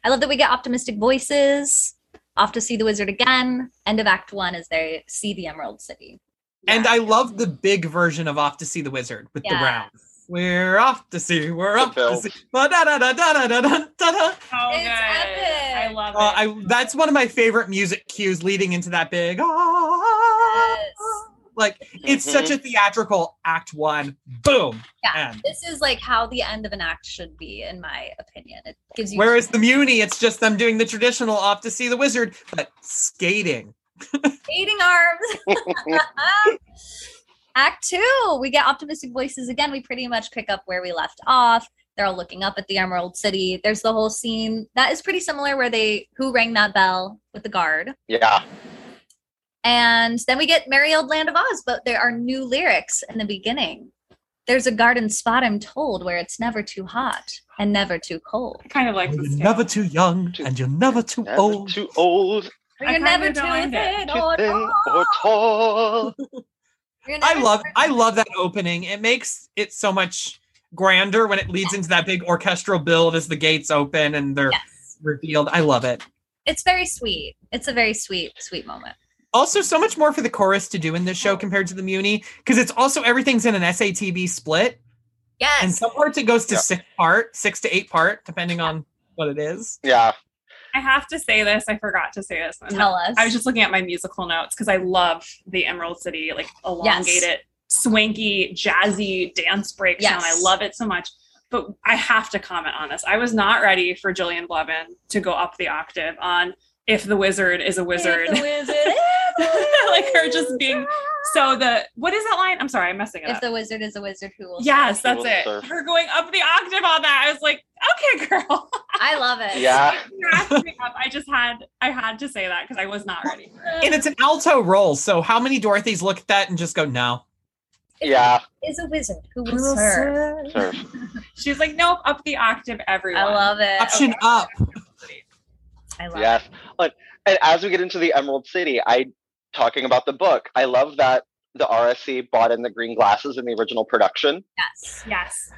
C: I love that we get optimistic voices. Off to see the wizard again. End of Act One as they see the Emerald City.
E: And I love the big version of "Off to See the Wizard" with the
C: Yes.
E: round. We're off to see. We're
D: The
E: off to
D: build.
E: see. Ba-da-da-da-da-da-da-da-da.
B: Oh,
C: It's
B: good.
C: epic.
B: I love it.
E: Uh, I that's one of my favorite music cues leading into that big. "Ah."
C: Yes.
E: Like it's such
D: Mm-hmm.
E: a theatrical act one. Boom.
C: Yeah.
E: And
C: This is like how the end of an act should be, in my opinion. It gives you
E: whereas the Muni, it's just them doing the traditional off to see the wizard, but skating.
C: Eating arms. Act two, we get optimistic voices again. We pretty much pick up where we left off. They're all looking up at the Emerald City. There's the whole scene that is pretty similar where they who rang that bell with the guard.
D: Yeah.
C: And then we get Merry Old Land of Oz, but there are new lyrics in the beginning. There's a garden spot, I'm told, where it's never too hot and never too cold.
B: I kind of like
E: You're
B: this. too.
E: never too young
D: Too-
E: and you're never too
D: Never
E: old.
D: Too old.
C: Or
B: I
C: You're
B: kinda
C: never too
B: don't mind it.
C: thin
D: too
C: or
D: thin
C: tall.
E: *laughs*
D: or tall.
C: You're
E: I
C: never
E: love
C: too
E: I love that opening. It makes it so much grander when it leads into that big orchestral build as the gates open and they're
C: Yes.
E: revealed. I love it.
C: It's very sweet. It's a very sweet, sweet moment.
E: also so much more for the chorus to do in this show compared to the Muni because it's also everything's in an SATB split,
C: Yes.
E: and some parts it goes to
D: Yeah.
E: six part, six to eight part, depending on what it is.
D: Yeah.
B: I have to say this. I forgot to say this. And
C: Tell us.
B: I was just looking at my musical notes because I love the Emerald City, like elongated, swanky, jazzy dance break
C: Yes.
B: sound. I love it so much. But I have to comment on this. I was not ready for Jillian Blevin to go up the octave on if the wizard is a wizard. *laughs*
C: If the wizard is a wizard.
B: like her just being so the what is that line? I'm sorry, I'm messing it
C: If
B: up.
C: the wizard is a wizard, who will?
B: yes,
D: Who
B: that's
D: will
B: it.
D: serve?
B: Her going up the octave on that. I was like, okay, girl.
C: I love it.
D: Yeah.
B: You wrapped me up. I just had I had to say that because I was not ready.
C: Uh,
E: And it's an alto roll, so how many Dorothy's look at that and just go no?
C: If
D: Yeah.
C: the wizard Is a wizard who will, serve.
D: Sure.
B: She's like, nope, up the octave, everyone.
C: I love it.
E: Option up.
C: I love
D: Yes. Look, and as we get into the Emerald City, I talking about the book. I love that the RSC bought in the green glasses in the original production,
C: it. Yes.
B: Yes.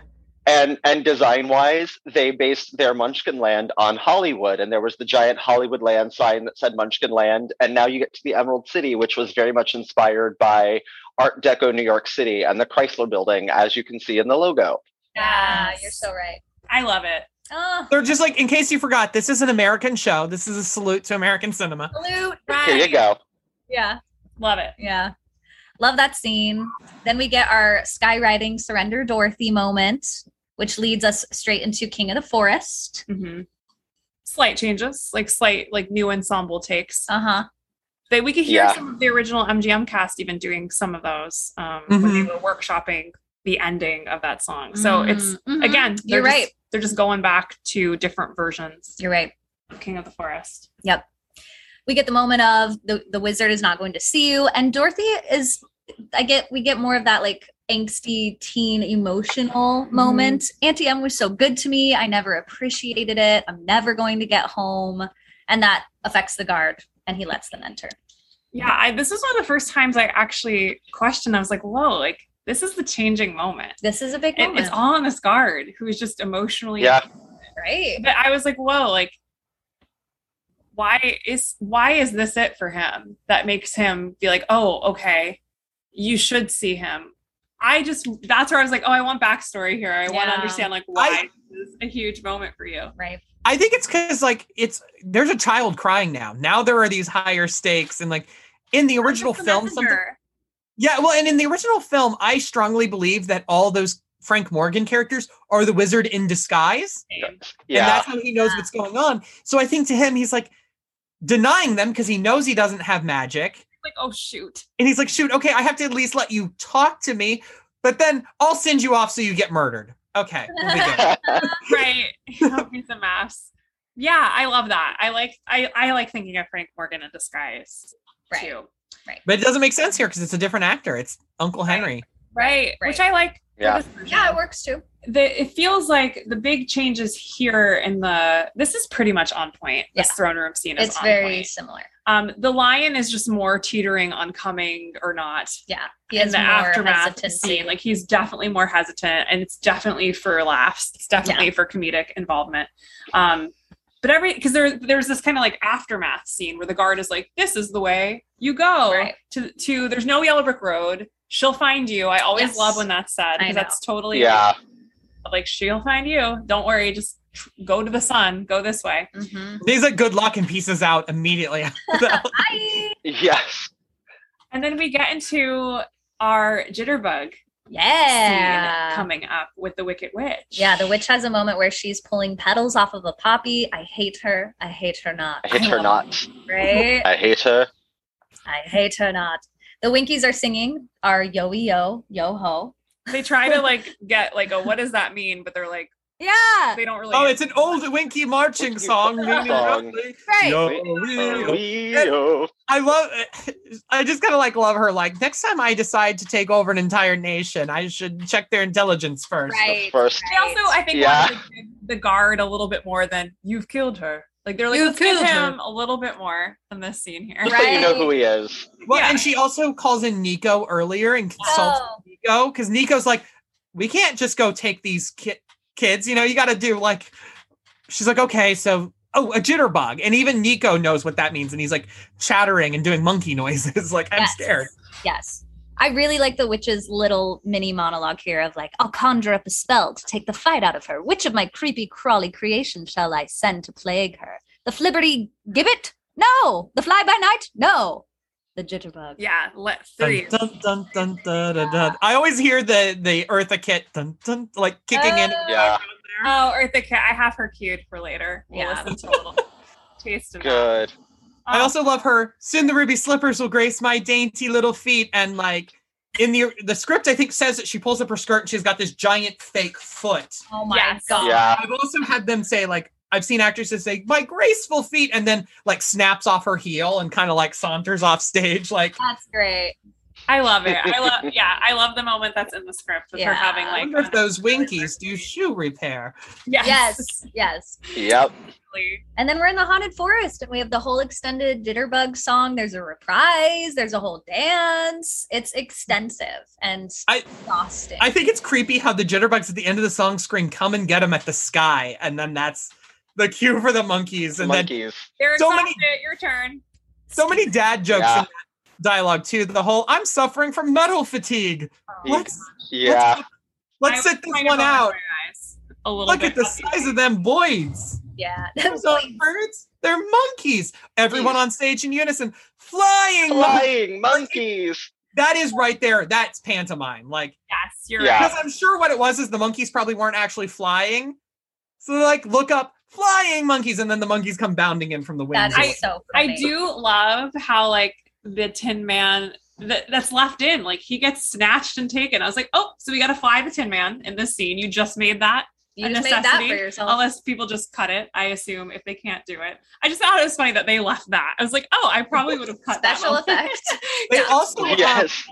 D: and and design wise, they based their Munchkin Land on Hollywood, and there was the giant Hollywood Land sign that said Munchkin Land, and now you get to the Emerald City, which was very much inspired by Art Deco New York City and the Chrysler Building, as you can see in the logo.
C: Yeah,
B: Yes.
C: you're so right.
B: I love it.
C: Oh,
E: They're just like, in case you forgot, this is an American show. This is a salute to American cinema.
C: salute.
D: Here you
B: Right.
D: go.
C: Yeah,
B: Love it.
C: yeah. Love that scene. Then we get our skywriting surrender Dorothy moment, which leads us straight into King of the Forest.
B: Mm-hmm. Slight changes, like slight, like new ensemble takes.
C: Uh huh.
B: They, we could hear
D: Yeah.
B: some of the original MGM cast even doing some of those um,
C: Mm-hmm.
B: when they were workshopping the ending of that song. So it's
C: Mm-hmm.
B: again, they're
C: you're
B: just-
C: right.
B: They're just going back to different versions
C: You're right.
B: of King of the Forest.
C: Yep. We get the moment of the, the wizard is not going to see you. And Dorothy is I get we get more of that like angsty teen emotional
B: Mm-hmm.
C: moment. Auntie M was so good to me. I never appreciated it. I'm never going to get home. And that affects the guard and he lets them enter.
B: Yeah, I, this is one of the first times I actually questioned. I was like, whoa, like this is the changing moment.
C: This is a big
B: It,
C: moment.
B: it's all on this guard who's just emotionally.
D: Yeah.
C: right.
B: But I was like, whoa, like why is why is this it for him that makes him be like, oh, okay, you should see him. I just that's where I was like, oh, I want backstory here. I want
C: Yeah.
B: to understand like why this is a huge moment for you.
C: Right.
E: I think it's because like it's there's a child crying now. Now there are these higher stakes, and like in the original
B: Just the
E: film, something
B: messenger.
E: yeah. Well, and in the original film, I strongly believe that all those Frank Morgan characters are the wizard in disguise, and
D: Yeah.
E: that's how he knows what's going on. So I think to him, he's like denying them because he knows he doesn't have magic,
B: Like, oh shoot.
E: and he's like, shoot, okay, I have to at least let you talk to me, but then I'll send you off so you get murdered. Okay, we'll be good.
B: Right.
C: *laughs*
B: *laughs* He'll be the mess. Yeah, I love that. I like I, I like thinking of Frank Morgan in disguise
C: Right.
B: too.
E: But it doesn't make sense here because it's a different actor. It's Uncle Henry.
B: Right. Which I like for
D: Yeah.
B: this version.
C: Yeah, it works too.
B: the it feels like the big changes here in the this is pretty much on point. This
C: Yeah.
B: throne room scene is
C: It's
B: on
C: very
B: point.
C: similar.
B: Um, the lion is just more teetering on coming or not.
C: Yeah. He
B: In
C: has
B: the
C: more
B: aftermath
C: hesitancy.
B: scene, like he's definitely more hesitant, and it's definitely for laughs. It's definitely for comedic involvement. Um, but every because there there's this kind of like aftermath scene where the guard is like, "This is the way you go
C: Right.
B: to to." There's no yellow brick road. She'll find you. I always
C: Yes.
B: love when that's said
C: I
B: because
C: know.
B: that's totally
D: yeah.
B: like she'll find you. Don't worry, just tr- go to the sun, go this way.
C: Mhm.
E: He's like, good luck and pieces out immediately. *laughs*
C: *laughs* Bye.
D: Yes.
B: And then we get into our jitterbug scene
C: Yeah.
B: coming up with the Wicked Witch.
C: Yeah, the witch has a moment where she's pulling petals off of a poppy. I hate her. I hate her not.
D: I hate her not.
C: *laughs* Right?
D: I hate her.
C: I hate her not. The Winkies are singing our yo yo yo ho.
B: they try to
C: *laughs*
B: like get like a what does that mean? But they're like
C: Yeah,
B: they don't really.
E: oh, it's an old Winky
C: *laughs*
E: marching song. meaning
D: Song.
E: roughly,
C: right.
E: yo, yo.
D: Leo.
E: I love. *laughs* I just kind of like love her. Like next time I decide to take over an entire nation, I should check their intelligence first.
C: Right.
D: First.
B: They also I think
D: Yeah.
B: wanted to give the guard a little bit more than you've killed her. Like they're like
E: You
B: let's give
E: killed her."
B: him a little bit more in this scene here.
D: Just so you know
C: Right.
D: who he is.
E: Well,
B: Yeah.
E: and she also calls in Nico earlier and consults
C: Oh,
E: Nico because Nico's like, we can't just go take these ki- kids. You know, you got to do like. She's like, okay, so oh, a jitterbug, and even Nico knows what that means, and he's like chattering and doing monkey *laughs* noises. like I'm
C: Yes.
E: scared.
C: yes. I really like the witch's little mini monologue here of like, I'll conjure up a spell to take the fight out of her. Which of my creepy crawly creation shall I send to plague her? The flibberty gibbet? No. The fly by night? No. The jitterbug.
B: Yeah, let
E: Dun,
B: three.
E: dun, dun, dun, da, da, da. I always hear the the Eartha kit dun, dun, like kicking in.
C: Oh.
D: Yeah.
B: Oh, Eartha Cat, I have her cued for later. We'll
C: Yeah.
B: listen to a
C: *laughs*
B: little taste of that. Um,
D: Good.
B: uh.
E: I also love her. Soon the ruby slippers will grace my dainty little feet, and like in the the script, I think says that she pulls up her skirt and she's got this giant fake foot.
C: Oh my
B: Yes.
C: god.
D: Yeah.
E: I've also had them say like I've seen actresses say my graceful feet and then like snaps off her heel and kind of like saunters off stage like
C: That's great.
B: I love it. I
D: *laughs*
B: love yeah, I love the moment that's in the script with her
C: Yeah.
B: having
E: I
B: like
E: wonder if those winkies do shoe repair.
B: *laughs* yes.
C: Yes. Yes.
D: Yep.
B: Really.
C: And then we're in the haunted forest and we have the whole extended jitterbug song. There's a reprise, there's a whole dance. It's extensive and
E: I-
C: exhausting.
E: I think it's creepy how the jitterbugs at the end of the song scream come and get them at the sky and then that's the cue for the monkeys and then
D: Monkeys.
B: They're
E: So
B: exhausted.
E: many-
B: Your turn.
E: so many dad jokes
D: Yeah.
E: in that dialogue too the whole I'm suffering from metal fatigue. Let's
D: Yeah.
E: let's,
B: I was
E: sit this
B: kind of
E: one
B: rolling
E: out.
B: my eyes A little
E: Look
B: bit.
E: at the size of them boys.
C: yeah. *laughs*
E: Those aren't birds. They're monkeys. Everyone on stage in unison, flying. monkeys.
D: Flying monkeys.
E: That is right there. That's pantomime. Like,
B: yes, you're
D: Yeah.
B: right.
E: because I'm sure what it was is the monkeys probably weren't actually flying. So they're like, look up, flying monkeys, and then the monkeys come bounding in from the
C: That
E: wings.
C: is so funny.
B: I do love how like the Tin Man that that's left in. Like he gets snatched and taken. I was like, oh, so we got to fly the Tin Man in this scene. You just made that,
C: You
B: a
C: just made that for
B: necessity.
C: yourself.
B: unless people just cut it. I assume if they can't do it. I just thought it was funny that they left that. I was like, oh, I probably would have cut that
C: Special
B: moment.
C: effect.
E: They also have
D: Yes.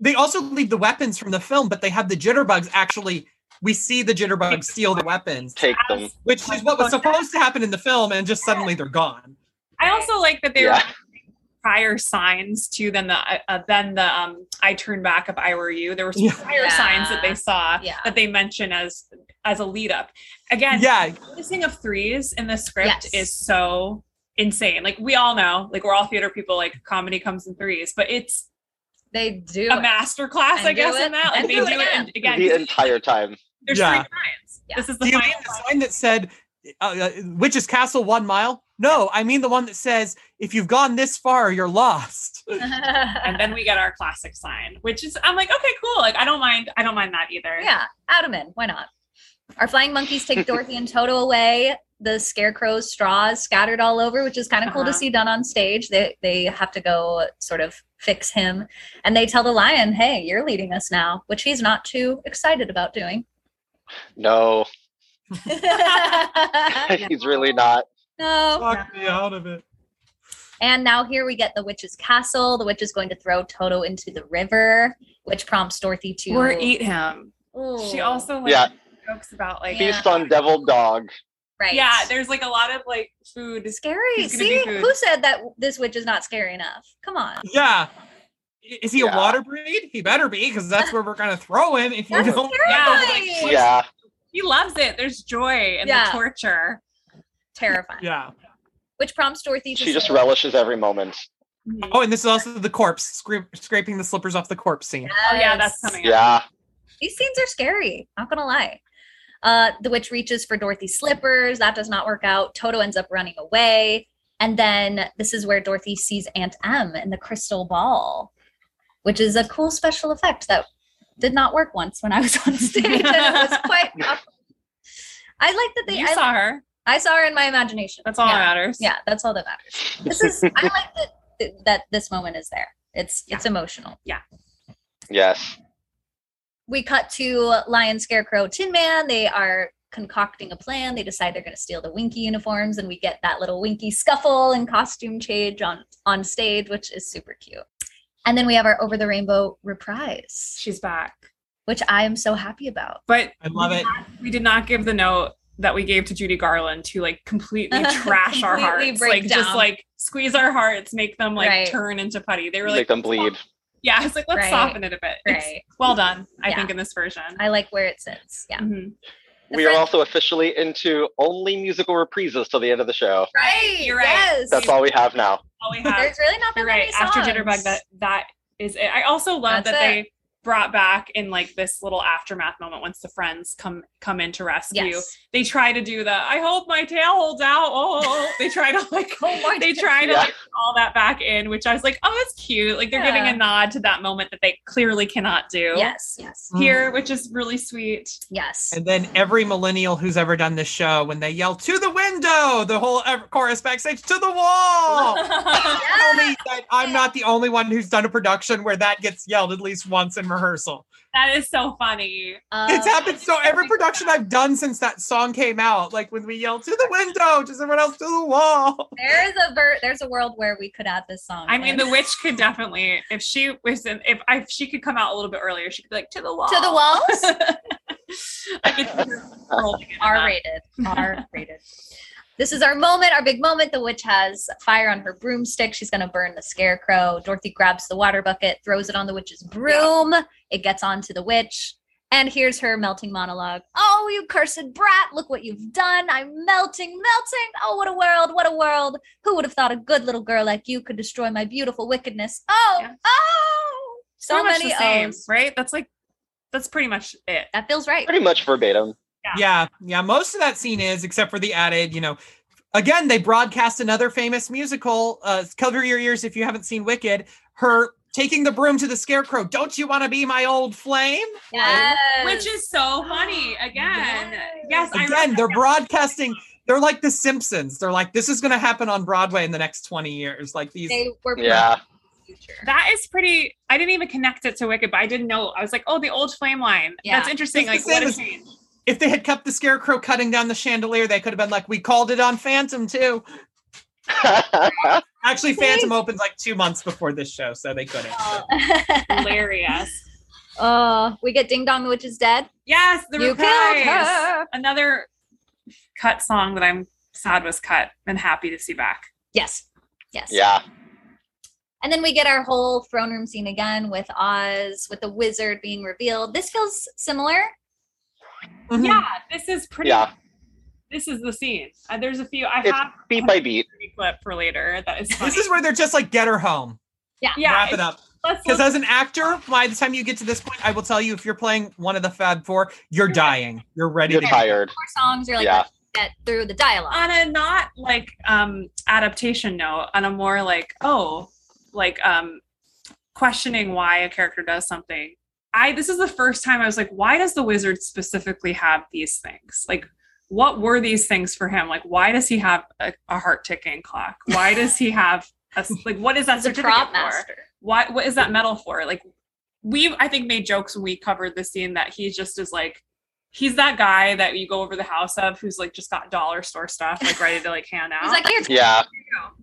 E: They also leave the weapons from the film, but they have the jitterbugs actually. We see the jitterbugs steal the weapons,
D: Take them.
E: which is what was supposed to happen in the film, and just suddenly they're gone.
B: *laughs* I also like that they
D: Yeah.
B: were using prior signs too than the uh, than the um, I turn back if I were you. There were some
E: Yeah.
B: prior signs that they saw
C: Yeah.
B: that they mention as as a lead up. Again,
E: Yeah,
B: missing of threes in the script
C: Yes.
B: is so insane. Like we all know, like we're all theater people. Like comedy comes in threes, but it's
C: They do.
B: a
C: it.
B: master class,
C: And
B: I guess,
C: do it,
B: in that. Like
C: and
B: they
C: do
B: do
C: it
B: it and- again.
D: the
B: 'cause
D: entire time.
B: There's
E: Yeah.
B: three times.
C: Yeah.
B: This is
E: Do
B: the
E: you
B: final
E: mean the sign that said uh, uh, Witch's Castle one mile? No, I mean the one that says if you've gone this far, you're lost.
C: *laughs*
B: and then we get our classic sign, which is I'm like, okay, cool. Like I don't mind. I don't mind that either.
C: yeah, add 'em in. Why not? Our flying monkeys take Dorothy and Toto away. The scarecrow's straws scattered all over, which is kind of cool to
B: Uh-huh.
C: see done on stage. They they have to go sort of fix him, and they tell the lion, "Hey, you're leading us now," which he's not too excited about doing. *laughs*
D: No, *laughs* he's really not.
C: no.
E: Talk me out of it.
C: And now here we get the witch's castle. The witch is going to throw Toto into the river, which prompts Dorothy to
B: Or eat him. e- She
C: Ooh,
B: also like
D: Yeah.
B: jokes about like
C: Yeah.
D: Feast on Devil Dog.
C: right.
B: yeah. There's like a lot of like food.
C: scary.
B: He's gonna be
C: See,
B: food.
C: who said that this witch is not scary enough? Come on.
E: Yeah. I- Is he
D: Yeah.
E: a water breed? He better be, because that's where we're gonna throw him if you
C: That's
E: don't.
B: Yeah,
C: terrifying.
B: like, what-
D: Yeah,
B: He loves it. There's joy in
C: Yeah.
B: the torture.
C: Terrifying.
E: Yeah.
C: Which prompts Dorothy to
D: she just
C: say-
D: relishes every moment.
E: Oh, and this is also the corpse scra- scraping the slippers off the corpse scene.
B: Oh yeah,
C: Yes.
B: that's coming. Up.
D: Yeah,
C: These scenes are scary. Not gonna lie. Uh, the witch reaches for Dorothy's slippers. That does not work out. Toto ends up running away, and then this is where Dorothy sees Aunt M in the crystal ball, which is a cool special effect that did not work once when I was
B: *laughs*
C: on stage, and it was quite. awkward. I like that they.
B: You
C: I,
B: saw her.
C: I saw her in my imagination.
B: That's all
C: Yeah.
B: that matters.
C: Yeah, that's all that matters. This is I
B: *laughs*
C: like that that- that this moment is there. It's it's emotional.
D: yes.
C: We cut to Lion, Scarecrow, Tin Man. They are concocting a plan. They decide they're going to steal the Winky uniforms, and we get that little Winky scuffle and costume change on on stage, which is super cute. And then we have our Over the Rainbow reprise,
B: She's back.
C: which I am so happy about.
B: But
E: I love it.
B: we did not give the note that we gave to Judy Garland to like completely trash our
C: *laughs* Completely
B: hearts.
C: break
B: Like just
C: down.
B: like squeeze our hearts, make them like
C: Right.
B: turn into putty. They were
D: Make
B: like
D: them bleed.
B: Yeah, *laughs* it's like let's
C: Right.
B: soften it a bit. It's
C: Right.
B: well done, I
C: Yeah.
B: think, in this version.
C: I like where it sits. Yeah.
B: Mhm.
C: The
D: We are
C: friend-
D: also officially into only musical reprises till the end of the show.
C: Right.
B: You're right.
C: Yes.
D: That's all we have now.
B: All we have.
C: There's really not that
B: You're
C: many
B: right.
C: songs.
B: After Jitterbug, that that is it. I also love
C: That's
B: that they brought back in like this little aftermath moment once the friends come come in to rescue.
C: Yes.
B: They try to do the I hope my tail holds out. Oh, oh, oh. they try to like
C: Oh my
B: *laughs* they try to
D: Yeah.
B: like put all that back in, which I was like, oh, that's cute. Like they're
C: Yeah.
B: giving a nod to that moment that they clearly cannot do
C: Yes. Yes.
E: Mm.
B: here, which is really sweet.
C: Yes.
E: And then every millennial who's ever done this show, when they yell to the window, the whole ev- chorus backstage to the
C: Oh.
E: wall. Tell me
B: Ah!
E: that I'm not the only one who's done a production where that gets yelled at least once in rehersal.
B: *laughs* that is so funny.
E: It's
C: Um,
E: happened so every production I've done since that song came out, like when we yell to the window, does everyone else to the wall?
C: There is a ver- there's a world where we could add this song.
B: I mean,
C: in.
B: the witch could definitely, if she was, in, if I, if she could come out a little bit earlier, she could be like to the wall.
C: to the walls
B: I could see her rolling in
C: R
B: that.
C: rated. R rated. This is our moment, our big moment. The witch has fire on her broomstick. She's going to burn the scarecrow. Dorothy grabs the water bucket, throws it on the witch's broom. It gets onto the witch. And here's her melting monologue. Oh, you cursed brat. Look what you've done. I'm melting, melting. Oh, what a world. What a world. Who would have thought a good little girl like you could destroy my beautiful wickedness? Oh,
B: Yeah.
C: oh. *laughs* So
B: Pretty much
C: many
B: the same,
C: O's.
B: right? That's like, that's pretty much it.
C: That feels right.
D: Pretty much verbatim.
B: Yeah.
E: Yeah, yeah, most of that scene is, except for the added, you know. Again, they broadcast another famous musical. Uh, cover your ears if you haven't seen Wicked. Her taking the broom to the scarecrow. Don't you want to be my old flame?
C: Yes.
B: Which is so
C: *gasps*
B: funny. Again, yes, I
E: Again,
B: wrote
E: they're
B: that
E: broadcasting. They're like The Simpsons. They're like, this is going to happen on Broadway in the next twenty years. Like these.
C: they were
D: Yeah. *laughs*
B: down. That is pretty. I didn't even connect it to Wicked, but I didn't know. I was like, oh, the old flame line.
C: Yeah.
B: That's interesting.
E: It's
B: Like,
E: the
B: what
E: same
B: a
E: as-
B: change.
E: If they had kept the scarecrow cutting down the chandelier, they could have been like, we called it on Phantom too. Actually, Phantom opens like two months before this show, so they
B: *laughs*
E: couldn't.
C: *laughs*
E: *laughs*
B: Hilarious.
C: oh, we get Ding Dong the Witch is Dead.
B: Yes, the
C: You killed
B: reprise.
C: her.
B: Another cut song that I'm sad was cut and happy to see back.
C: Yes. Yes.
D: Yeah.
C: And then we get our whole throne room scene again with Oz, with the wizard being revealed. This feels similar. Hmm.
E: Mhm.
B: Yeah, this is pretty.
D: Yeah.
B: This is the scene. Uh, there's a few. I
D: It's
B: have
D: Beat by beat.
B: a clip for later. That is funny.
E: This is where they're just like, get her home.
B: yeah.
E: Wrap it
B: it's-
E: up.
B: let's
E: Because
B: look-
E: as an actor, by the time you get to this point, I will tell you if you're playing one of the Fab Four, you're dying. You're ready
D: You're
E: to
D: tired.
C: Four songs are like
D: Yeah.
C: let's get through the dialogue.
B: on a not like um adaptation note, on a more like oh, like um questioning why a character does something. I this is the first time I was like, why does the wizard specifically have these things? Like, what were these things for him? Like, why does he have a, a heart ticking clock? Why does he have a s- like? What is that
C: As a
B: certificate
C: prop
B: for?
C: master.
B: why what is that medal for like we i think made jokes when we covered the scene that he just is like he's that guy that you go over the house of who's like just got dollar store stuff like ready to like hand out
C: He's like, here's
D: Yeah.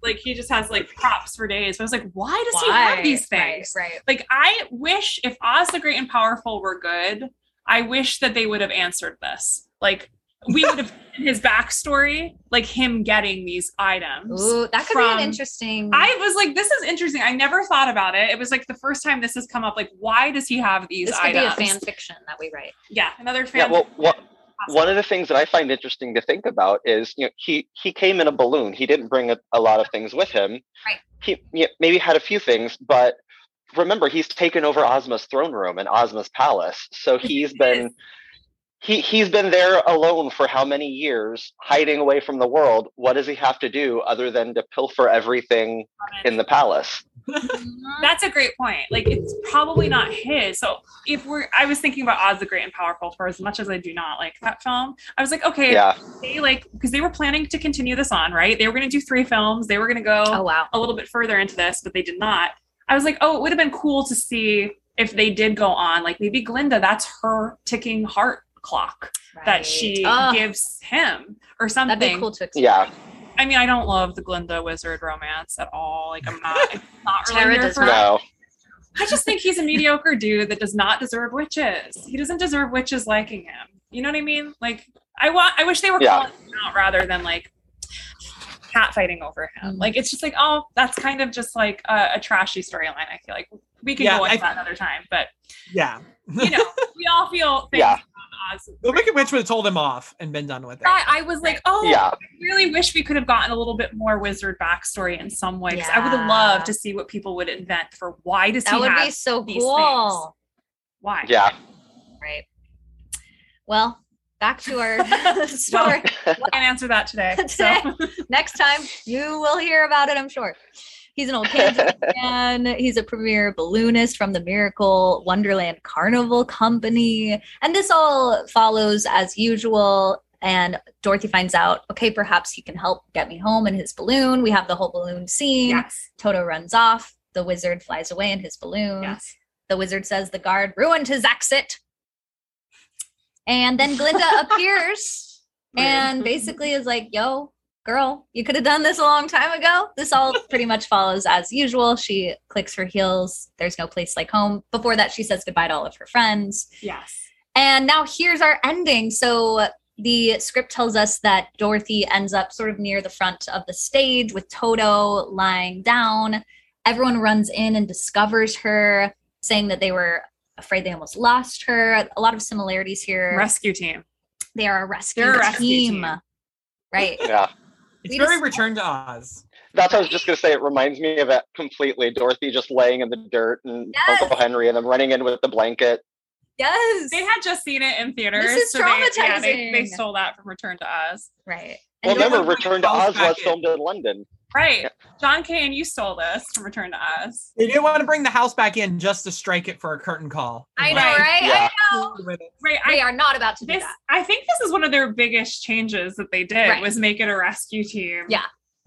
B: like he just has like props for days but i was like why does he have these things
C: Right. right.
B: like i wish if oz the great and powerful were good i wish that they would have answered this like we would
C: *laughs*
B: have his backstory like him getting these items
C: Ooh, that could be
B: From-
C: an interesting.
B: I was like, this is interesting. I never thought about it. It was like the first time this has come up. Like, why does he have these
C: this could
B: items?
C: be a fan fiction that we
B: *laughs*
C: write.
B: Yeah, another fan.
D: Yeah. Well, what, one of the things that I find interesting to think about is, you know, he he came in a balloon. He didn't bring a, a lot of things with him.
C: Right.
D: He yeah, maybe had a few things, but remember, he's taken over Ozma's throne room and Ozma's palace. So he's been he he's been there alone for how many years, hiding away from the world. What does he have to do other than to pilfer everything in the palace?
C: Mm-hmm.
B: That's a great point. Like, it's probably not his. So if we're, I was thinking about Oz the Great and Powerful for as much as I do not like that film. I was like, okay,
D: Yeah.
B: they like because they were planning to continue this on, right? They were going to do three films. They were going to go.
C: Oh wow.
B: a little bit further into this, but they did not. I was like, oh, it would have been cool to see if they did go on. Like maybe Glinda, that's her ticking heart clock that
C: Right.
B: she
C: Oh,
B: gives him or something.
C: That'd be cool to explore.
D: Yeah.
B: I mean, I don't love the Glinda wizard romance at all. Like I'm
C: *laughs*
B: not, I'm not
C: Tara
B: really here
C: does
B: for it.
D: No.
B: I just think he's a mediocre dude that does not deserve witches. He doesn't deserve witches liking him. You know what I mean? Like I want I wish they were
D: Yeah.
B: calling him out rather than like cat fighting over him.
C: Mm.
B: Like it's just like, oh, that's kind of just like a, a trashy storyline, I feel like. We could
E: Yeah,
B: go into
E: I-
B: that another time. But
E: Yeah. *laughs*
B: you know, we all feel things
D: Yeah.
B: about Oz.
E: The Wicked Witch would have told him off and been done with it.
B: I, I was like, oh,
D: Yeah.
B: really wish we could have gotten a little bit more wizard backstory in some way. 'cause I would have
C: Yeah.
B: loved to see what people would invent for why does
C: That
B: he
C: would
B: have
C: be so
B: these
C: cool.
B: why?
D: Yeah.
C: Right. Well, back
B: *laughs*
C: to our *laughs* story.
B: I can't answer that
C: *laughs*
B: today.
C: Today.
B: So
C: Next time you will hear about it, I'm sure. He's an old Kansas man. He's a premier balloonist from the Miracle Wonderland Carnival Company. And this all follows as usual. And Dorothy finds out, okay, perhaps he can help get me home in his balloon. We have the whole balloon scene.
B: yes,
C: Toto runs off. The wizard flies away in his balloon.
B: yes.
C: The wizard says the guard ruined his exit. And then Glinda appears and basically is like, yo, girl, you could have done this a long time ago. This all pretty much follows as usual. She clicks her heels. There's no place like home. Before that, she says goodbye to all of her friends.
B: *laughs* Yes.
C: And now here's our ending. So the script tells us that Dorothy ends up sort of near the front of the stage with Toto lying down. Everyone runs in and discovers her, saying that they were afraid they almost lost her. A lot of similarities here.
B: Rescue team.
C: they are a rescue,
B: They're a rescue
C: team.
B: team. *laughs*
C: Right.
D: Yeah.
E: It's
C: we
E: very
C: just-
E: Return to Oz.
D: That's what I was just gonna say. It reminds me of it completely. Dorothy just laying in the dirt and
C: Yes.
D: Uncle Henry and them running in with the blanket.
C: Yes.
B: They had just seen it in theaters.
C: This is
B: They, yeah, they, they
C: traumatizing.
B: stole that from Return to Us.
C: right. And
D: Well, remember,
E: everyone
D: Return to
E: falls
D: Oz was
E: back in.
D: filmed in London.
B: Right.
D: Yeah.
B: John Kane, you stole this from Return to Us.
E: They didn't want to bring the house back in just to strike it for a curtain call.
C: I know,
B: Right.
C: right?
D: Yeah.
C: I know.
E: With it.
B: Right.
C: We
B: I,
C: are not about to do
B: this,
C: that.
B: I think this is one of their biggest changes that they did
C: Right.
B: was make it a rescue team.
C: Yeah.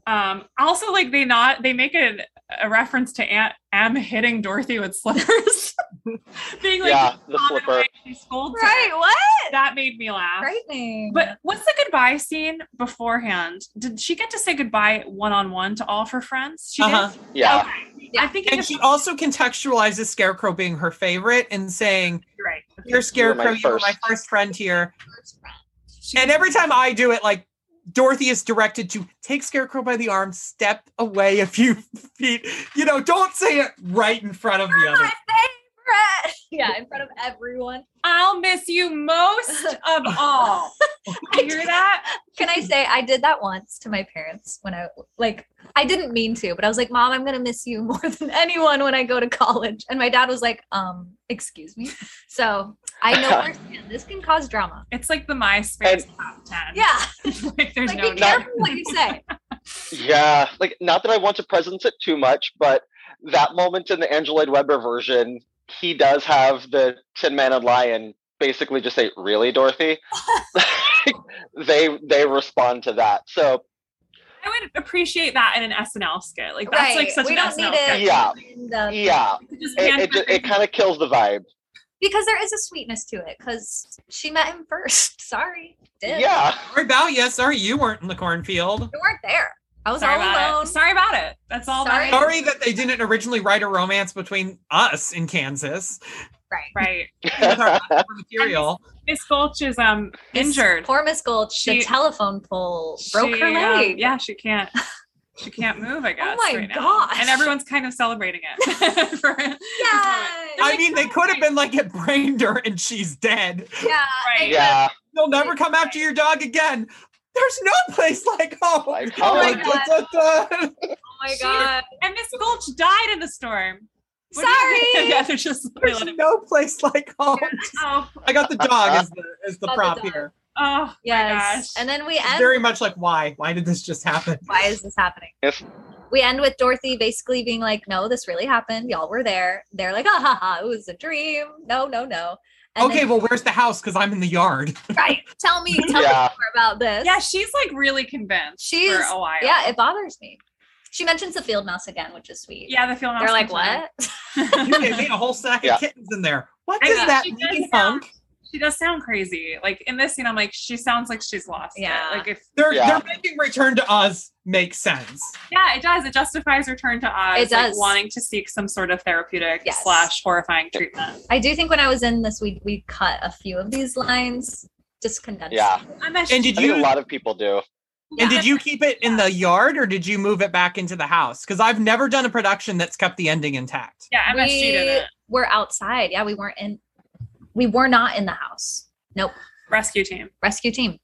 B: Um, also, like they not they make a, a reference to Aunt Em hitting Dorothy with slippers, *laughs* being like
D: Yeah, the
B: "Mom, in a
D: flipper.
B: way She scolds her."
C: Right? What?
B: That made me laugh.
C: Frightening.
B: But what's the goodbye scene beforehand? Did she get to say goodbye one on one to all of her friends? She
E: Uh-huh.
B: did.
D: Yeah.
C: Oh,
B: Okay. I think it
E: And
B: just-
E: she also contextualizes Scarecrow being her favorite and saying,
B: you're right.
E: You're Scarecrow, you were my
D: first."
E: first friend here. And every time I do it, like Dorothy is directed to take Scarecrow by the arm, step away a few *laughs* feet. You know, don't say it right in front of the other.
C: my
B: *laughs*
C: favorite. Yeah, in front of everyone.
B: I'll miss you most
C: *laughs*
B: of all. you hear that?
C: Can I say I did that once to my parents when I like I didn't mean to, but I was like, "Mom, I'm gonna miss you *laughs* more than anyone when I go to college." And my dad was like, "Um, excuse me." So I
D: *laughs*
C: know firsthand this can
B: *laughs*
C: cause drama.
B: It's like the MySpace top ten.
C: Yeah,
B: *laughs* like there's
C: like
B: no.
C: be
B: doubt.
C: careful what you
B: *laughs*
C: say.
D: Yeah, like not that I want to presence it too much, but that moment in the Angeloid Weber version, he does have the Tin Man and Lion basically just say, "Really, Dorothy?"
C: *laughs*
D: *laughs* they they respond to that. So
B: I would appreciate that in an SNL skit. Like that's like
C: Right.
B: such
C: we
B: an
C: don't
B: SNL
C: need it. uh,
B: skit.
D: Yeah.
C: in the-
D: yeah,
B: Just
D: it
B: hand
D: it, ju- it
B: everything-
D: kind of kills the vibe.
C: because there is a sweetness to it. Because she met him first. *laughs* Sorry, did
D: Yeah,
E: Sorry about you. Sorry, you weren't in the cornfield.
C: you weren't there. I was
B: Sorry
C: all
B: about
C: alone.
B: it. Sorry about it. That's all.
C: Sorry.
B: That
E: Sorry that they didn't originally write a romance between us in Kansas
C: Right.
B: right.
D: *laughs*
E: with our material.
B: Miss Gulch is um
C: Miss-
B: injured.
C: Poor Miss Gold.
B: She-
C: the telephone pole broke
B: She,
C: her
B: um,
C: leg. Oh
B: yeah, she can't. She can't move.
C: *laughs*
B: I guess.
C: my
B: right now.
C: gosh.
B: And everyone's kind of celebrating it. *laughs* for- *laughs*
C: Yay!
E: I mean, they could have been like, it brained her and she's dead.
C: Yeah.
B: Right.
D: yeah.
E: They'll never come after your dog again. There's no place like home.
D: Like home.
E: *laughs* Like,
C: Oh
E: da, da, da.
C: Oh my
B: She-
C: god.
B: And Miss Gulch died in the storm. What do you- Oh *laughs*
C: Sorry.
B: yeah, they're just.
C: *laughs*
B: they
E: There's
B: let him-
E: no place like home.
B: Oh,
E: I got the dog as the as the
C: Got the
E: prop
C: dog.
E: here.
B: oh, gosh.
C: Yes. And then we
E: It's
C: end.
E: very much like why? Why did this just happen?
C: Why is this happening?
D: Yes.
C: We end with Dorothy basically being like, "No, this really happened. Y'all were there." They're like, "Ah ha ha! It was a dream. No, no, no." And
E: okay,
C: then-
E: well, where's the house? Because I'm in the
C: *laughs*
E: yard.
C: right. Tell me, tell me
D: Yeah.
C: more about this.
B: yeah, she's like really convinced
C: She's-
B: for a while.
C: yeah. It bothers me. She mentions the field mouse again, which is sweet.
B: yeah. The field mouse.
C: They're like,
B: comes in. *laughs*
C: "What?" *laughs*
E: You gave me a whole sack
D: Yeah.
E: of kittens in there. What
B: I
E: does
B: know.
E: that
B: She does
E: mean,
B: sound-
E: Hunk?
B: She does sound crazy. Like in this scene, I'm like, she sounds like she's lost. it.
C: Yeah.
B: Like if
E: They're
D: Yeah.
E: they're making Return to Oz make sense.
B: yeah, it does. It justifies return to Oz.
C: It
B: like,
C: does.
B: wanting to seek some sort of therapeutic
C: Yes.
B: slash horrifying treatment.
C: I do think when I was in this, we we cut a few of these lines, just condensed.
D: Yeah.
B: I mean,
E: And
D: I think
E: did
D: a
E: you
D: lot of people do.
E: and did you keep it in the yard or did you move it back into the house? Because I've never done a production that's kept the ending intact.
B: Yeah, MSG did
C: we
B: it.
C: were outside. Yeah, we weren't in. We were not in the house.
B: Rescue team. *laughs*
C: Rescue team.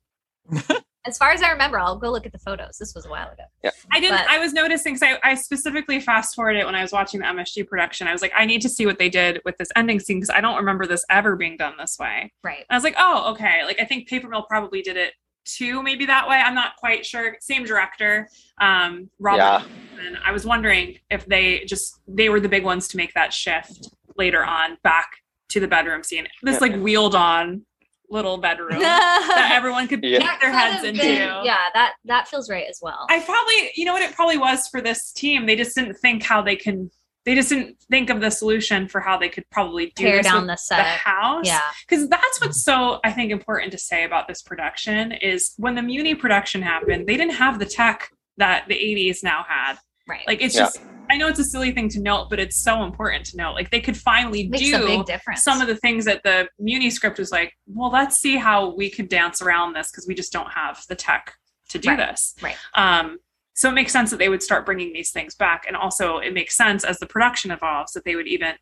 C: as far as I remember, I'll go look at the photos. This was a while ago.
B: I didn't.
C: But-
B: I was noticing because I, I specifically fast forwarded it when I was watching the MSG production. I was like, I need to see what they did with this ending scene because I don't remember this ever being done this way.
C: Right.
B: And I was like, oh, okay. Like I think Paper Mill probably did it too, maybe that way. I'm not quite sure. Same director, um, Robert.
D: Yeah.
B: And I was wondering if they just they were the big ones to make that shift later on back to the bedroom scene. This like wheeled on little
C: *laughs*
B: bedroom *laughs* that everyone could
D: Yeah.
B: peek their heads
C: Could have
B: into.
C: been- yeah, that that feels right as well.
B: I probably, you know what it probably was for this team. They just didn't think how they can. They just didn't think of the solution for how they could probably do
C: Tear
B: this
C: down
B: with
C: the
B: the
C: set.
B: house.
C: yeah.
B: Because that's what's so I think important to say about this production is when the Muni production happened, they didn't have the tech that the 80s now had.
C: Right.
B: Like it's
D: Yeah.
B: just I know it's a silly thing to note, but it's so important to note. Like they could finally
C: makes a
B: do
C: big difference.
B: some of the things that the Muni script was like, well, let's see how we could dance around this because we just don't have the tech to do
C: Right,
B: this.
C: right.
B: Um, so it makes sense that they would start bringing these things back. And also, it makes sense as the production evolves that they would even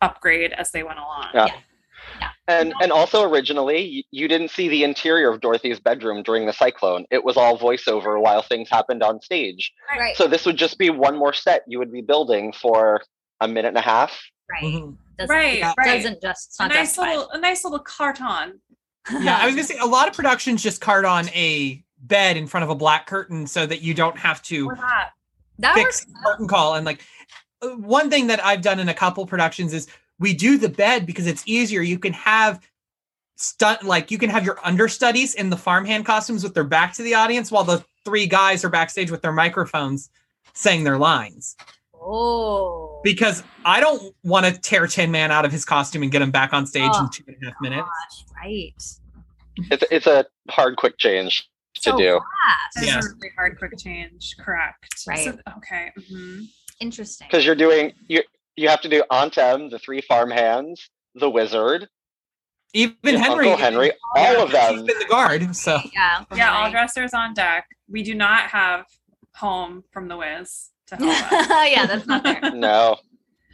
B: upgrade as they went along.
D: Yeah. And and also originally y- you didn't see the interior of Dorothy's bedroom during the cyclone. It was all voiceover while things happened on stage.
C: right.
D: So this would just be one more set you would be building for a minute and a half.
C: Right.
E: Mhm.
C: Doesn't,
B: Right,
E: Yeah.
B: right.
C: Doesn't just. It's
B: a
C: not
B: nice
C: justified.
B: little, a nice little carton.
E: yeah, I was
C: Uh-huh.
E: gonna say a lot of productions just card on a bed in front of a black curtain so that you don't have to
B: Or that.
C: That
E: fix
C: works.
E: the curtain call. And like uh, one thing that I've done in a couple productions is we do the bed because it's easier. You can have stunt like you can have your understudies in the farmhand costumes with their back to the audience while the three guys are backstage with their microphones saying their lines
C: Oh.
E: because I don't want to tear Tin Man out of his costume and get him back on stage
C: Oh,
E: in two and a half minutes.
C: Gosh, right.
E: Mm-hmm.
D: It's, it's a hard, quick change to
C: So
D: do.
C: fast.
B: This
E: Yeah.
B: is a really hard quick change. Correct.
C: Right.
B: So- okay. hmm
C: Interesting.
D: because you're doing you you have to do Antem, the three farm hands, the wizard,
E: Even Henry,
D: Uncle oh, Henry,
E: yeah,
D: all of
E: He's
D: them.
E: been the guard, so
C: Yeah.
B: Yeah, all
C: right.
B: dressers on deck. We do not have home from the Wiz to help
C: *laughs*
B: us.
C: *laughs* yeah, that's
B: *laughs*
C: not fair.
E: *laughs*
D: No,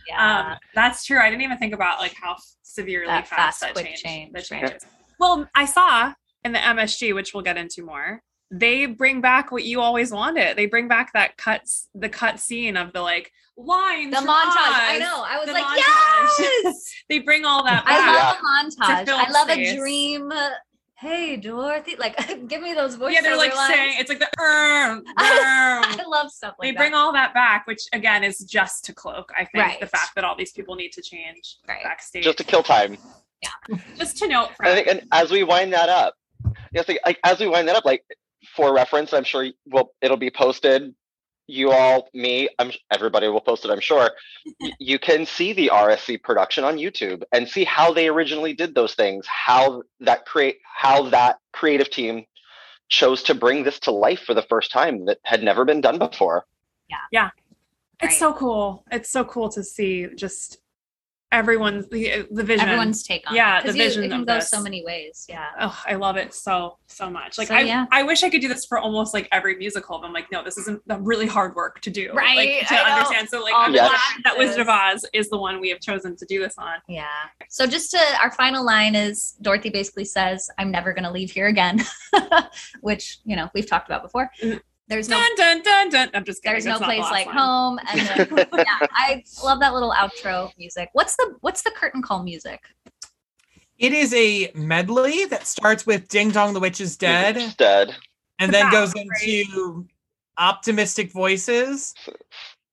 C: Yeah.
B: Um, that's true. I didn't even think about like how severely
C: That
B: fast,
C: fast
B: that
C: quick
B: change,
C: change,
B: the
C: right.
B: changes. Well, I saw in the MSG, which we'll get into more. They bring back what you always wanted. They bring back that cuts the cut scene of the like lines.
C: the montage.
B: from
C: I
B: Oz.
C: know. I was
B: The
C: like,
B: montage.
C: yes.
B: *laughs* They bring all that back.
C: I love a montage.
B: fill
C: I love
B: space.
C: a dream. uh, Hey, Dorothy. Like, *laughs* give me those voices.
B: yeah, they're like saying it's like the erm, erm.
C: *laughs* I love stuff like
B: they
C: that.
B: bring all that back, which again is just to cloak, I think, the
C: Right.
B: fact that all these people need to change
C: Right.
B: backstage.
D: just to kill time.
B: Just to note,
D: And I think, and as we wind that up, yes, like, like as we wind that up, like for reference, I'm sure well it'll be posted. You all, me, I'm everybody will post it. I'm
E: *laughs*
D: sure Y- you can see the RSC production on YouTube and see how they originally did those things, how that create, how that creative team chose to bring this to life for the first time that had never been done before.
B: It's so cool. It's so cool to see just everyone's the, the vision.
C: everyone's take on
B: Yeah,
C: it. 'Cause
B: the
C: you-
B: vision
C: It can
B: of
C: go
B: this.
C: so many ways. Yeah.
B: Oh, I love it so so much. Like
C: So,
B: I,
C: yeah.
B: I wish I could do this for almost like every musical. But I'm like, no, this isn't the really hard work to do.
C: Right,
B: Like, to
C: I know.
B: understand. So like,
C: All
B: I'm
D: the
B: glad that Wizard of
C: references.
B: Oz is the one we have chosen to do this on.
C: Yeah. So just to our final line is Dorothy basically says, "I'm never going to leave here again," *laughs* which you know we've talked about before.
B: Mhm.
C: There's no
B: Dun dun dun dun. I'm just kidding.
C: there's no
B: That's not the
C: place
B: last
C: like
B: line.
C: home, and then,
B: *laughs*
C: yeah, I love that little outro music. What's the what's the curtain call music?
E: it is a medley that starts with "Ding Dong, the Witch is Dead,"
D: It's dead.
E: and then
B: Wow,
E: goes
B: right.
E: into optimistic voices,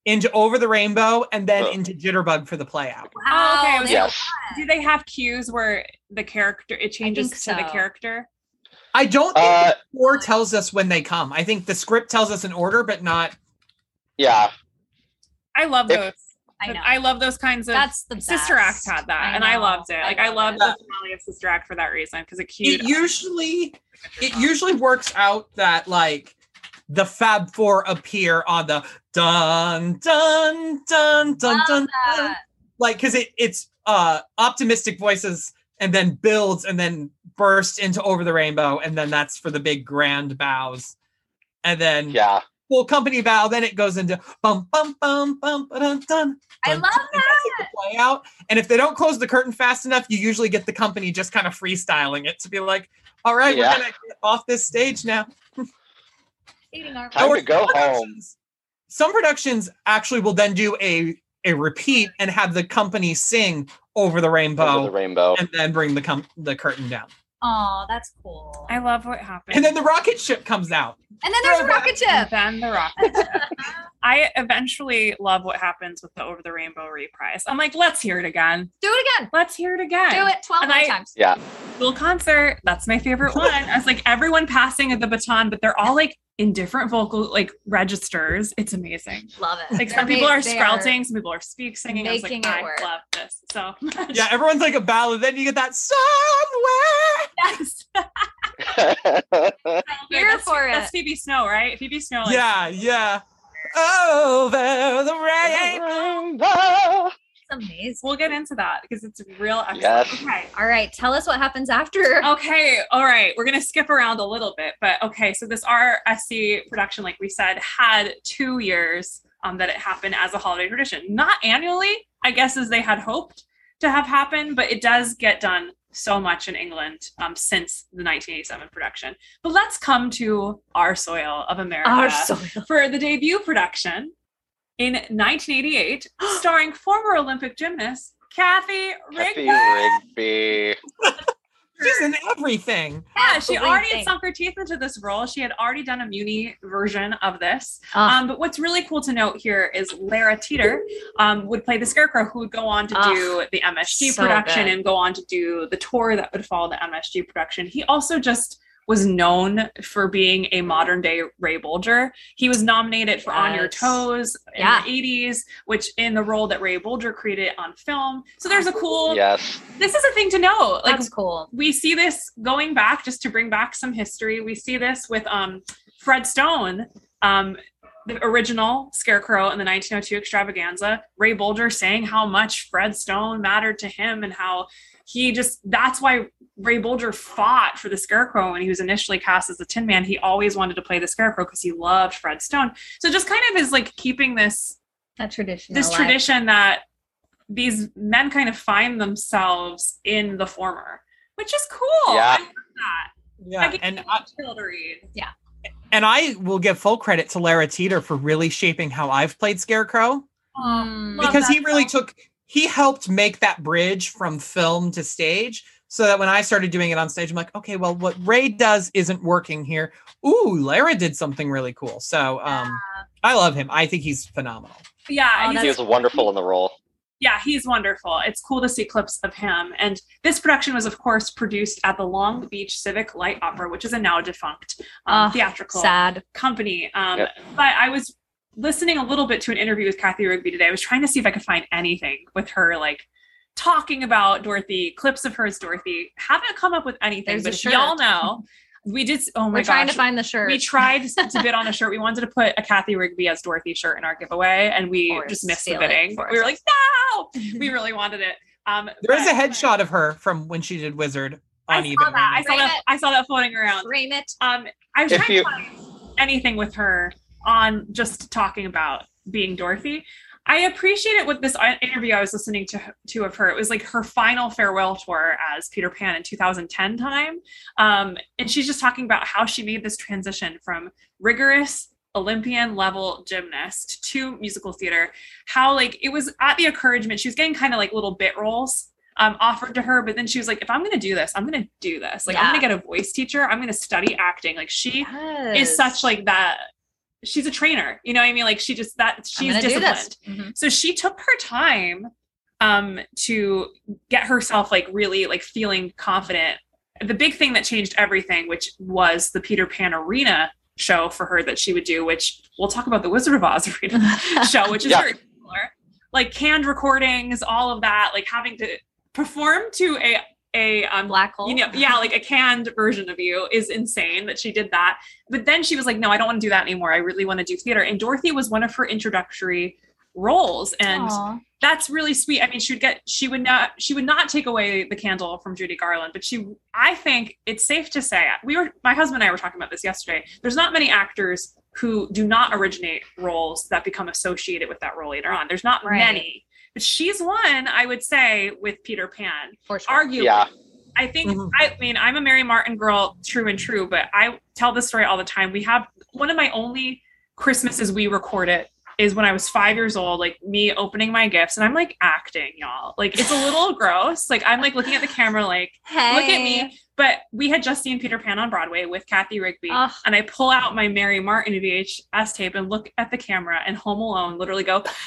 E: into "Over the Rainbow," and then
D: Oh.
E: into "Jitterbug" for the play out.
B: Oh, okay,
C: Wow,
B: so
C: they-
D: Yes.
B: Do they have cues where the character it changes to
C: think
B: the
C: so.
B: character?
E: I don't think
D: Uh,
E: the score tells us when they come. I think the script tells us an order, but not
D: Yeah.
B: I love
D: If-
B: those.
C: I know.
B: I love those kinds of
C: That's the
B: Sister
C: best.
B: Act had that,
C: I
B: and I
C: know.
B: loved it. Like I, love the finale of Sister Act for that reason because it cued.
E: it usually it usually works out that like the Fab Four appear on the dun dun dun dun dun, dun
C: that.
E: like because it it's uh optimistic voices and then builds and then bursts into over the rainbow and then that's for the big grand bows and then
D: Yeah.
E: full company bow then it goes into bum bum bum bum dun dun
C: I
E: dun,
C: love
E: dun, and that's like the play out and if they don't close the curtain fast enough you usually get the company just kind of freestyling it to be like all right
D: Yeah.
E: we're gonna get off this stage now
C: Eating our-
D: Time
E: Or
D: to go
E: some
D: home.
E: productions- Some productions actually will then do a a repeat and have the company sing over the rainbow,
D: Over the rainbow. *laughs*
E: and then bring the com- the curtain down.
C: Aw, that's cool.
B: I love what happened.
E: And then the rocket ship comes out.
C: and then there's a
E: Throwback.
C: rocket
B: And
C: ship.
B: then the *laughs* rocket. ship. I eventually love what happens with the Over the Rainbow reprise. I'm like, let's hear it again.
C: Do it again.
B: Let's hear it again.
C: Do it twelve
B: And
C: more
B: I-
C: times.
B: Little concert. That's my favorite one. I was like, everyone passing the baton, but they're all like in different vocal like registers. It's amazing.
C: *laughs* Love it.
B: Like
C: They're
B: some people
C: ma-
B: are
C: they
B: sprouting, some people are speak singing. I was like,
C: making it
B: I
C: work.
B: love this so *laughs* much.
E: Yeah, everyone's like a ballad. Then you get that somewhere.
B: Yes.
C: Here
B: that's,
C: for it.
B: That's Phoebe Snow, right? Phoebe Snow. Like,
E: yeah, yeah. Over the
D: *laughs*
E: rainbow.
C: It's amazing.
B: We'll get into that because it's real excellent.
D: Yes.
B: Okay.
C: All right, tell us what happens after. *laughs*
B: Okay. All right. We're going to skip around a little bit, but okay. So this RSC production, like we said, had two years um, that it happened as a holiday tradition, not annually, I guess, as they had hoped to have happen, but it does get done so much in England um, since the 1987 production. But let's come to our soil of America.
C: Our soil.
B: for the debut production in 1988, starring former Olympic gymnast Kathy
D: Happy
B: Rigby.
D: Rigby.
E: She's in everything.
B: Yeah, she
C: Absolutely
B: already had
C: insane.
B: sunk her teeth into this role. She had already done a Muni version of this.
C: Ah.
B: Um, but what's really cool to note here is Lara Teeter um, would play the Scarecrow, who would go on to
C: Ah,
B: do the MSG
C: so
B: production
C: good.
B: and go on to do the tour that would follow the MSG production. He also just was known for being a modern day Ray Bolger. He was nominated for On Your
C: Yes.
B: Toes in
C: Yeah.
B: the 80s, which in the role that Ray Bolger created on film. So there's a cool,
D: Yes.
B: this is a thing to know. Like
C: That's cool.
B: we see this going back just to bring back some history. We see this with um, Fred Stone, um, the original Scarecrow in the 1902 extravaganza. Ray Bolger saying how much Fred Stone mattered to him and how he just that's why Ray Bolger fought for the Scarecrow when he was initially cast as the Tin Man. He always wanted to play the Scarecrow because he loved Fred Stone. So just kind of is like keeping this
C: That tradition.
B: this
C: alive.
B: tradition that these men kind of find themselves in the former, which is cool.
D: Yeah.
B: I love that.
E: Yeah,
B: That gives
E: and
B: me
E: I,
B: a thrill to read.
E: and I will give full credit to Lara Teeter for really shaping how I've played Scarecrow
C: Mm.
B: Love
E: because he
B: that
E: really
B: song.
E: took he helped make that bridge from film to stage. So that when I started doing it on stage, I'm like, okay, well, what Ray does isn't working here. Ooh, Lara did something really cool. So um, I love him. I think he's phenomenal.
B: Yeah,
C: Oh,
B: he's
D: He was wonderful in the role.
B: yeah, he's wonderful. It's cool to see clips of him. And this production was, of course, produced at the Long Beach Civic Light Opera, which is a now defunct um,
C: Ah,
B: theatrical
C: Sad.
B: company. Um,
D: Yep.
B: But I was listening a little bit to an interview with Kathy Rigby today. I was trying to see if I could find anything with her, like talking about Dorothy, clips of hers, Dorothy. Haven't come up with anything,
C: There's a
B: but
C: shirt.
B: y'all know. We did. Oh my
C: We're trying to
B: gosh.
C: find the shirt.
B: We tried
C: *laughs*
B: to bid on a shirt. We wanted to put a Kathy Rigby as Dorothy shirt in our giveaway, and we
C: Or
B: just missed the
C: steal it
B: bidding.
C: for
B: We were like,
C: ourselves.
B: no,
C: *laughs*
B: we really wanted it. Um,
E: There is a
B: but-
E: headshot of her from when she did Wizard
B: I
E: on
B: saw that.
E: Even.
B: I
E: Raymond.
B: saw that. I saw that floating around.
C: Frame it.
B: Um, I was
D: If
B: trying
D: you-
B: to find anything with her on just talking about being Dorothy. I appreciate it with this uh, interview I was listening to to of her. It was like her final farewell tour as Peter Pan in 2010 time, um, and she's just talking about how she made this transition from rigorous Olympian level gymnast to musical theater. How like it was at the encouragement she was getting kind of like little bit roles um, offered to her, but then she was like, if I'm gonna do this, I'm gonna do this. Like I'm
C: Yeah.
B: gonna get a voice teacher. I'm gonna study acting. Like she
C: Yes.
B: is such like that. She's a trainer. You know what I mean? Like she just that
C: I'm
B: she's
C: gonna do
B: disciplined.
C: this. Mhm.
B: So she took her time um to get herself like really like feeling confident. The big thing that changed everything, which was the Peter Pan arena show for her that she would do, which we'll talk about the Wizard of Oz *laughs* arena
C: *laughs*
B: show, which is
D: Yeah.
B: very similar. Like canned recordings, all of that, like having to perform to a a um
C: Black hole. *laughs*
B: you know, yeah, like a canned version of you is insane that she did that. But then she was like, no, I don't want to do that anymore. I really want to do theater. And Dorothy was one of her introductory roles. And
C: Aw.
B: that's really sweet. I mean, she would get, she would not, she would not take away the candle from Judy Garland, but she, I think it's safe to say, we were, my husband and I were talking about this yesterday. There's not many actors who do not originate roles that become associated with that role later on. There's not
C: Right.
B: many. But she's one, I would say, with Peter Pan
C: for sure.
B: arguably.
D: Yeah.
B: I think
C: Mm-hmm.
E: Mhm.
B: I mean I'm a Mary Martin girl, true and true, but I tell this story all the time. We have one of my only Christmases we record it is when I was five years old, like me opening my gifts, and I'm like acting, y'all. Like it's a
C: *laughs*
B: little gross. Like I'm like looking at the camera, like
C: Hey.
B: look at me. But we had just seen Peter Pan on Broadway with Kathy Rigby,
C: Ugh.
B: and I pull out my Mary Martin VHS tape and look at the camera and Home Alone, literally go Kathy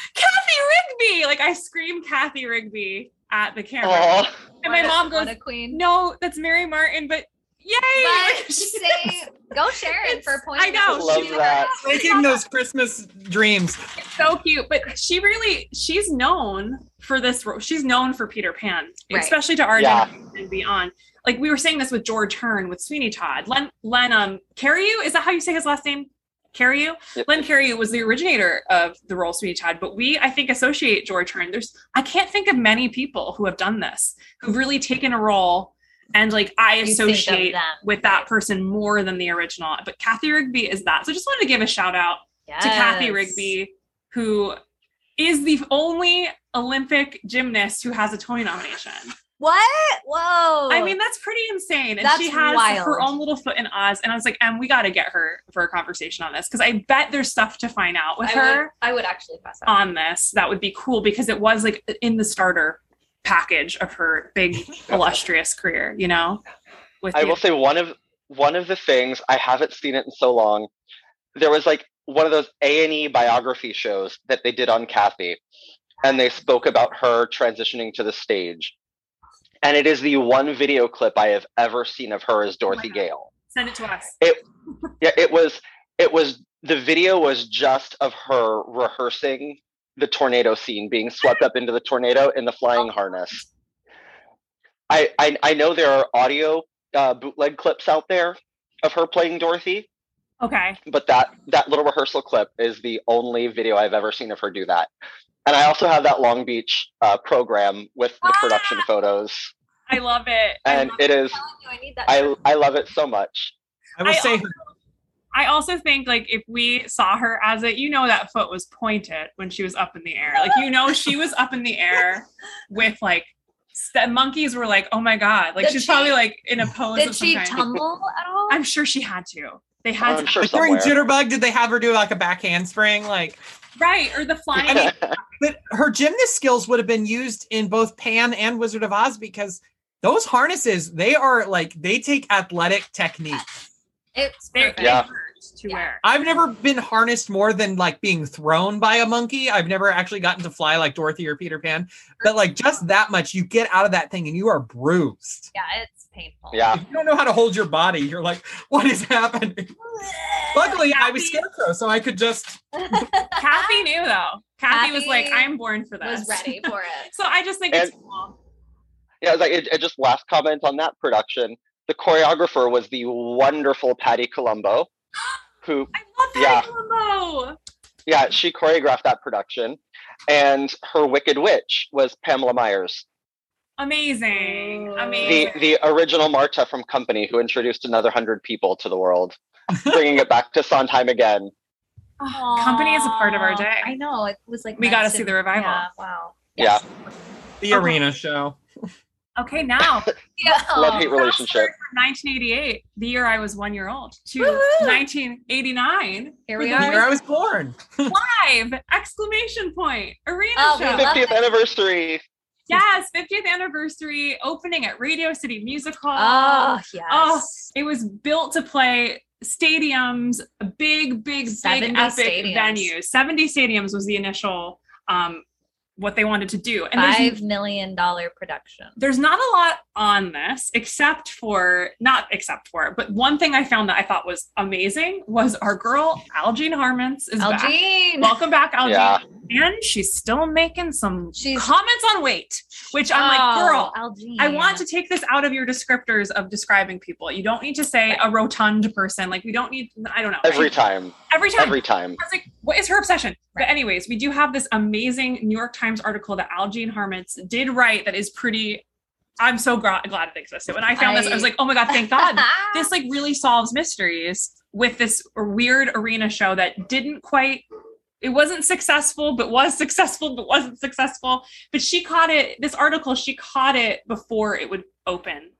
B: Rigby. Like I scream Kathy Rigby at the camera,
C: Oh
D: Aw.
B: and my
C: What a-
B: mom goes,
C: What a queen.
B: no, that's Mary Martin, but yay! *laughs*
C: But say, go Sharon for
B: It's-
C: point.
B: I know,
D: Love
B: she-
D: that.
E: Making those Christmas dreams.
B: so cute. But she really, she's known for this role. She's known for Peter Pan,
C: Right.
B: especially to our
D: Yeah.
B: generation and beyond. Like we were saying this with George Hearn, with Sweeney Todd, Len Len um Carryu. Is that how you say his last name? Carryu.
D: Yep.
B: Len Carryu was the originator of the role Sweeney Todd, but we I think associate George Hearn. There's I can't think of many people who have done this, who've really taken a role and like I
C: You think of
B: associate
C: them,
B: with that
C: right.
B: person more than the original. But Kathy Rigby is that. So just wanted to give a shout out to Kathy
C: Yes.
B: Rigby, who is the only Olympic gymnast who has a Tony nomination.
C: What? Whoa.
B: I mean, that's pretty insane. And
C: That's
B: she has
C: wild.
B: her own little foot in Oz. And I was like, and we got to get her for a conversation on this because I bet there's stuff to find out with
C: I
B: her
C: Would, I would actually pass out.
B: on this. That would be cool because it was like in the starter package of her
C: *laughs*
B: big, illustrious career, you know? With
D: I
B: the-
D: will say one of one of the things I haven't seen it in so long. There was like one of those A and E biography shows that they did on Kathy, and they spoke about her transitioning to the stage. And it is the one video clip I have ever seen of her as Dorothy Gale.
B: Send it to us.
D: yeah it was it was the video was just of her rehearsing the tornado scene being swept up into the tornado in the flying harness i i, I know there are audio uh, bootleg clips out there of her playing dorothy
B: Okay.
D: but that that little rehearsal clip is the only video i've ever seen of her do that and i also have that long beach uh, program with the production photos
B: I love it. I
D: and
B: love
D: it is
C: I need that.
D: i i love it so much
E: I will
B: I
E: say
B: also- I also think like if we saw her as it, you know that foot was pointed when she was up in the air. Like you know she was up in the
C: *laughs*
B: air with like the monkeys were like, oh my god, like
C: Did
B: she's
C: she-
B: probably like in a pose.
C: Did
B: of
C: she
B: some kind.
C: tumble at all?
B: I'm sure she had to. They had
D: i'm
B: to,
D: sure
E: like during
D: somewhere *laughs*
E: Jitterbug, did they have her do like a back handspring? Like,
B: right or the flying.
E: I mean, but her gymnast skills would have been used in both Pan and Wizard of Oz because those harnesses they are like they take athletic technique.
C: It's
B: they,
C: perfect.
B: they
D: Yeah.
B: hurt to
C: Yeah.
B: wear.
E: I've never been harnessed more than like being thrown by a monkey. I've never actually gotten to fly like Dorothy or Peter Pan, but like just that much, you get out of that thing and you are bruised.
C: Yeah, it's painful.
D: yeah
E: If you don't know how to hold your body, you're like, what is happening? Luckily, I was scarecrow, so I could just
B: Kathy knew though. Kathy, was like,
C: Kathy
B: I'm born for this.
C: was ready for it.
B: So I just think it's cool.
D: Yeah, it's like it, it just last comment on that production. The choreographer was the wonderful Patty Colombo, who
B: I love
D: Yeah.
B: that combo.
D: yeah, she choreographed that production. And her Wicked Witch was Pamela Myers,
B: Amazing.
D: the
B: Amazing.
D: the original Marta from Company, who introduced another hundred people to the world, bringing it back to Sondheim again.
B: Oh, *laughs* company is a part of our
C: Aw,
B: day.
C: I know. It was like
B: We gotta
C: meant
B: see the revival.
C: Yeah, wow.
D: Yeah.
E: the arena show.
B: Okay, now
C: Yeah.
D: Love hate relationship.
B: Fast forward from 1988, the year I was one year old, to
C: Woohoo!
B: 1989.
C: Here we
E: The year I
C: are.
E: was born.
B: Live! Exclamation point! Arena
C: Oh, we
B: show.
C: love-
D: 50th anniversary.
B: Yes, 50th anniversary opening at Radio City Music Hall.
C: Oh yes.
B: It was built to play stadiums, a big, big, big
C: 70
B: epic
C: stadiums.
B: venue. 70 stadiums was the initial um what they wanted to do. And there's
C: Five million dollar production.
B: there's not a lot on this except for not except for but one thing i found that i thought was amazing was our girl algene harmons is back
C: Algene.
B: welcome back
D: Yeah.
B: algene and she's still making some
C: She's- Oh,
B: comments on weight which i'm like girl
C: Algene.
B: I want to take this out of your descriptors of describing people. You don't need to say a rotund person. Like we don't need. I don't know.
D: Every time.
B: every time.
D: Every time.
B: I was like, what is her obsession? But anyways, we do have this amazing New York Times article that Algene Harmitz did write that is pretty. I'm so gra- glad it existed. When I found this, I was
C: I-
B: like, oh my god, thank God.
C: *laughs*
B: this like really solves mysteries with this weird arena show that didn't quite it wasn't successful but was successful but wasn't successful but she caught it this article she caught it before it would open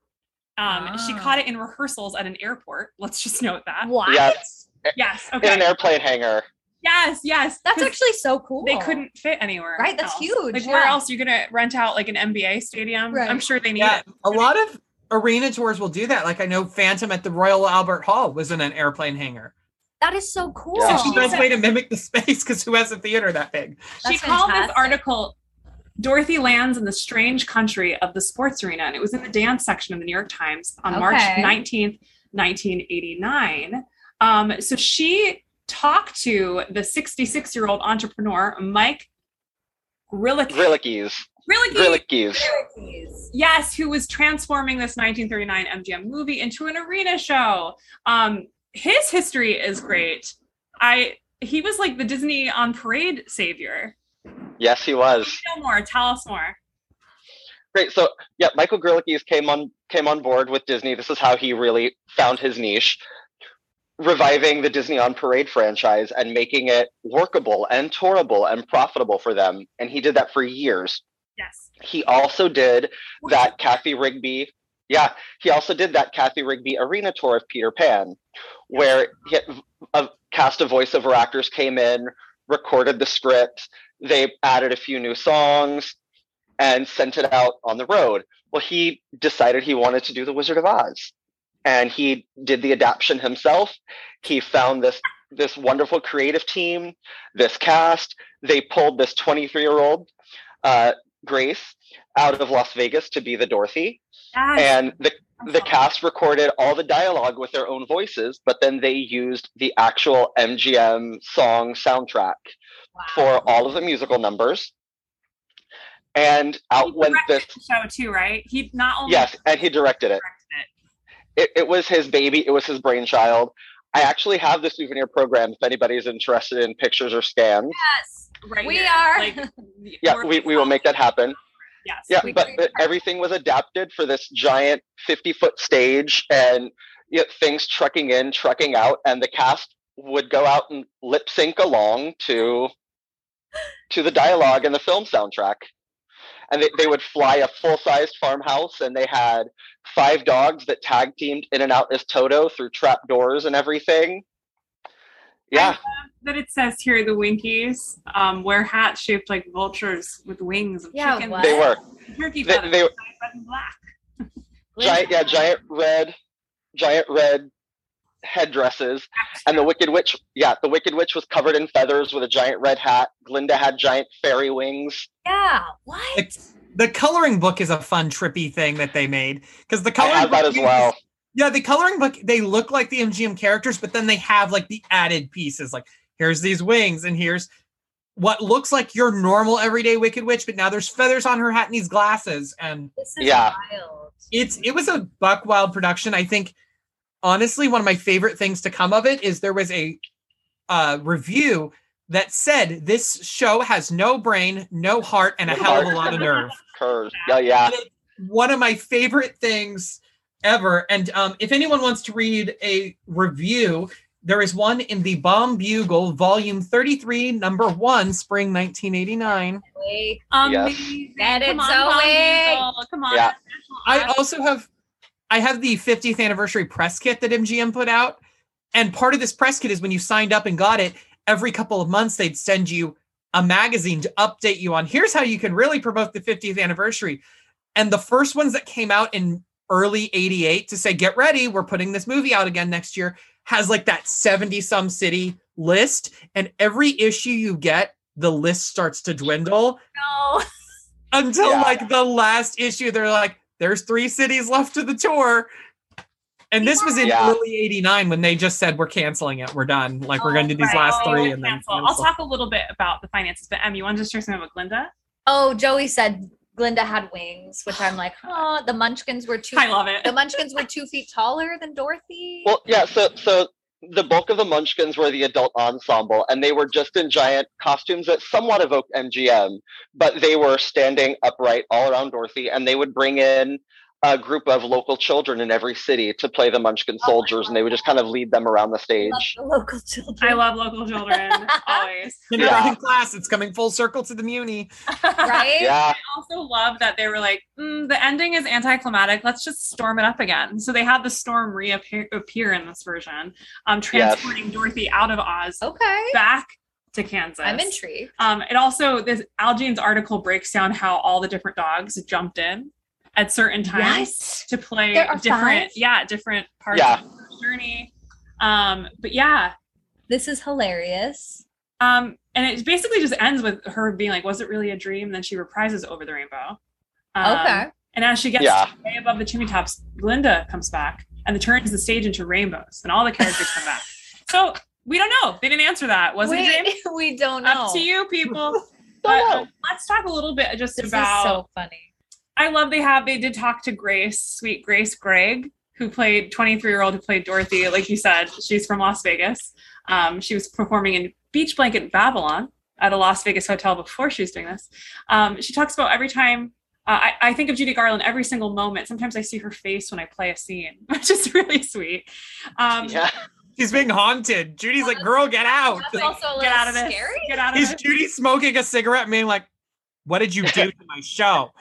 B: um she
C: Ah.
B: caught it in rehearsals at an airport let's just note that
C: What?
D: Yeah,
B: yes
D: in
B: okay
D: an airplane hangar.
B: yes yes
C: That's
B: 'Cause-
C: actually so cool.
B: they couldn't fit anywhere.
C: Right, that's
B: else.
C: huge,
B: Like where
C: yeah.
B: else are you gonna rent out like an NBA stadium?
C: Right.
B: I'm sure they need
E: Yeah,
B: it.
E: a lot of arena tours will do that. Like I know Phantom at the Royal Albert Hall was in an airplane hangar.
C: That is so cool.
D: Yeah.
E: It's the best way to mimic the space because who has a theater that big?
B: she
C: That's
B: called
C: fantastic.
B: this article Dorothy lands in the strange country of the sports arena, and it was in the dance section of the New York Times on March
C: Okay.
B: 19th, 1989. Um, so she talked to the 66 year old entrepreneur, Mike Grillicki.
D: Grillickies.
B: Grillicki.
D: Grillickies.
B: Yes, who was transforming this 1939 MGM movie into an arena show. Um, his history is great. I he was like the Disney on parade savior.
D: Yes, he was.
B: Tell more. Tell us more.
D: Great. So yeah, Michael Gerlicki's came on came on board with Disney. This is how he really found his niche, reviving the Disney on Parade franchise and making it workable and tourable and profitable for them. And he did that for years.
B: Yes.
D: He also did that Kathy Rigby. Yeah, he also did that Kathy Rigby arena tour of Peter Pan, where he, a cast of voiceover actors came in, recorded the script, they added a few new songs, and sent it out on the road. Well, he decided he wanted to do The Wizard of Oz, and he did the adaptation himself. He found this this wonderful creative team, this cast. They pulled this 23 year old uh, Grace out of Las Vegas to be the Dorothy.
B: Yes.
D: And the
B: I
D: the
B: saw
D: cast recorded all the dialogue with their own voices, but then they used the actual MGM song soundtrack for all of the musical numbers. And
B: that. He
D: out went this
B: directed the show too, right? He not only
D: yes, and he directed it. it. It was his baby, it was his brainchild. I actually have the souvenir program if anybody's interested in pictures or scans.
C: Yes.
B: right
C: We
B: here.
C: are.
B: *laughs* Like,
D: Yeah,
B: we're-
D: we, we will make that happen.
B: Yes.
D: Yeah,
C: We
D: but
C: grew
D: but everything was adapted for this giant 50 foot stage and you know, things trucking in, trucking out, and the cast would go out and lip sync along to to the dialogue and the film soundtrack. And they, they would fly a full sized farmhouse and they had five dogs that tag teamed in and out as Toto through trap doors and everything. Yeah.
B: That it says here the Winkies um, wear hats shaped like vultures with wings of
C: Yeah,
B: chicken.
C: what?
D: They were
B: turkey
D: They-
B: feathers,
D: they-
B: dyed red and black.
D: *laughs* giant, yeah, giant red, giant red headdresses, and the Wicked Witch. Yeah, the Wicked Witch was covered in feathers with a giant red hat. Glinda had giant fairy wings.
C: Yeah. What?
E: Like, the coloring book is a fun trippy thing that they made because the
D: I
E: coloring
D: have that as
E: book
D: well.
E: Yeah, the coloring book, they look like the MGM characters, but then they have like the added pieces. Like, here's these wings, and here's what looks like your normal everyday Wicked Witch, but now there's feathers on her hat and these glasses. And
C: This is
D: Yeah.
C: wild.
E: it's it was a buck wild production. I think honestly, one of my favorite things to come of it is there was a uh review that said this show has no brain, no heart, and a hell of a lot of *laughs* nerve
D: Curves. Yeah, yeah.
E: one of my favorite things ever. And um, if anyone wants to read a review, there is one in the Bomb Bugle, Volume 33, Number 1, Spring 1989.
C: Wait.
B: Amazing.
C: Get it,
B: Come on, Tom
C: Zoe.
B: Diesel. Come on.
D: Yeah.
E: I oh, also have I have the 50th anniversary press kit that MGM put out. And part of this press kit is when you signed up and got it, every couple of months they'd send you a magazine to update you on here's how you can really promote the 50th anniversary. And the first ones that came out in early 88 to say get ready, we're putting this movie out again next year has like that 70 some city list and every issue you get the list starts to dwindle
C: No.
E: until
D: Yeah.
E: like the last issue they're like there's three cities left to the tour and this was in
D: Yeah.
E: early 89 when they just said we're canceling it we're done like we're
C: Oh,
E: going to do these
B: Right,
E: last
B: I'll
E: three and then
B: cancel. I'll
E: cancel.
B: talk a little bit about the finances, but Em, you want to just share something about Glinda?
C: Oh, Joey said Glinda had wings, which I'm like, oh, the Munchkins were two.
B: I love it.
C: The Munchkins were two feet taller than Dorothy.
D: Well, yeah. So, so the bulk of the Munchkins were the adult ensemble, and they were just in giant costumes that somewhat evoked MGM, but they were standing upright all around Dorothy, and they would bring in a group of local children in every city to play the Munchkin soldiers, and they would just kind of lead them around the
C: I love
D: stage.
C: the local children.
B: I love local
C: *laughs*
B: children always.
E: you know,
D: Yeah.
E: in class it's coming full circle to the muni
C: right?
D: *laughs*
B: I
D: Yeah.
B: also love that they were like, mm, the ending is anticlimactic. Let's just storm it up again. So they had the storm reappear appear in this version, um, transporting Dorothy out of Oz
C: Okay.
B: back to Kansas.
C: I'm intrigued.
B: Um, it also this Algine's article breaks down how all the different dogs jumped in at certain times
C: Yes.
B: to play
C: There are
B: different,
C: five?
B: yeah, different parts
D: Yeah.
B: of the journey. Um, but yeah,
C: This is hilarious.
B: um, and it basically just ends with her being like, "Was it really a dream?" And then she reprises "Over the Rainbow." Um,
C: okay.
B: And as she gets
D: Yeah.
B: way above the chimney tops, Glinda comes back and turns the stage into rainbows, and all the characters come
C: *laughs*
B: back. So we don't know. They didn't answer that. Was it a dream?
C: Wait, *laughs* we don't know.
B: Up to you,
C: *laughs*
B: people. but
D: Don't know.
B: um, let's talk a little bit just
C: This
B: about.
C: is so funny.
B: I love they have they did talk to Grace, sweet Grace Gregg, who played 23 year old who played Dorothy. Like you said, she's from Las Vegas. Um, she was performing in Beach Blanket Babylon at a Las Vegas hotel before she was doing this. Um, she talks about every time. Uh, I, I think of Judy Garland every single moment. Sometimes I see her face when I play a scene, *laughs* which is really sweet. Um,
D: Yeah.
E: she's being haunted judy's like girl get out
C: That's also a little
B: Get out of this.
C: scary.
B: Get out of
E: is
B: this.
E: judy smoking a cigarette and being like what did you do to my show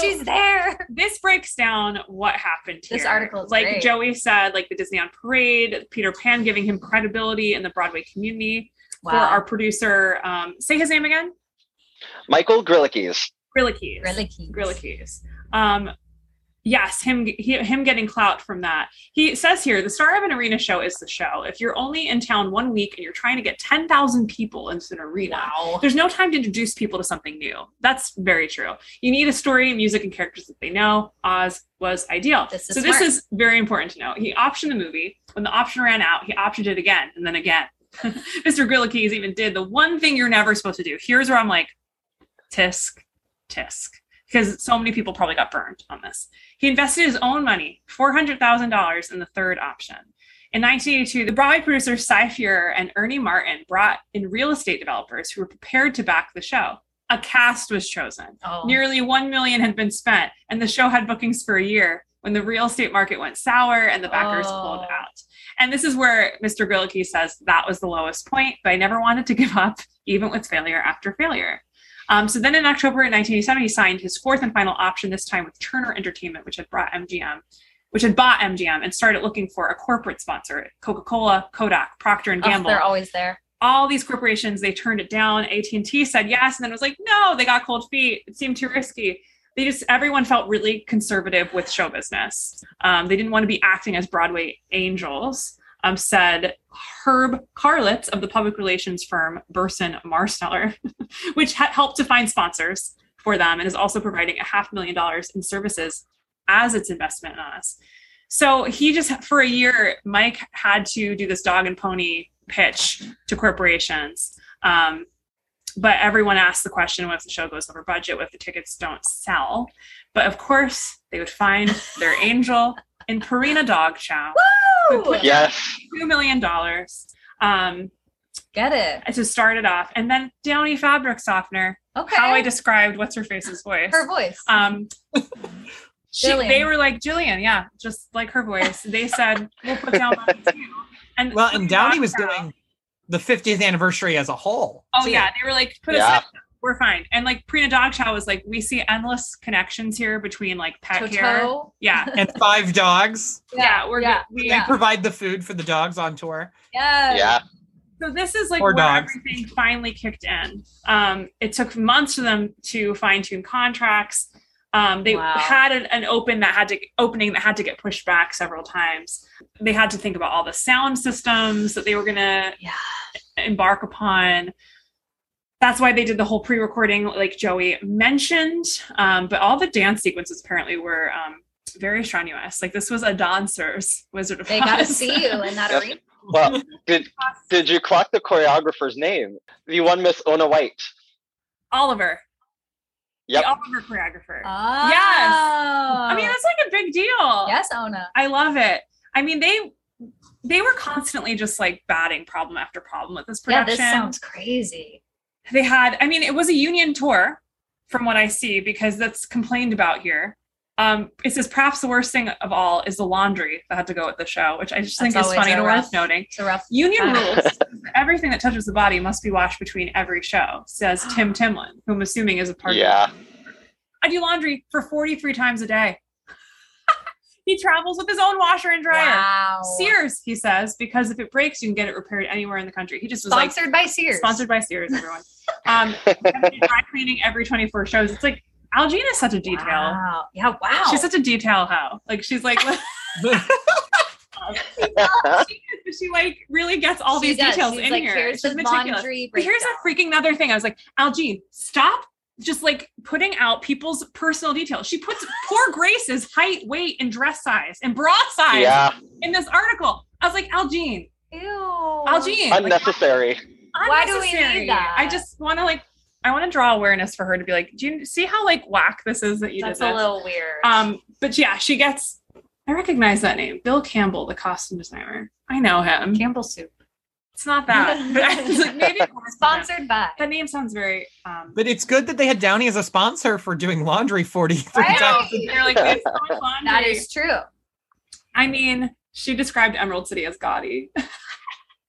C: She's there.
B: this breaks down what happened here.
K: This article is
B: like
K: great.
B: Joey said, like the Disney on Parade, Peter Pan giving him credibility in the Broadway community. For
C: Wow.
B: our producer, um, say his name again,
D: *laughs* Michael Grillekees.
B: Grilla Keys.
C: Really cute.
B: Grilla Keys. Um, yes, him he, him getting clout from that. He says here the Star of an Arena show is the show. If you're only in town one week and you're trying to get ten thousand people into an arena,
C: Wow.
B: there's no time to introduce people to something new. That's very true. You need a story, music, and characters that they know. Oz was ideal.
C: This is
B: so this
C: smart.
B: is very important to know. He optioned the movie. When the option ran out, he optioned it again and then again. *laughs* Mr. Grillikeys even did the one thing you're never supposed to do. Here's where I'm like, tisk, tisk. Because so many people probably got burned on this. He invested his own money, $400,000, in the third option. In 1982, the Broadway producer Cy Fuhrer and Ernie Martin brought in real estate developers who were prepared to back the show. A cast was chosen.
C: Oh.
B: Nearly one million had been spent, and the show had bookings for a year when the real estate market went sour and the backers
C: Oh.
B: pulled out. And this is where Mr. Grillke says that was the lowest point, but I never wanted to *laughs* give up, even with failure after failure. Um, so then in October in 1987, he signed his fourth and final option, this time with Turner Entertainment, which had brought MGM, which had bought MGM and started looking for a corporate sponsor, Coca-Cola, Kodak, Procter and
C: Oh,
B: Gamble
C: they're always there.
B: all these corporations they turned it down at&t said yes and then was like no they got cold feet it seemed too risky they just everyone felt really conservative with show business um, they didn't want to be acting as broadway angels um, said herb carlitz of the public relations firm burson marsteller *laughs* which ha- helped to find sponsors for them and is also providing a half million dollars in services as its investment in us so he just for a year mike had to do this dog and pony pitch to corporations. Um, but everyone asks the question what if the show goes over budget, what if the tickets don't sell? But of course, they would find their
C: *laughs*
B: angel in Purina Dog Chow,
C: Woo!
B: put-
D: Yes.
B: $2 million um,
C: Get it.
B: to start it off. And then Downy Fabric Softener,
C: Okay.
B: how I described What's Her Face's voice.
C: Her voice. *laughs*
B: Um, she,
C: Jillian.
B: they were like, Jillian, yeah, just like her voice. They said, we'll put down
C: *laughs*
B: money too. And
E: Well, and
B: Purina
E: Downey
B: Dog
E: was
B: Chow-
E: doing the 50th anniversary as a whole.
B: Oh
E: too.
B: yeah, they were like, put us
D: Yeah.
B: up. We're fine. And like Prina Dogchow was like, we see endless connections here between like pet care.
C: Toto.
B: Yeah.
E: And five dogs.
B: Yeah, we're
C: *laughs* yeah,
B: good. We,
E: They provide the food for the dogs on tour. *laughs*
C: Yes.
D: Yeah.
B: So this is like where
E: Or dogs.
B: everything finally kicked in. Um, it took months for them to fine tune contracts. Um, they
C: Wow.
B: had an, an open that had to opening that had to get pushed back several times. They had to think about all the sound systems that they were gonna
C: Yeah.
B: embark upon. That's why they did the whole pre-recording, like Joey mentioned. Um, but all the dance sequences apparently were um, very strenuous. Like this was a dancer's Wizard of
C: They
B: Oz. *laughs*
C: got to see you in that
D: Yes.
C: arena.
D: Well, did did you clock the choreographer's name? The one Miss Ona White.
B: Oliver.
D: Yep.
B: The Oliver choreographer.
C: Oh.
B: I mean, that's like a big deal.
C: yes, Ona.
B: I love it. I mean, they they were constantly just like batting problem after problem with this
C: Yeah,
B: production.
C: this sounds crazy.
B: they had i mean it was a union tour from what i see because that's complained about here um, it says perhaps the worst thing of all is the laundry that had to go with the show which i just
C: That's
B: think is
C: always
B: funny
C: a
B: and
C: rough-
B: worth noting
C: It's a rough. *laughs*
B: union
C: Ah.
B: rules everything that touches the body must be washed between every show says
C: *gasps*
B: tim timlin who i'm assuming is a part
D: Yeah.
B: of the- i do laundry for 43 times a day *laughs* he travels with his own washer and dryer
C: Wow.
B: sears he says because if it breaks you can get it repaired anywhere in the country he just was like
C: Sponsored by Sears.
B: Sponsored by Sears, everyone. um, *laughs* and dry cleaning every 24 shows. It's like Algene is such a detail.
C: Wow. Yeah. Wow.
B: She's such a detail hoe. Like she's like *laughs* she, she like really gets all
C: She
B: these
C: does.
B: details
C: She's
B: in
C: like,
B: here.
C: Here's
B: she's
C: the
B: meticulous.
C: laundry
B: But here's a
C: breakdown."
B: freaking other thing. I was like, Algene, stop just like putting out people's personal details. She
C: *laughs*
B: puts poor Grace's height, weight, and dress size and bra size
D: yeah.
B: in this article. I was like, Algene,
C: Ew.
B: Algene, like,
D: Unnecessary.
C: Oh, Why do we need
B: unnecessary.
C: that?
B: I just want to like, I want to draw awareness for her to be like, do you see how like whack this is that you
C: That's
B: did
C: a
B: this?
C: little weird.
B: um, but yeah, she gets. I recognize that name, Bill Campbell, the costume designer. I know him.
C: Campbell soup.
B: It's not that, but I was like, maybe it was him.
C: *laughs* Sponsored by.
B: That name sounds very. Um,
E: But it's good that they had Downey as a sponsor for doing laundry 43
C: Right.
E: times.
B: they're like, "It's so
C: *laughs*
B: much
C: That
B: laundry."
C: is true.
B: I mean, she described Emerald City as gaudy.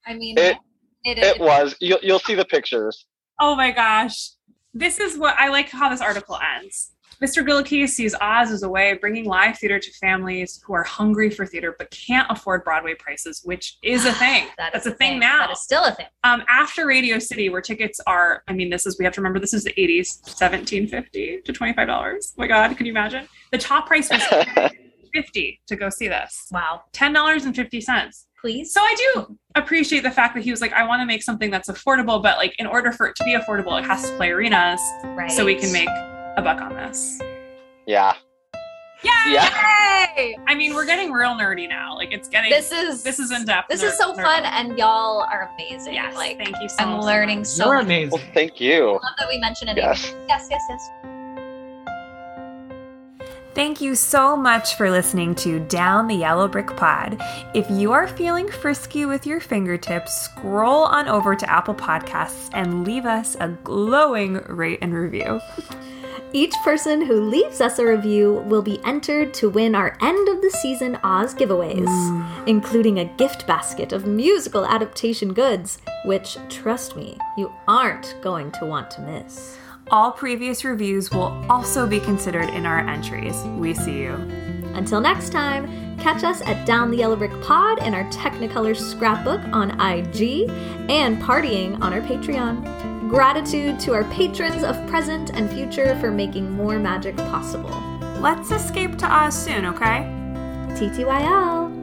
C: I mean,
D: It-
C: it is.
D: It was. You'll you'll see the pictures. *laughs*
B: Oh my gosh. This is what I like how this article ends. Mr. Gillicky sees Oz as a way of bringing live theater to families who are hungry for theater but can't afford Broadway prices, which is
C: *sighs*
B: a thing.
C: That
B: That's
C: is
B: a thing, now.
C: That is still a thing.
B: um, after Radio City, where tickets are, I mean, this is, we have to remember this is the 80s, seventeen fifty to $25. Oh my God, can you imagine? The top price
C: *laughs*
B: was 50 to go see this.
C: Wow.
B: $10.50.
C: Please.
B: So I do appreciate the fact that he was like, I want to make something that's affordable, but like in order for it to be affordable, it has to play arenas
C: right.
B: so we can make a buck on this.
D: Yeah.
B: Yay!
D: Yeah.
B: I mean, we're getting real nerdy now. Like it's getting
C: this is
B: this is in depth.
C: This is so fun, and y'all are amazing.
B: Yes,
C: like
B: thank you so
C: I'm
B: much.
C: learning so.
E: You're
C: much.
E: amazing.
D: Well, thank you.
C: Love that we mentioned it.
D: Yes.
C: Yes. Yes. Yes.
L: Thank you so much for listening to Down the Yellow Brick Pod. If you are feeling frisky with your fingertips, scroll on over to Apple Podcasts and leave us a glowing rate and review.
A: Each person who leaves us a review will be entered to win our end of the season Oz giveaways, including a gift basket of musical adaptation goods, which, trust me, you aren't going to want to miss.
L: All previous reviews will also be considered in our entries. We see you.
A: Until next time, catch us at Down the Yellow Brick Pod and our Technicolor scrapbook on IG and partying on our Patreon. Gratitude to our patrons of present and future for making more magic possible.
L: Let's escape to Oz soon, okay?
A: TTYL!